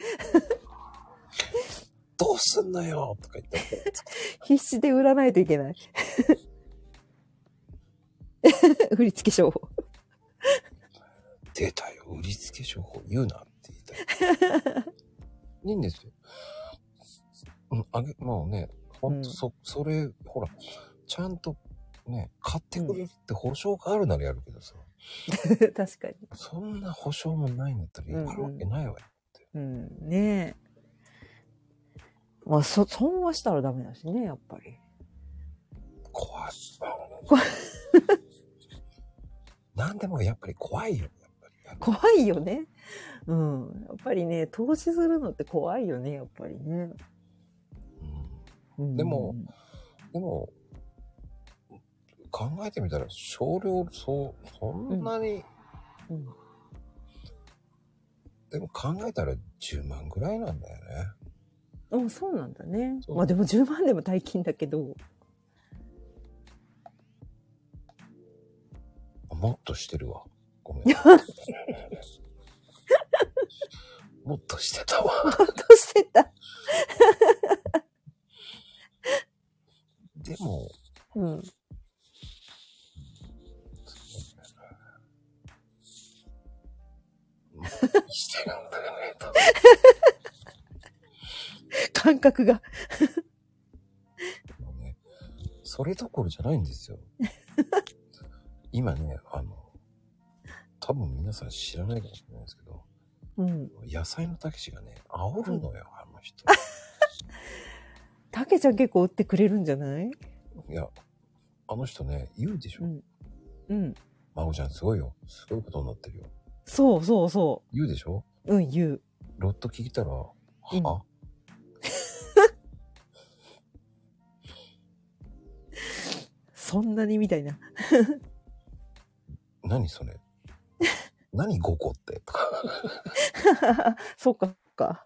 どうすんのよとか言って。必死で売らないといけない。 振付商 法。出たよ、売り付け商法言うなって言いたい。 いいんですよ。うん、あげ、もうね、ほんとそ、それ、ほら、ちゃんとね、買ってくれるって保証があるならやるけどさ、確かに。そんな保証もないんだったらうんうんやるわけないわよ。うん、ねえ。まあ、そ、損はしたらダメだしね、やっぱり。怖い。 なんでもやっぱり怖いよ、やっぱり。怖いよね。うん。やっぱりね、投資するのって怖いよね、やっぱりね。うんうんでも、でも、考えてみたら少量、そう、そんなに、うんでも考えたら10万ぐらいなんだよね。うん、そうなんだね。そうまあでも10万でも大金だけど、もっとしてるわ。ご めん。もっとしてたわ。ほっとしてた。でも、うん。してるんだよね、多分感覚が。もうね、それどころじゃないんですよ。今ね、あの、多分皆さん知らないかもしれないですけど、うん。野菜のたけしがね、煽るのよ、あの人。たけちゃん結構売ってくれるんじゃないいや、あの人ね、言うでしょ。うんうん。まこちゃんすごいよ。すごいことになってるよ。そうそうそ言うでしょう。うん、言う。ロット聞いたら、は、うんそんなにみたいな。 何それ何5個って とか、そうか、そうか。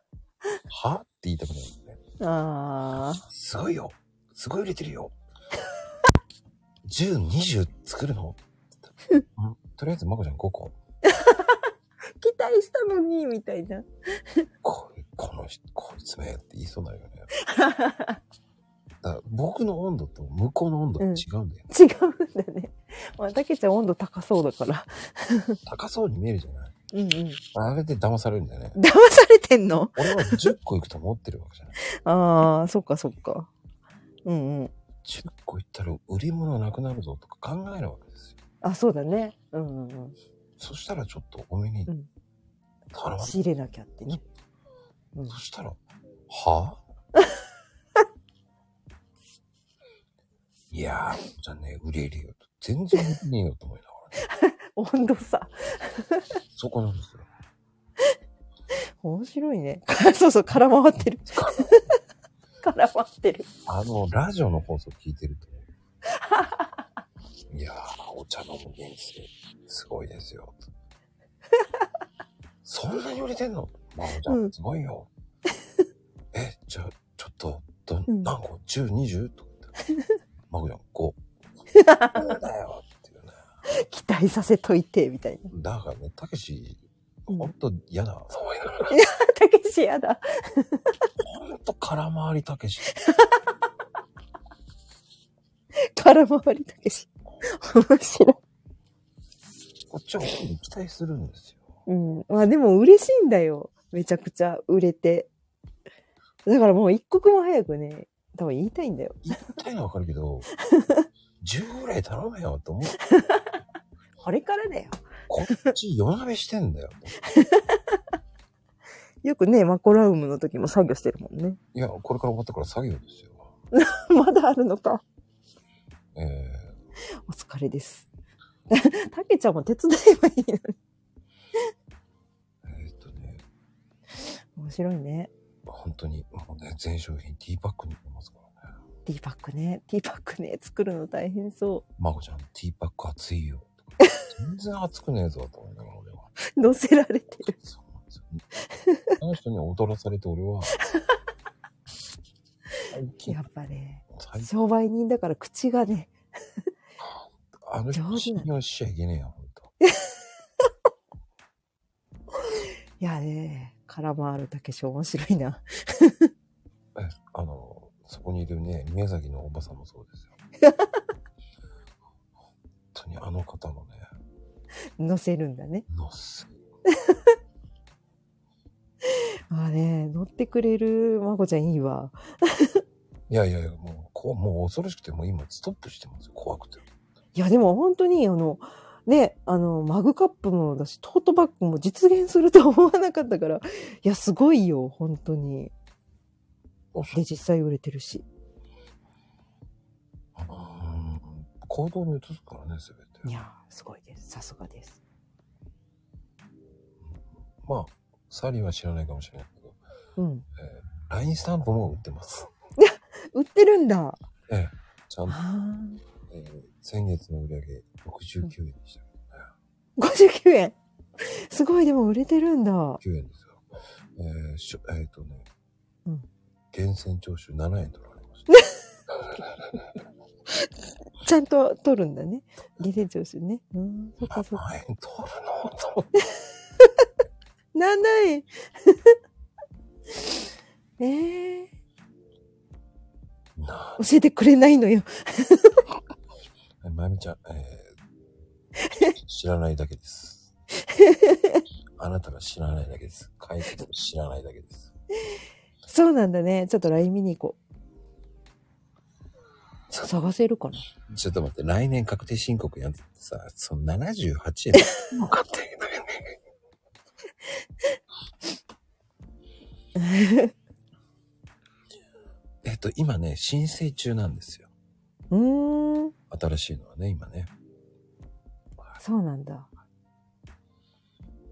はって言いたくなるよね。ああ。すごいよ。すごい売れてる よ。10、20作る のうんとりあえず、まこちゃん5個。期待したのに、みたいな。こいこの人、こいつめって言いそうになるよね。だから僕の温度と向こうの温度が違うんだよね。違うんだね。まあ、たけちゃん温度高そうだから。高そうに見えるじゃないうんうん。騙あれで騙されるんだよね。されてんの俺は10個いくと思ってるわけじゃない。ああ、そっかそっか。うんうん。 10個いったら売り物なくなるぞとか考えるわけですよ。あ、そうだね。うんうんそしたらちょっとお目にうんう頼ん。ま仕入れなきゃってね。うんそしたら、は あいやー、じゃあね、売れるよと。全然売れねえよと思いながら、ね、温度差。そこなんですよ。面白いね。 そうそう、空回 ってる。空回ってる。あの、ラジオの放送聞いてると、いやー、お茶飲む現世、すごいですよ。そんなに売れてんのまあ、お茶、うんすごい よ。え、じゃあ、ちょっと、ど、うん何個 ?10、20? とか言って。まこちゃん、5。そうだよっていうね。期待させといて、みたいな。だからね、たけし、うんほんと嫌だ。そう思いながらたけしやだ。ほんと空回りたけし。空回りたけし。面白い。こっちは本当に期待するんですよ。うん。まあでも嬉しいんだよ。めちゃくちゃ売れて。だからもう一刻も早くね、多分言いたいんだよ。言いたいのはわかるけど、10ぐらい頼めよと思って、これからだよ。こっち夜鍋してんだよ。よくね、マコラウムの時も作業してるもんね。 いや、これから終わったから作業ですよ。まだあるのか。ええお疲れです。 たけちゃんも手伝えばいいのに。えーっとね、面白いね。本当に、もうね、全商品ティーパックに入れますからね。ティーパックね。ティーパックね。作るの大変そまこちゃん、ティーパック熱いよ。とか全然熱くねえぞ、と思いながら俺は。う。乗せられてる。そうなんですよね。あの人に踊らされて俺 は、最近や、っぱね、最近、商売人だから口がね、あの人上手な信用しちゃいけねえよ、本当いやね、空回るたけし面白いな。え、あの、そこにいるね、宮崎のおばさんもそうですよ。 本当にあの方もね、乗せるんだね。のっせ。ああね、乗ってくれるまこちゃんいいわ。いやいやいや、もう、こう、もう恐ろしくて、もう今ストップしてますよ。怖くて。いや、でも本当に、あの、ね、あの、マグカップもだし、トートバッグも実現すると思わなかったから、いや、すごいよ、本当に。おで、実際売れてるし。うん行動に移すからね、すべて。いや、すごいです。さすがです。まあ、サリーは知らないかもしれないけど、うん。ラインスタンプも売ってます。売ってるんだ。ちゃんと、あえー先月の売り上げ69円でした。ー59円。すごい、でも売れてるんだ。 9円ですよ。えー、しょえーとね、うん源泉徴収7円取られました。ちゃんと取るんだね。犠牲徴収ね。うん、そっかそっか。 7円取るのと思ってなんだい ええな教えてくれないのよ。あ、まゆみちゃん、えー知らないだけ です。あなたが知らないだけです。書いても知らないだけです。そうなんだね。ちょっと LINE 見に行こう。ちょ探せるかなちょっと待って、来年確定申告やっててさ、その78円 分かってんだよね。えっと、今ね、申請中なんですよ。うーん。新しいのはね、今ね。そうなんだ。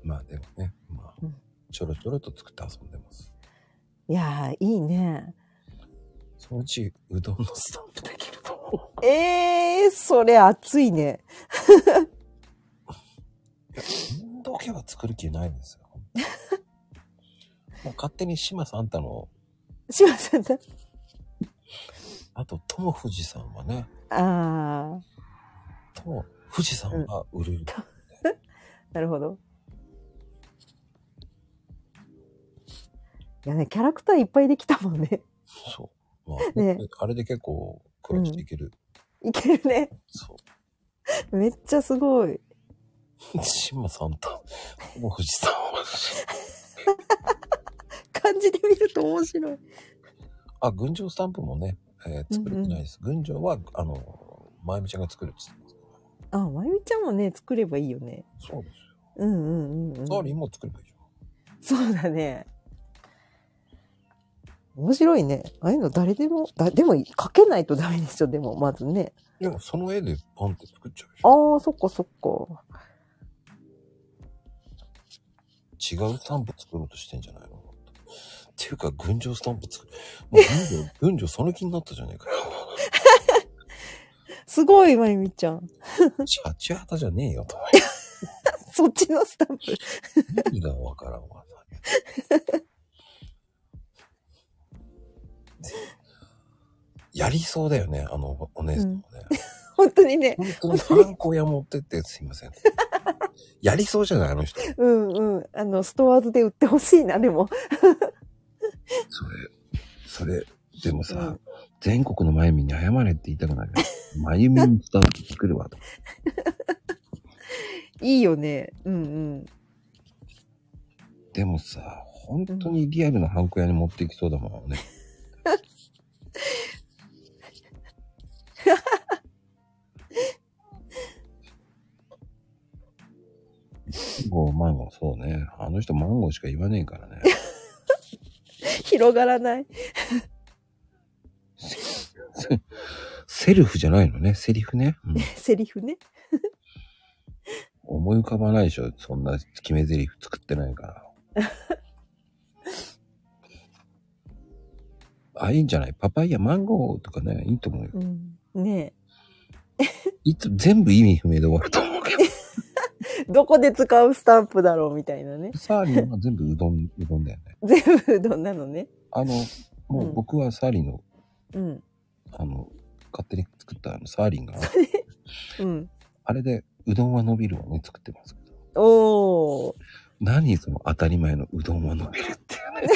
まあでもね、まあうん、ちょろちょろと作って遊んでます。いやー、いいね。そのうち、うどんのスタンプできると思う。ええー、それ熱いね。運動けは作る気ないんですよ。もう勝手に島さんあんたの、しまさんだ。あと、とも富士さんはね、あとも富士さんが売れる。ー、なるほど。いやね、キャラクターいっぱいできたもんね。そう。まあ、ねあれで結構苦労していける。いけるね。そめっちゃすごい。う。島さんと、とも富士さんは。感じで見ると面白い。あ、群青スタンプもね、えー作れてないです。群青は、あの、まゆみちゃんが作るって言ってます。あ、まゆみちゃんもね、作ればいいよね。そうですよ。うんうんうん、うん。サーリンも作ればいいよ。そうだね。面白いね。ああいうの誰でも、だでも書けないとダメでしょ、でも、まずね。でも、その絵でパンって作っちゃうでしょ。ああ、そっかそっか。違うスタンプ作ろうとしてんじゃないのっていうか、群青スタンプ作る。もう群青、群青その気になったじゃねえかよ。すごい、まゆみちゃん。シャチハタじゃねえよ、と。そっちのスタンプ。意味がわからんわ。やりそうだよね、あのおお姉さんもね。本当にね。本当にハンコ屋持ってって、すいません。やりそうじゃない、あの人。うんうん。あの、ストアーズで売ってほしいな、でも。それ、それ、でもさ、うん全国のまゆみに謝れって言いたくないけど、まゆみにスタンプ作るわ、と。いいよね。うんでもさ、本当にリアルなハンコ屋に持っていきそうだもんね。マンゴー、マンゴー、そうね。あの人マンゴーしか言わねえからね。うん。広がらない。セルフじゃないのね。セリフね。うんセリフね。思い浮かばないでしょ。そんな決め台詞作ってないから。あ、いいんじゃないパパイヤ、マンゴーとかね、いいと思うよ。うん。ねいつ、全部意味不明で終わると思うけど。 え。どこで使うスタンプだろう、みたいなね。サーリンは全部うどん、うどんだよね。全部うどんなのね。あの、もう僕はサーリンの、うん。あの、勝手に作ったあのサーリンが、うん。あれでうどんは伸びるわね、作ってますけど。あおお。何その当たり前のうどんは伸びるっていう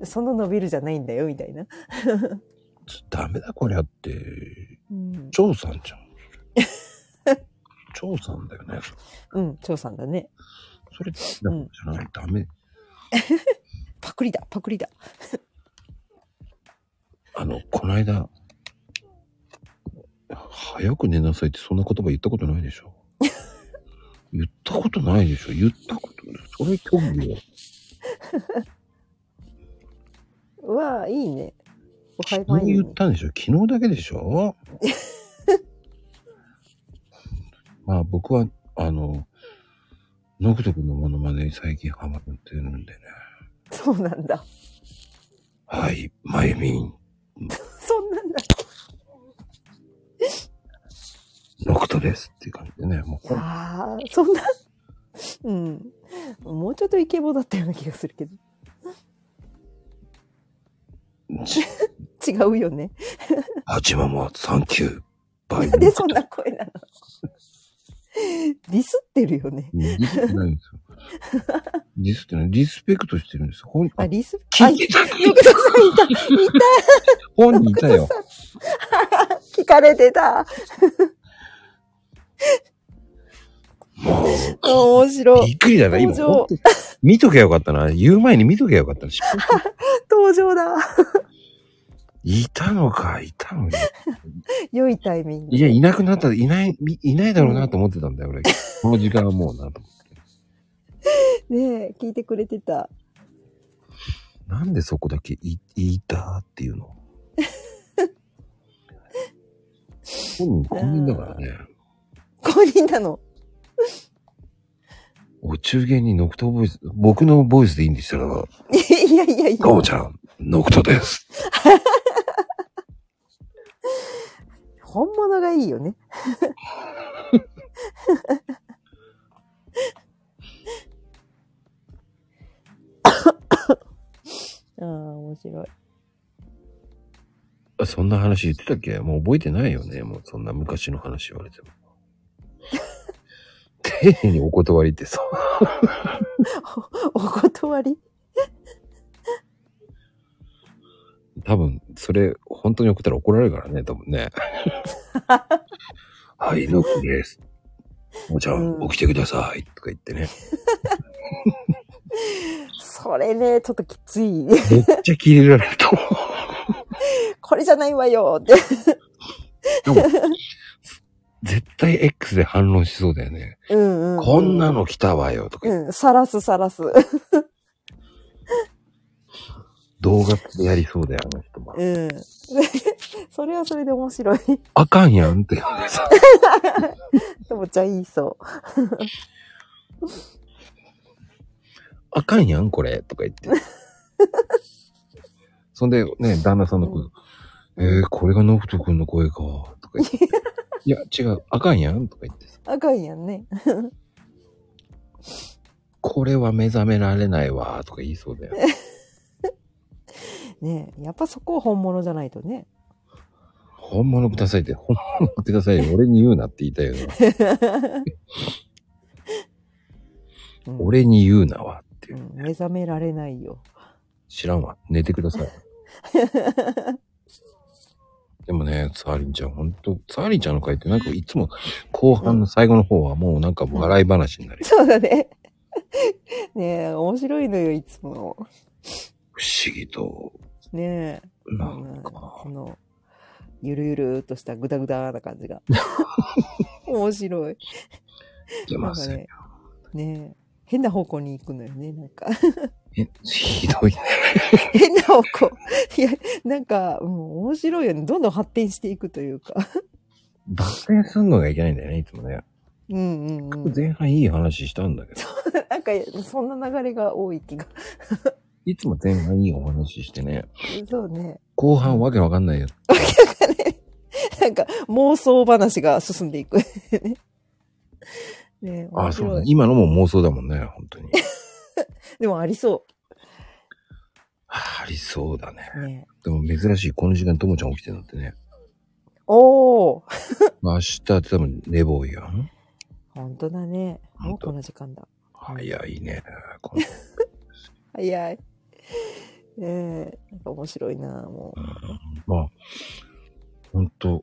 ね。その伸びるじゃないんだよ、みたいな。ちょダメだこりゃって、うん。張さんじゃん。張さんだよね。うん、張さんだね。それ、ダメじゃない、ダメ。パクリだ、パクリだ。あの、この間、早く寝なさいってそんな言葉言ったことないで しょ。言ったことないでしょ。言ったことない。それ興味よ。うわあ、いいね。おはよう昨ござ日い言まったんでしょ昨日だけでし ょまあ僕は、あの、ノクト君のモノマネに最近ハマってるんでね。すそうなんだ。はい、まゆみん、そんなんだ。ノクトですっていう感じでね。 もうこれああ、そんな。うん。もうちょっとイケボだったような気がするけど。違うよね。はちまま、サンキュー、バイなバん でそんな声なのディスってるよね。ディスってないんです よ。ディスってない。リスペクトしてるんですよ。本あ、あリス、あ、聞いてた徳田さんいた、い本人いたよ。た、聞かれてた。も面う、白びい。っくりだな、今。登場本当に見とけばよかったな。言う前に見とけばよかったな。失敗した登場だ。いたのか、いたのよ。良いタイミング。いや、いなくなった、いない、みいないだろうなと思ってたんだよ、俺。この時間はもうなと思って。ねえ、聞いてくれてた。なんでそこだけい、いたっていう の本人公認だからね。公認なの。お中元にノクトボイス、僕のボイスでいいんでしたら、いやいやいやか。もちゃん、ノクトです。本物がいいよね。 ああ、面白い。あそんな話言ってたっけもう覚えてないよね。もうそんな昔の話言わ れても。丁寧にお断りってさ。お断り多分、それ、本当に送ったら怒られるからね、多分 ね。はい、ノックです。おちゃん、うん起きてください。とか言ってね。それね、ちょっときつい。めっちゃ切れられた。これじゃないわよって。 絶対 X で反論しそうだよね。うんうん、うん。こんなの来たわよ。とか言って、うん、さらすさらす。動画でやりそうだよ、あの人も。うん。 それはそれで面白い。あかんやんって言 われさ。ともちゃん言いそあかんやん、これ。とか言って。そんで、ね、旦那さんの声、えー、これがノクト君の声か。とか言って。いや、違う。あかんやん。とか言って。う。あかんやんね。これは目覚められないわとか言いそうだよ。ねえやっぱそこは本物じゃないとね。本物くださいって、本物くださいよ。俺に言うなって言いたいよな。うん俺に言うなわっていうう。ん、目覚められないよ。知らんわ。寝てく ださい。でもね、サーリンちゃん、ほんと、サーリンちゃんの回ってなんかいつも後半の最後の方はもうなんか笑い話になり、そうだ ね。ねえ、面白いのよ、いつも。不思議と、ねえ。なこんか、の、ゆるゆるっとしたグダグダな感 じが。面白い。出なまんかせん。ね、ねえ変な方向に行くのよね、なんか。 えひどいね。変な方向。いや、なんか、もう面白いよね。どんどん発展していくというか。脱線すんのがいけないんだよね、いつもね。うんうんうん。前半いい話したんだけど、なんか、そんな流れが多い気が。いつも前半いいお話してね、そうね。後半わけわかんないよ。なんか、妄想話が進んでいく。 ねねあ、面そう白だ、い。今のも妄想だもんね、本当に。でもありそありそうだね。う。ねでも珍しい、この時間ともちゃん起きてるんだってね。おーまあ明日って多分寝坊やん。本当だね。も本う当この時間だ。早いね。この早い。ねえ、なんか面白いな、もう。まあ、ほんと、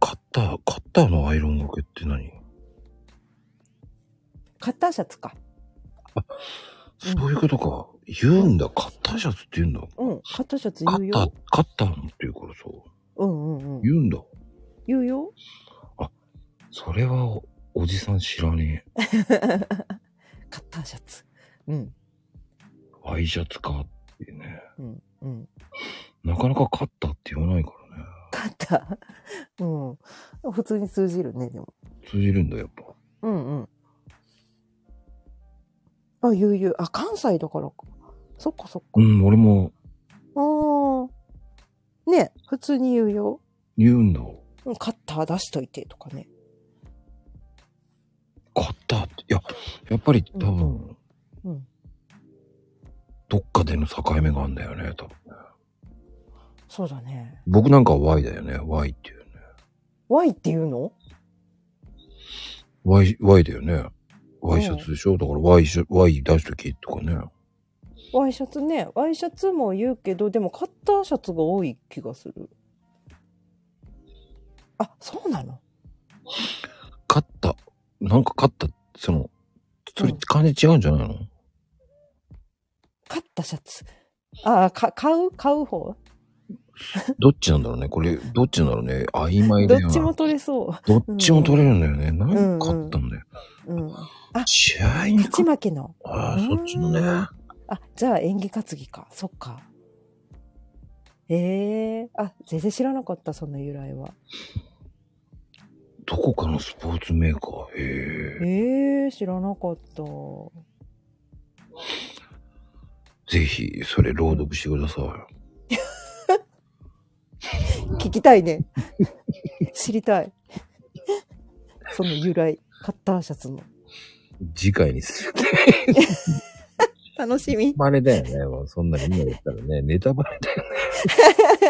カッター、カッターのアイロンがけって何カッターシャツか。そういうことか。言うんだ。カッターシャツって言うんだ。うん、カッターシャツカ言うッターよ。、カッターのって言うからさ。うんうんうん。言うんだ。言うよ。 それはお、おじさん知らねえ。カッターシャツ。うん、ワイシャツかっていうね。うん、うん。なかなかカッターって言わないからね。カッター。うん。普通に通じるね、でも。通じるんだ、やっぱ。うんうん。あ、言う言う。あ、関西だからか。そっかそっか。うん、俺もああ。ねえ普通に言うよ。言うんだ。うんカッター出しといてとかね。カッターって、いや、やっぱり多分、うんうんどっかでの境目があるんだよね、多分。そうだね。僕なんかは Y だよね。Y っていうね。 Y って言うの Y、Y だよね。Y シャツでしょだから Y シャ、Y 出しときとかね。ワイシャツね。ワイシャツも言うけど、でもカッターシャツが多い気がする。あ、そうなのカッター、なんかカッター、その、それうん感じ違うんじゃないの、カッターシャツ。あーか、買う買う方どっちなんだろうね。これ、どっちなんだろうね。曖昧どだよっな。ちも取れそどっちも取れるんだよね。何うん買ったんだよ。う。うん。試合に勝ち負けの。ああ、そっちのね。あ、じゃあ演技担ぎか。そっか。ええあ、全然知らなかった、その由来は。どこかのスポーツメーカー。へえ。ええ知らなかった。ぜひ、それ朗読してください。聞きたいね。知りたい。その由来。カッターシャツの。次回にする。楽しみ。バレだよね。もうそんなに今言ったらね、ネタバレだ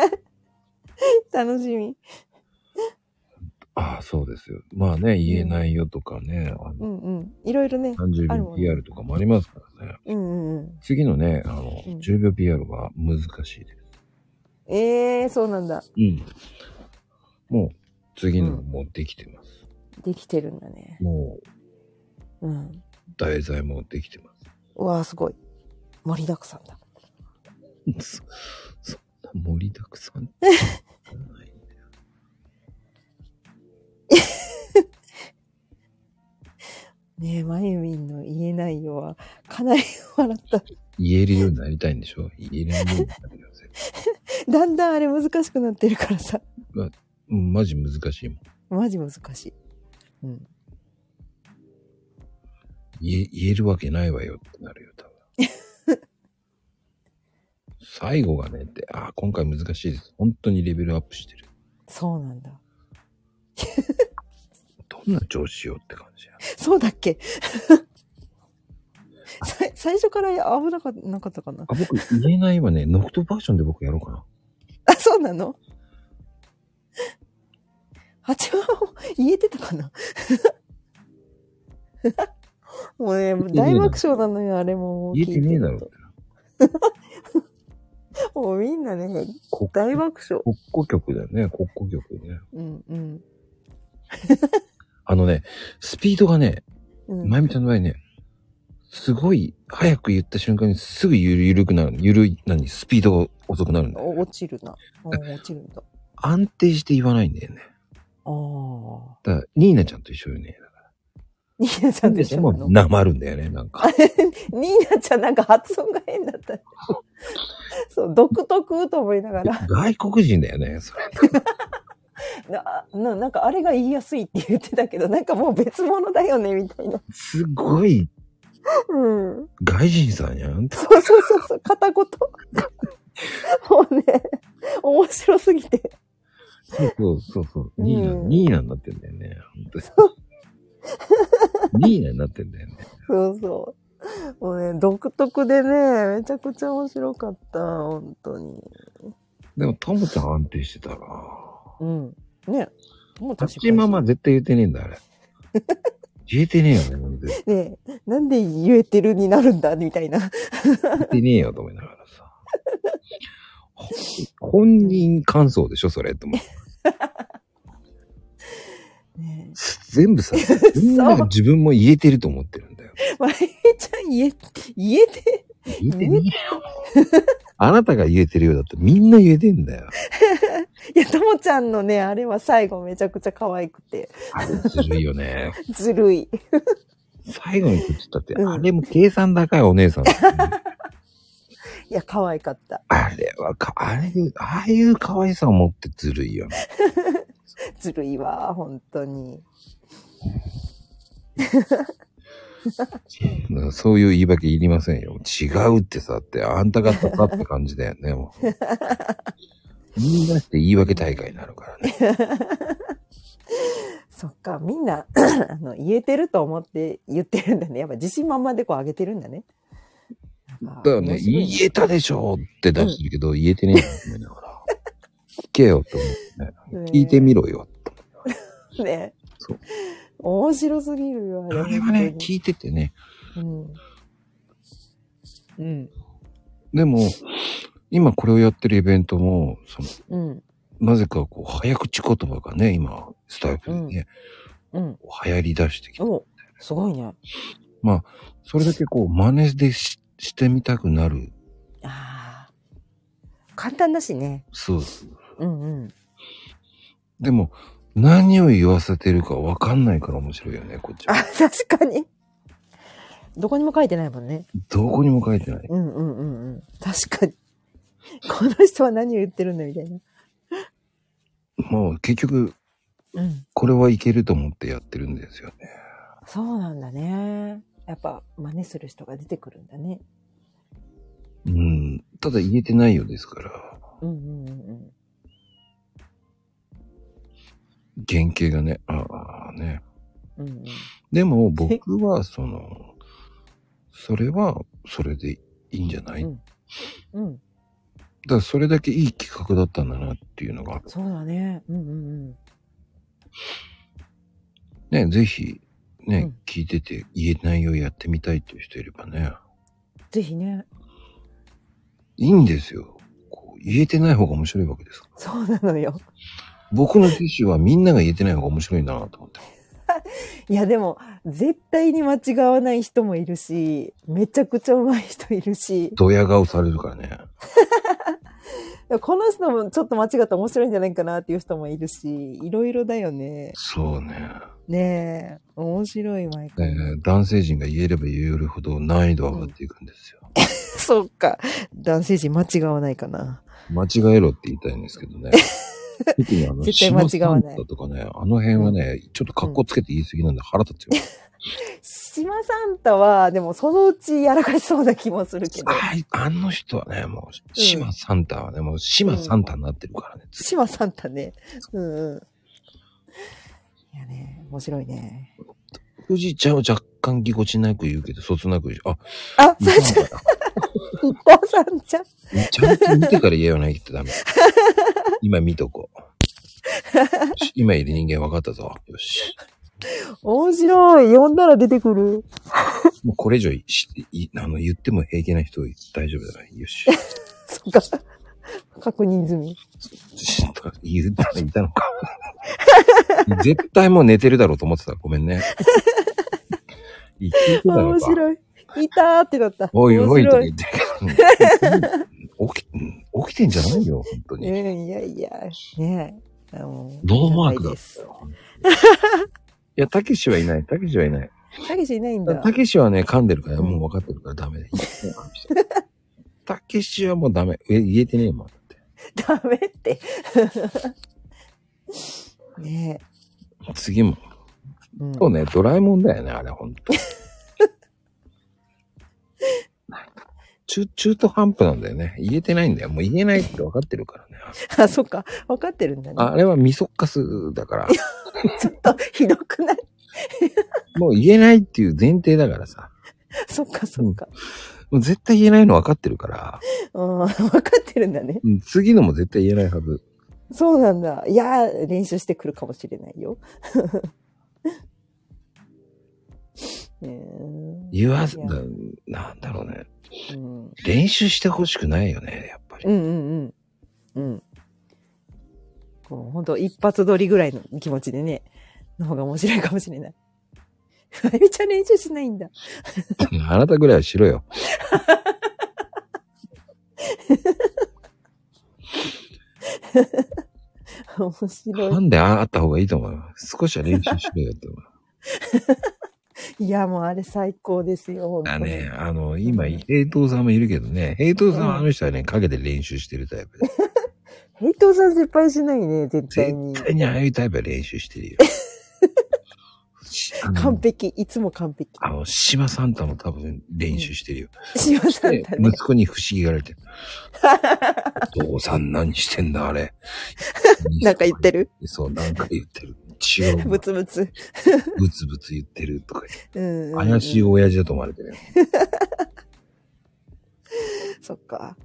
よね。楽しみ。ああ、そうですよ。まあね、言えないよとかね、あうの、んうん。いろいろね。ある30も秒んね PR とかもありますからね。うんうんうん。次のね、あの、うん10秒 PR は難しいです。ええそうなんだ。うん。もう、次のうもうできてます。できてるんだね。もう、うん。題材もできてまうわあ、すごい。盛りだくさんだ。す。そそんな盛りだくさん。ねえ、まゆみんの言えないよは、かなり笑った。 言えるようになりたいんでしょ言えないようになるよ。絶対だんだんあれ難しくなってるからさ。うん、マジ難しいもん。マジ難しい。うん。言え言えるわけないわよってなるよ、 多分。最後がねって、ああ、今回難しいです。本当にレベルアップしてる。そうなんだ。どんな調子よって感じや。そうだっけ さ最初から危なかなかったかなあ、僕、言えないわね。ノクトバージョンで僕やろうかな。あ、そうなの八幡も言えてたかな もうね、大爆笑なのよ、あれももう聞い言えてねえだろるってと。もうみんなね、国大爆笑。国庫局だよね。国庫局ね。うんうん。あのね、スピードがね、うん、まゆみちゃんの場合ね、すごい、早く言った瞬間にすぐゆるゆるくなる。ゆるい、何、スピードが遅くなるんだよ。お落ちるな。うん落ちるんだ。安定して言わないんだよね。ああ。だから、ニーナちゃんと一緒よね。ニーナちゃんでしょもう、なまるんだよね、なんか。ニーナちゃんなんか発音が変だった。そう、独特と思いながら、外国人だよね、それ。なななんかあれが言いやすいって言ってたけど、なんかもう別物だよね、みたいな。すごい、うん。外人さんやん。そうそうそうそう、片言。もうね、面白すぎて。そうそうそうそう。うんニーナ、ニーナになってんだよね。本当に。ニーナになってんだよね。そうそう。もうね、独特でね、めちゃくちゃ面白かった、本当に。でも、トムちゃん安定してたな。うん。ね。もうタッ年チママ絶対言ってねえんだ、あれ。言えてねえよね、なんでねえなんで言えてるになるんだみたいな。言ってねえよと思いながらさ。ほ本人感想でしょ、それと思って。ね全部 さ、みんなが自分も言えてると思ってるんだよ。えまゆみちゃん言え、言えて、言えてねえよ。あなたが言えてるようだったらみんな言えてんだよ。いや、ともちゃんのね、あれは最後めちゃくちゃ可愛くて、あれずるいよね。ずるい。最後に言ってたって、うんあれも計算高いお姉さん。いや、可愛かった。あれはか、あれ、ああいう可愛さを持ってずるいよね。ずるいわ、本当に。うんそういう言い訳いりませんよ。違うってさって、あんた方かって感じだよね、もう。みんなして言い訳大会になるからね。そっか、みんな、 あの、言えてると思って言ってるんだね。やっぱ自信満々でこう上げてるんだね。なんだよね、面白い言えたでしょって出してるけど、言えてねえなと思いながら。聞けよって思う、ね。聞いてみろよって。ね。そう面白すぎるよ、あれはね本、当に聞いててね。うん。でも、今これをやってるイベントも、その、うん。なぜかこう、早口言葉がね、今、スタイフでね、うん。流行り出してきて、おすごいね。それだけこう、真似でししてみたくなる。ああ。簡単だしね。そうです。うんうん。でも、何を言わせてるかわかんないから面白いよね、こっちは。あ、確かに。どこにも書いてないもんね。どこにも書いてない。うんうんうんうん。確かに。この人は何を言ってるんだみたいな。もう結局、うん。これはいけると思ってやってるんですよね。そうなんだね。やっぱ真似する人が出てくるんだね。うん。ただ言えてないようですから、うんうんうんうん。原型がね、ああね。うんうん、でも僕は、その、それは、それでいいんじゃない、うんうん、だからそれだけいい企画だったんだなっていうのが、そうだね。うんうんうん。ね、ぜひ、ね、うん聞いてて言えないようやってみたいっていう人いればね、ぜひね。いいんですよ。こう言えてない方が面白いわけですから。そうなのよ。僕のティッシュはみんなが言えてない方が面白いなと思って。いやでも、絶対に間違わない人もいるし、めちゃくちゃ上手い人いるし、ドヤ顔されるからね。この人もちょっと間違ったら面白いんじゃないかなっていう人もいるし、いろいろだよね。そうね。ねえ、面白い毎え回。ー男性陣が言えれば言えるほど難易度上がっていくんですよ。そうか。男性陣間違わないかな。間違えろって言いたいんですけど ね。特にあの、絶対間違わない下のサンタとかね、あの辺はね、ちょっと格好つけて言い過ぎなんで腹立つよ。島サンタは、でもそのうちやらかしそうな気もするけど。あいあの人はね、もう、島サンタはね、もう島サンタになってるからね。島サンタね。うんうん。いやね、面白いね。富士ちゃんは若干ぎこちなく言うけど、そつなく言うし、 あ、あ、いたんだ一方さんじゃん。ちゃんと見てから言えよないと ダメ。今見とこう。よし今いる人間分かったぞ。よし。面白い。呼んだら出てくる。もうこれ以上いしいあの言っても平気な人大丈夫だから。よし。そっか。確認済み。ちょっと言ったらいたのか。 絶対もう寝てるだろうと思ってた。ごめんね。生きてたの面か。白い。いたーってなった。おいおいとか言面ってるけど起き、起きてんじゃないよ、本当白に。い。うん、いやいや。ねえ。ノノーマークだっでたす。よ。いや、たけしはいない、たけしはいない。たけしいないんだ。たけしはね、噛んでるから、うんもう分かってるからダメだ。たけしはもうダメ。え、言えてねえもん。だってダ メって。ねえ。次も。うんそうね、ドラえもんだよね、あれ、ほんと。中、中途半端なんだよね。言えてないんだよ。もう言えないって分かってるからね。あ、そっか。分かってるんだね。あれはミソッカスだから、ちょっとひどくないもう言えないっていう前提だからさ。そっか、そっか。もう絶対言えないの分かってるから、 うん、分かってるんだね。うん次のも絶対言えないはず。そうなんだ。いやー、練習してくるかもしれないよ。 ねえ言わず、いやなんだろうね。うん練習してほしくないよね、やっぱり。うんうんうん。うん。こう、本当一発撮りぐらいの気持ちでね、の方が面白いかもしれない。あゆみちゃん練習しないんだ。 あなたぐらいはしろよ。面白。ないんでああった方がいいと思うよ。少しは練習しろよって思う。いや、もうあれ最高ですよ。本当だにね、あの、今、平等さんもいるけどね、平等さんはあの人はね、陰で練習してるタイプで。ヘイトさん失敗しないね、絶対に。絶対にああいうタイプは練習してる よ。しあの完、璧。いつも完璧。あの島サンタも多分練習してるよ。島さんでだね。息子に不思議がられ てる。お父さん何してんだ、あれ。 なんか言ってるそう、なんか言ってる。違う ブわ。ツブツ。ぶつぶつ言ってるとか言ってうんうんうん。怪しい親父だと思われてる よ。そっか。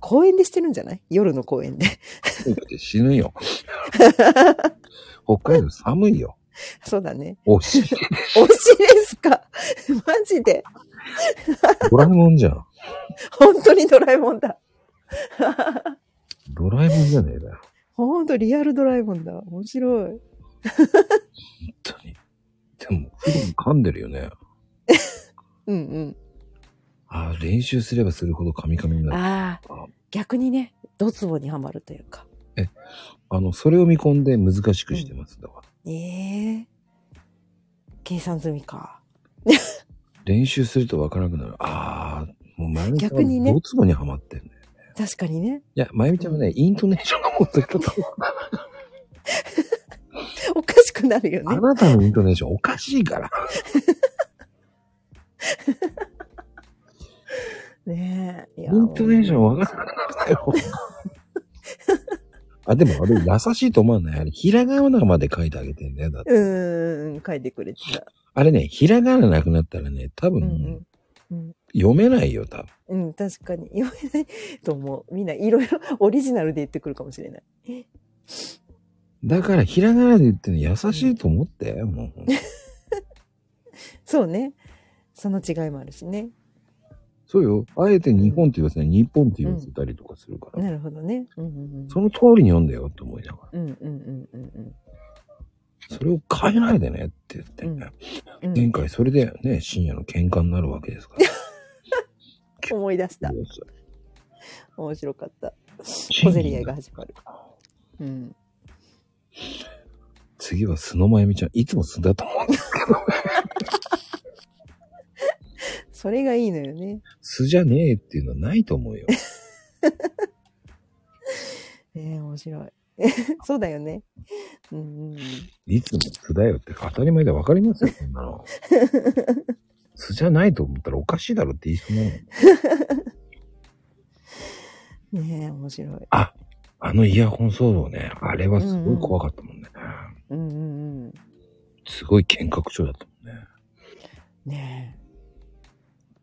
公園でしてるんじゃない夜の公園で。 だって死ぬよ。北海道寒いよ。そうだね。おし、推しですか マジで。ドラえもんじゃん。本当にドラえもんだ。ドラえもんじゃねえだよ。本当リアルドラえもんだ。面白い。本当に。でも、普段噛んでるよね。うんああ、練習すればするほど噛み噛みにうん。なる。ああ、逆にね、ドツボにはまるというか。あの、それを見込んで難しくしてます。だから、ええ計算済みか。練習するとわからなくなる。ああ、もう、まゆみちゃん逆にねドツボにはまってんね。確かにね。いや、まゆみちゃんもね、イントネーションが持ってると思う。おかしくなるよあね。なたのイントネーションおかしいから。ねえ。イいやントネーションわからなくなるよ。あ、でもあれ、優しいと思わないあれ、ひらがなまで書いてあげてんだよ。だってうんうん、書いてくれてた。あれね、ひらがななくなったらね、多う分、んうん。うん読めないよ、多分。うん、確かに。読めないと思う。みんないろいろオリジナルで言ってくるかもしれない。だから、ひらがなで言ってんの優しいと思って、もう。そうね。その違いもあるしね。そうよ。あえて日本って言わせない、日本って言わせたりとかするから。なるほどね。うんうんうん。その通りに読んだよって思いながら。うんうんうんうんそれを変えないでねって言って、ねうんうん。前回それでね、深夜の喧嘩になるわけですから。思い出した。そう面白かった。そう小競り合いが始まる。うん。次は素のまゆみちゃん。いつも素だと思うんですけど、それがいいのよね。素じゃねえっていうのはないと思うよ。ねえ、面白い。 そうだよね。うんうんうん。いつも素だよって当たり前でわかりますよ、そんな の。素じゃないと思ったらおかしいだろって言いそうなの。ねえ、面白い。あのイヤホン騒動ね、あれはすごい怖かったもんね。うんうんうん。すごい見学長だったもんね。ね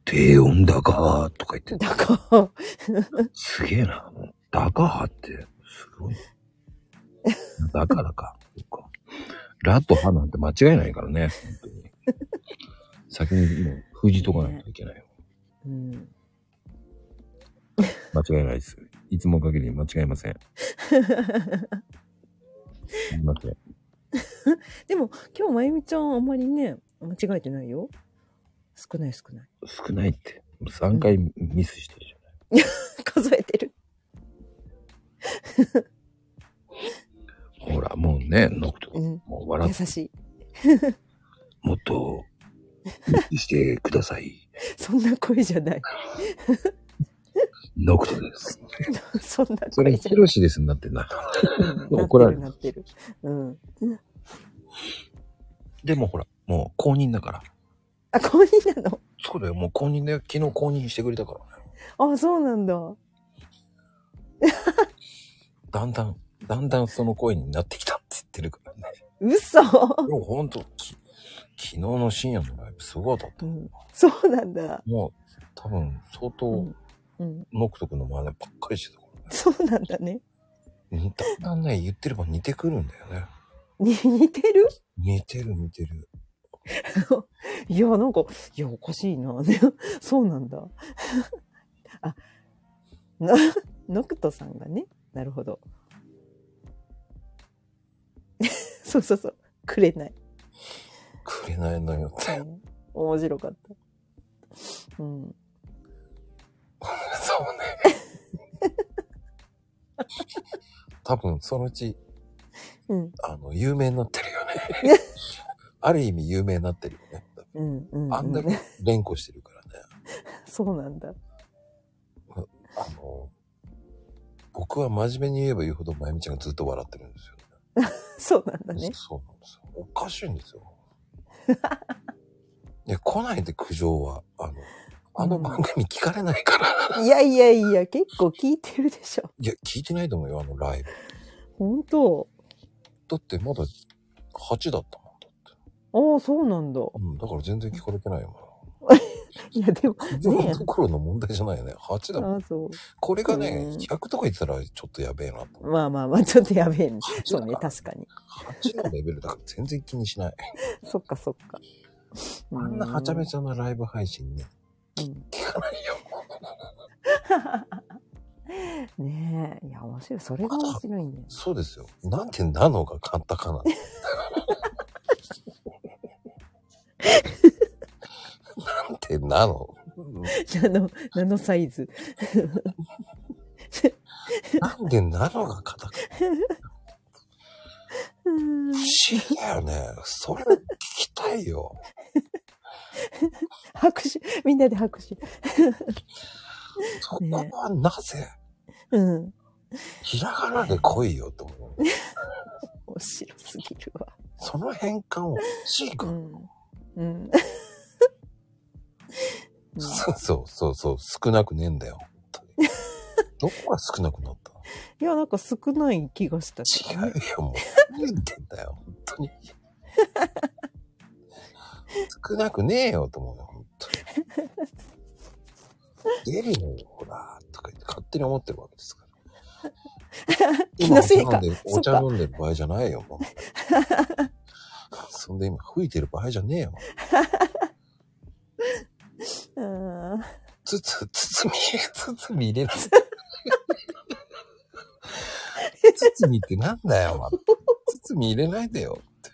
低音だがーとかえ。言って、だから、すげえな。だがーって、すごい。だからか。 そっかラとハなんて間違いないからね、本当に。先にもう封じとかないといけないよ。うん。間違いないです。いつも限り間違いません。すいません。でも、今日、まゆみちゃん、あんまりね、間違えてないよ。少ない少ない。少ないって。3回ミスしてるじゃん。 数えてる。ほら、もうね、ノクトうもん。う笑優っしい。もっと、してください。そんな声じゃない。 ノクトです。そんなそれ、声じヒゃない。ロシですになってんな。うん怒られるなってる。なってるうん。でもほら、もう公認だから。あ、公認なのそうだよ、もう公認だよ。昨日公認してくれたからね。あ、そうなんだ。だんだん、だんだんその声になってきたって言ってるからね。嘘、でもほんと、き昨日の深夜のライブすごかった。うん、そうなんだ。もう、多分、相当、うんうん、ノクト君の真似ばっかりしてたからね。そうなんだね。にだんだんね、言ってれば似てくるんだよね。に似てる似てる似てる。いや、なんか、いや、おかしいな。 ねそうなんだ。 あ、な、 ノクトさんがね。なるほど。 そうそうそう。くれない。くれないのよ。うん面白かった。うん。 そうね。多分、そのうち、うん。あの、有名になってるよね。 ある意味有名になってるよね。うん。うん。あんだうけん、 連呼してるからね。そうなんだ。あの、僕は真面目に言えば言うほど、まゆみちゃんがずっと笑ってるんですよ、そうなんだね。そうなんですよ。おかしいんですよ。いや、来ないで苦情は。あの、あの番組聞かれないから。いやいやいや、結構聞いてるでしょ。いや、聞いてないと思うよ、あのライブ。本当だってまだ8だったもんだって。ああ、そうなんだ。うん、だから全然聞かれてないよな。いや、でも、自分のところの問題じゃないよね。8だもん。ああ、そう。これがねう、ん100とか言ってたらちょっとやべえなと思う。まあまあまあ、ちょっとやべえね。 8そうだね、から確かに。 8のレベルだから全然気にしない。そっかそっか。あんなはちゃめちゃなライブ配信ね、うん聞かないよ。 ねえ、いや、面白い。それが面白いんだよ。そうですよ。なんてなのが簡単かな。なんてなの ナノ、ナノサイズ。なんでなのがカタカうんナ不思議だよね。それを聞きたいよ。拍手、みんなで拍手。そこはなぜ、うん。ひらがなで来いよと思う。面白すぎるわ。その変換を、シーうク、ん。うん。そうそうそうそう、少なくねえんだよ。本当にどこが少なくなったのいや、なんか少ない気がしたけ違どね。うよ、もう。何言ってんだよ、本当に。少なくねえよ、と思うよ、本当に。出るのよ、ほら、とか言って勝手に思ってるわけですから。気のせいか今お茶飲んでお茶飲んでる場合じゃないよ、もう。そんで今吹いてる場合じゃねえよ。うん。つつ、つつみ、つつみ入れる。つつみってなんだよ、まだつつみ入れないでよって。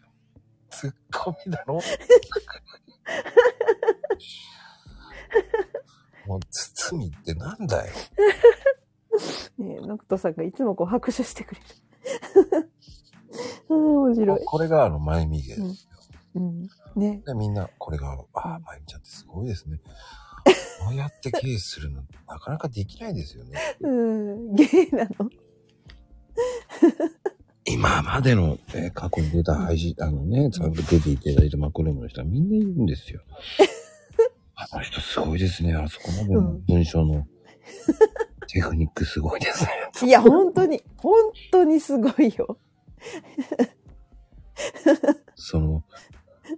ツッコミだろもう、つつみってなんだよ。ねえ、ノクトさんがいつもこう拍手してくれる。 うん、面白い。これがあの、まゆみ芸ですよ。うん。ね。で、みんな、これがあの、あうあ、んまゆみちゃんってすごいですね。こうやって芸するの、なかなかできないですよね。うん。ゲイなの。今までの、えー過去に出た配信、あのね、全部出ていただいたマクロームの人はみんな言うんです よ。あの人すごいですね。あそこまでの文章のテクニックすごいですね。いや、本当に、本当にすごいよ。その、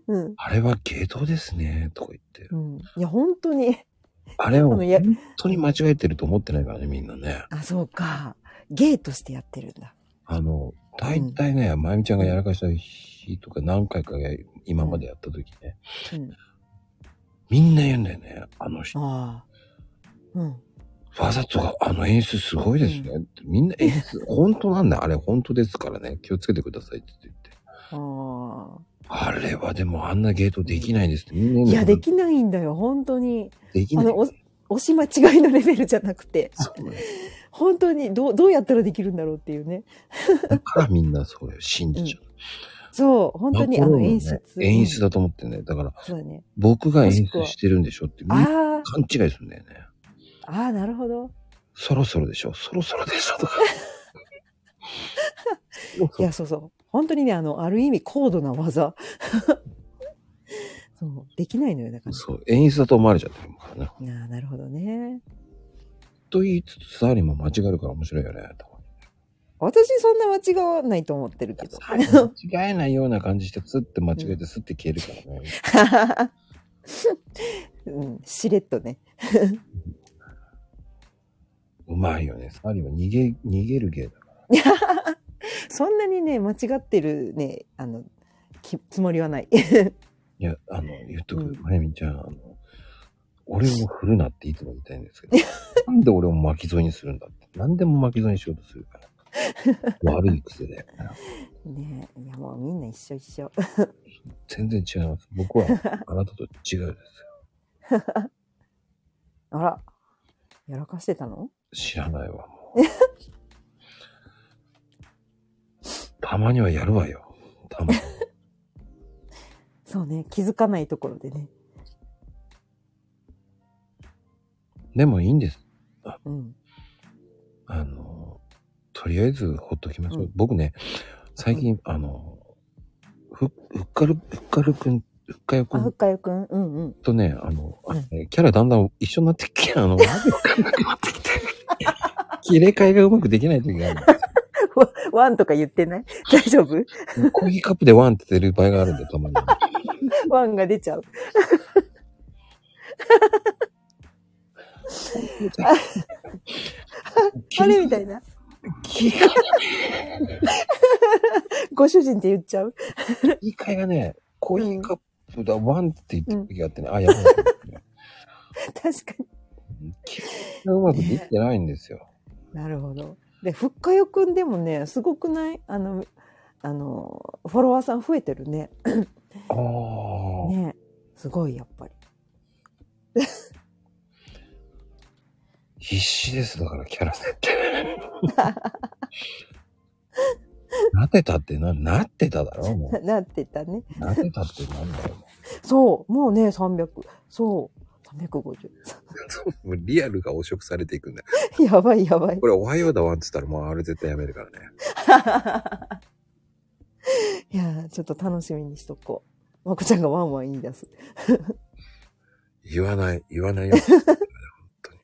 うん。あれは芸当ですね、とか言って。うん。いや、本当に。あれをあのいや本当に間違えてると思ってないからね、みんなね。あ、そうか。ゲイとしてやってるんだ。あの、大体ね、まゆみちゃんがやらかした日とか何回かや今までやった時ね、うん。みんな言うんだよね。あの人、ああ。うん。わざとが、あの演出すごいですね。みんな演 出、本当なんだよ。あれ本当ですからね。気をつけてくださいって言って。ああれはでもあんなゲートできないですって。みんなあ。言ういんや、だけでどきないんだよ、本当に。できあない。の、お押し間違いのレベルじゃなくて、そうなんだよ本当にどう、どうやったらできるんだろうっていうね。だからみんなそれを信じちゃう。そう、本当にあマコのローム演ね出。演出だ。だと思ってね。だからそうだね。僕が演もしく出はしてるんでしょってみんなあ勘違いするんだよね。あ、ああ、なるほど。そろそろでしょそろそろでしょとか。 いや、そうそう。本当にね、あの、ある意味高度な技。 そう、できないのよ、だから。そう、演出だと思われちゃってるからね。なあ、なるほどね。と言いつつ、サーリンも間違えるから面白いよね。とか私そんな間違わないと思ってるけど。 間違えないような感じして、スッて間違えて、スッて消える からね。うん、しれっとね。 うまいよね。サーリンは逃げ、逃げる芸だから。そんなにね、間違ってるね、あの、きつもりはない。 いや、あの、言っとうくん、まゆみちゃん、あの、俺を振るなっていつも言いたいんですけど、なんで俺を巻き添えにするんだって。何でも巻き添えにしようとする から。悪い癖だよね。ねいやもうみんな一緒一緒。 全然違います。僕は、あなたと違うですよ。あら、やらかしてたの知らないわ、もう。たまにはやるわよ。たまに。そうね、気づかないところでね。でもいいんです。うん。あの、とりあえずほっときましょう。うん僕ね、最近、あの、ふ、ふっかる、ふっかるくん、ふっかよくあ、ふっんかよくん、うんうん。とね、あの、あうんねキャラだんだん一緒になってきて、あの、わけわかんなくなってきて、 切れ替えがうまくできない時があるんでわワンとか言ってない 大丈夫すよ。コーヒーカップでワンって出る場合があるんで、たまに。ワンが出ちゃう。あれみたいな。切り替えご主人って言っちゃう。切り替えがね、コーヒーカップだ、ワンって言ってる時があってね、あ、やばい。確かに。切り替えがうまくできてないんですよ。なるほど。で、ふっかよくんでもね、すごくないあの、あの、フォロワーさん増えてるね。ああ。ねすごい、やっぱり。必死です、だからキャラ設定。 なってたってな、なってただろ、もななってたね。う。なってたってなんだよ、もそう、もうね、300。そう、350。 う。もうリアルが汚職されていくんだよ。やばいや ばい。これ、おはようだわって言ったら、もうあれ絶対やめるからね。いやー、ちょっと楽しみにしとこう。まこちゃんがワンワン言い出す。言わない、言わないよ。本当に。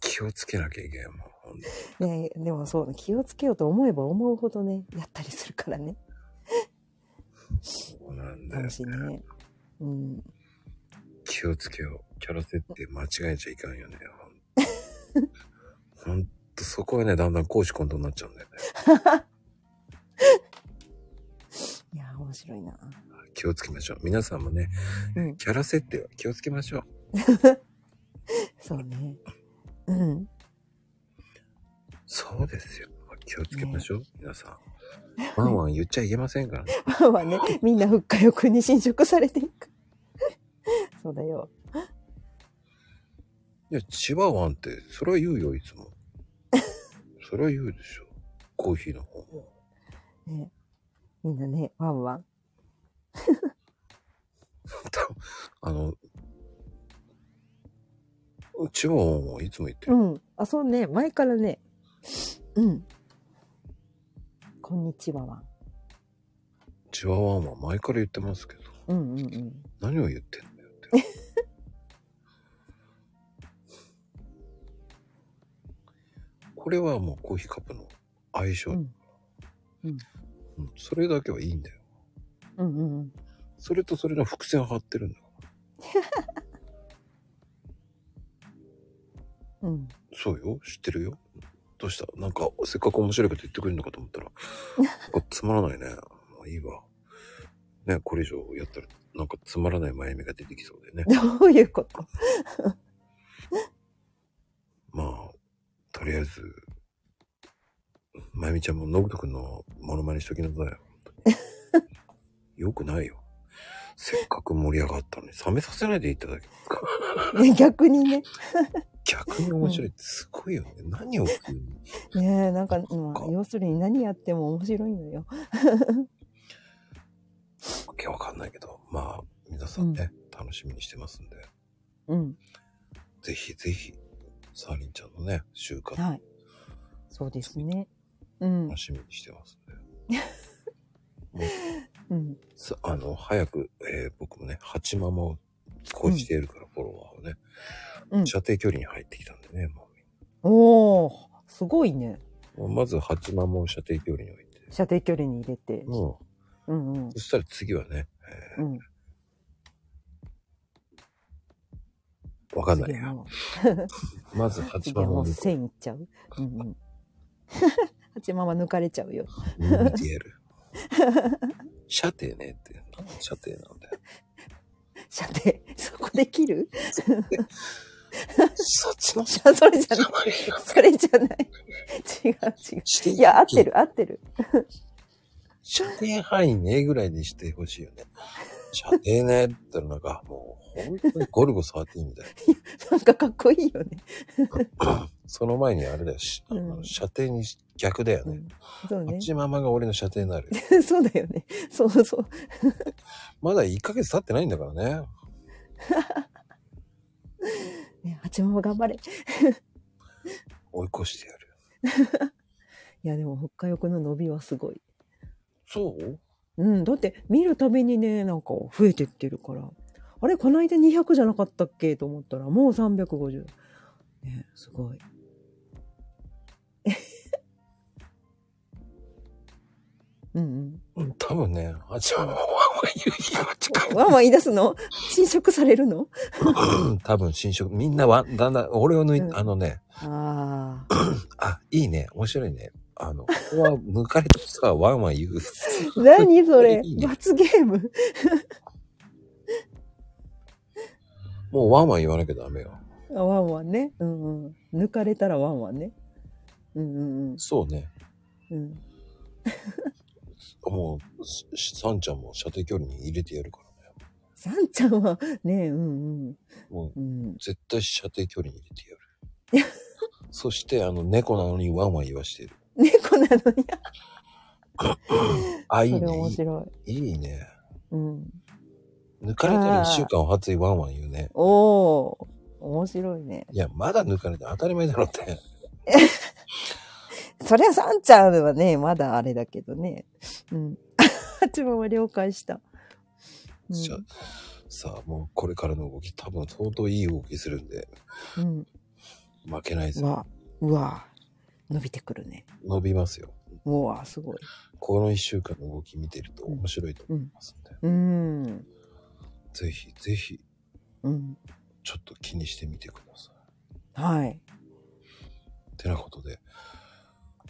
気をつけなきゃいけない、もう。本当にねでもそうね、気をつけようと思えば思うほどね、やったりするからね。そうなんだよ楽。しいね。うん。気をつけよう。キャラ設定間違えちゃいかんよね。ほんほんと、そこはね、だんだん公私混同になっちゃうんだよね。 いやー、面白いな。気をつけましょう。皆さんもね、うん。キャラ設定は気をつけましょう。そうね。うん。そうですよ。気をつけましょう。皆さん。ワンワン言っちゃいけません からね。ワンワンね、みんなふっかよくに侵食されていく。そうだよ。いや、チワワンって、それは言うよ、いつ も。それは言うでしょ。コーヒーの方も。 ね。みんなね、ワンワン。多分あの、チワワンはいつも言ってる。うん。あ、そうね。前からね。うん。こんにちはは。チワワンは前から言ってますけど、うんうんうん。何を言ってんだよって。これはもうコーヒーカップの相性、うんうんそれだけはいいんだよ。うんうんうん。それとそれの伏線を張ってるんだから。うん。そうよ、知ってるよ。どうしたなんか、せっかく面白いこと言ってくれるのかと思ったら、なんかつまらないね。まあいいわ。ね、これ以上やったら、なんかつまらない前みが出てきそうでね。どういうことまあ、とりあえず、まゆみちゃんものぶとくんのモノマネしときなさいよ。よ くないよ。せっかく盛り上がったのに冷めさせないでいただけますか。ね、逆にね。逆に面白いってすごいよね。何を急に。ねえ、なんか今か、要するに何やっても面白いのよ。わけわかんないけど、まあ、皆さんね、楽しみにしてますんで、うん。ぜひぜひ、サーリンちゃんのね、就活はい。そうですね。うん楽。しみにしてますん で。もううん。さあの、早く、えー僕もね、八ママをこうしているから、フォロワーをね、うん射程距離に入ってきたんでね、もおー、すごいね。うもうまず八ママを射程距離に置いて、射程距離に入れて。もうんうんう、。そしたら次はね、えうん。ーわかんない次はよ。もうまず八次はママもをう抜こう線いっちゃう。うんうん。 ハチママ抜かれちゃうよ。逃げ る。射程ねって。何射程なんだよ。射程、 そこで切る そっちのじゃあそれじゃない。まりがそれじゃない。違う違う。していや、合ってる合ってる。射程範囲ねぐらいにしてほしいよね。射程ねって言ったらなんかもう本当にゴルゴ触っていいみたいな。なんかかっこいいよね。その前にあれだよし、うんあの射程に逆だようね。ん、そうあっね。ちママが俺の射程になるよ。 そうだよね。そうそう。 まだ1ヶ月経ってないんだからね。ね、ハチママ頑張れ。追い越してやるよ。いや、でも北海道の伸びはすごい。そううん、だって見るたびにね、なんか増えてってるから。あれ、この間200じゃなかったっけと思ったら、もう350。ね、すごい。 うんうん。うん多分ね、あっちママは夕日が近い。わんわん言い出すの侵食されるのうん多分新色。みんなは、だんだん、俺を抜い、うんあのね、ああ。あ、いいね、面白いね。あの、ここは抜かれた人はワンワン言う。 何それいいね罰ゲームもうワンワン言わなきゃダメよ。あワンワンね。うんうん。抜かれたらワンワンね。うんうんうんそうね。。うん、もう、しサンちゃんも射程距離に入れてやるからね。サンちゃんはね、うんうん。もう、うん、絶対射程距離に入れてやる。 そして、あの、猫なのにワンワン言わしてる。猫なのに。あ、いいそれね。面白い。いいいいね。うん。抜かれたら1週間は熱いワンワン言うね。おお、面白いね。いや、まだ抜かれて当たり前だろって。そりゃサンちゃんはね、まだあれだけどね。うん。 八番は了解した。うじゃん。さあ、もうこれからの動き、多分相当いい動きするんで、うん、負けないです。わ、うわ、伸びてくるね。伸びますよ。うわ、すごい。この1週間の動き見てると面白いと思いますんで、うん。ぜひぜひ、うん。ちょっと気にしてみてください。はい。てなことで、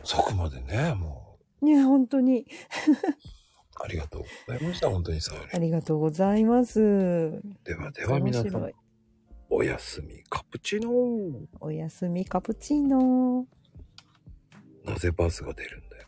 そこまでね、もいや、本当にう、ありがとうございました。本当にさよあり。りがとうございます。ではでは面皆さ白んい、。おやすみ、カプチーノおやすみカプチーノ。ーなぜバスが出るんだよ。